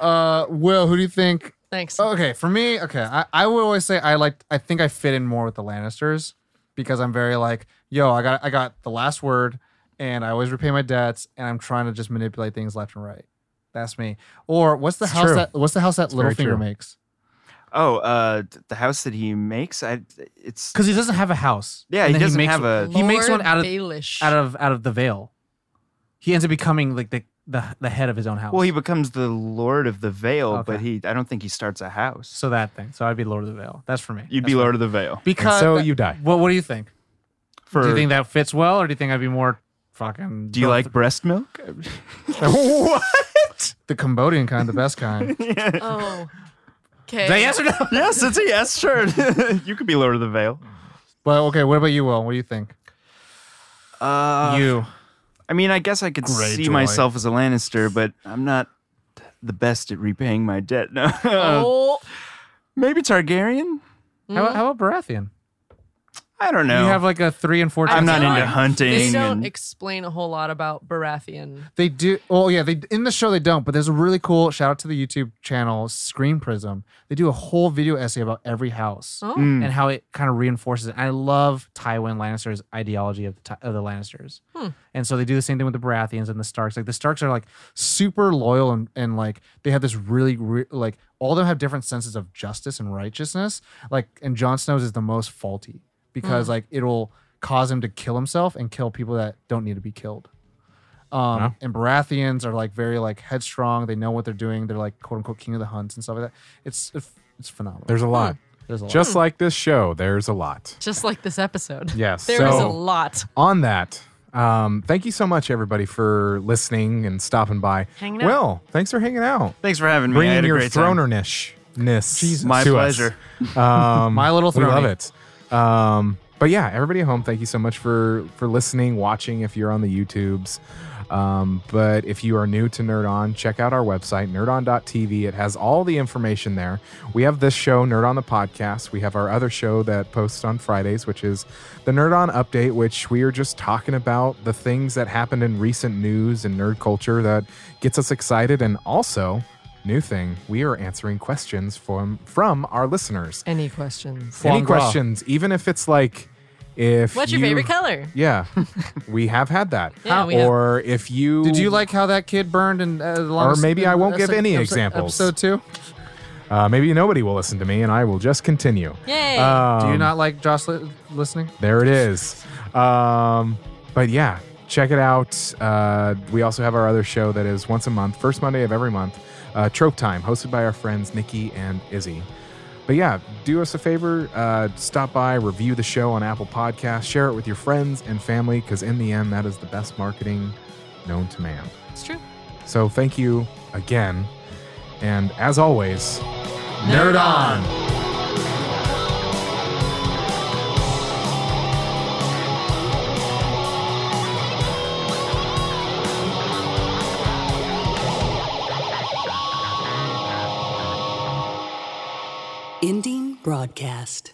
S3: Uh, Will, who do you think?
S4: Thanks.
S2: Oh,
S3: Okay, for me, okay, I, I would always say I like. I think I fit in more with the Lannisters because I'm very like, yo, I got I got the last word, and I always repay my debts, and I'm trying to just manipulate things left and right. That's me. Or what's the
S2: It's
S3: house
S2: true.
S3: that what's the house that
S2: very
S3: Littlefinger
S2: true.
S3: makes?
S6: Oh, uh, th- the house that he makes. I. It's.
S7: Because he doesn't have a house.
S6: Yeah,
S7: And
S6: he
S7: then
S6: doesn't
S7: makes
S6: have
S7: one-
S6: a.
S7: He makes
S4: Lord
S7: one out of-
S4: Baelish.
S7: out of out of the veil. He ends up becoming like the the, the head of his own house.
S6: Well, he becomes the Lord of the Vale,
S7: Okay.
S6: but he. I don't think he starts a house.
S7: so that thing. So I'd be Lord of the Veil. That's for me.
S6: You'd
S7: That's
S6: be
S7: for
S6: Lord
S7: me.
S6: of the Vale.
S2: And
S7: because.
S2: so you die.
S7: well, what do you think?
S6: For
S7: do you think that fits well, or do you think I'd be more fucking?
S6: do you like breast milk?
S2: what?
S3: The Cambodian kind, the best kind.
S4: Oh. Okay.
S7: Is that yes or no?
S6: yes, it's a yes. Sure, you could be Lord of the Vale.
S3: But okay, what about you, Will? What do you think?
S6: Uh,
S7: you.
S6: I mean, I guess I could see myself as a Lannister, but I'm not the best at repaying my debt. No.
S4: Oh.
S6: Maybe Targaryen?
S7: How,
S6: Hmm?
S7: about- how about Baratheon?
S6: I don't know.
S7: You have like a three and four.
S4: I
S7: times-
S6: I'm not
S4: feel
S6: into
S4: like
S6: hunting.
S4: They don't
S6: and-
S4: explain a whole lot about Baratheon.
S3: They do. Oh yeah, they in the show they don't. But there's a really cool shout out to the YouTube channel Screen Prism. They do a whole video essay about every house
S4: Oh.
S2: Hmm.
S6: Mm.
S7: and how it kind of reinforces it. I love Tywin Lannister's ideology of the, Ty- of the Lannisters.
S4: Hmm.
S7: And so they do the same thing with the Baratheons and the Starks. Like the Starks are like super loyal and, and like they have this really re- like all of them have different senses of justice and righteousness. Like and Jon Snow's is the most faulty because like it'll cause him to kill himself and kill people that don't need to be killed. Um,
S2: Wow.
S3: And Baratheons are like very like headstrong. They know what they're doing. They're like quote unquote king of the hunts and stuff like that. It's it's, it's phenomenal.
S2: There's a lot.
S3: There's a lot.
S2: Just like this show, there's a lot.
S4: Just like this episode.
S2: Yes.
S4: There is
S2: so
S4: a lot.
S2: on that, um, thank you so much, everybody, for listening and stopping by.
S4: Hanging out.
S2: Will, thanks for hanging out.
S6: Thanks for having me. I
S2: Bringing
S6: had a
S2: your
S6: great time.
S2: thronernish ness.
S6: My pleasure.
S2: Um,
S3: My little
S2: We love
S3: throny.
S2: it. Um, but yeah, everybody at home, thank you so much for for listening, watching. If you're on the YouTubes, Um, but if you are new to Nerd On, check out our website, nerdon.tv. It has all the information there. We have this show, Nerd On the Podcast. We have our other show that posts on Fridays, which is the Nerd On Update, which we are just talking about the things that happened in recent news and nerd culture that gets us excited. And also, new thing, we are answering questions from from our listeners.
S4: Any questions?
S2: Any questions, even if it's like, if
S4: What's your
S2: you-
S4: favorite color?
S2: yeah, we have had that.
S4: Yeah, we have.
S2: or if you
S3: Did you like how that kid burned in uh, the longest-
S2: maybe I won't
S3: uh,
S2: give
S3: episode-
S2: any
S3: episode-
S2: examples.
S3: Episode two.
S2: uh, maybe nobody will listen to me, and I will just continue.
S4: Yay!
S2: Um,
S3: Do you not like Josh li- listening?
S2: There it is. Um, but yeah, check it out. Uh, we also have our other show that is once a month, first Monday of every month, uh, Trope Time, hosted by our friends Nikki and Izzy. But yeah, do us a favor, uh, stop by, review the show on Apple Podcasts, share it with your friends and family, because in the end, that is the best marketing known to man.
S4: it's true.
S2: So thank you again. And as always,
S3: Nerd on.
S5: Ending broadcast.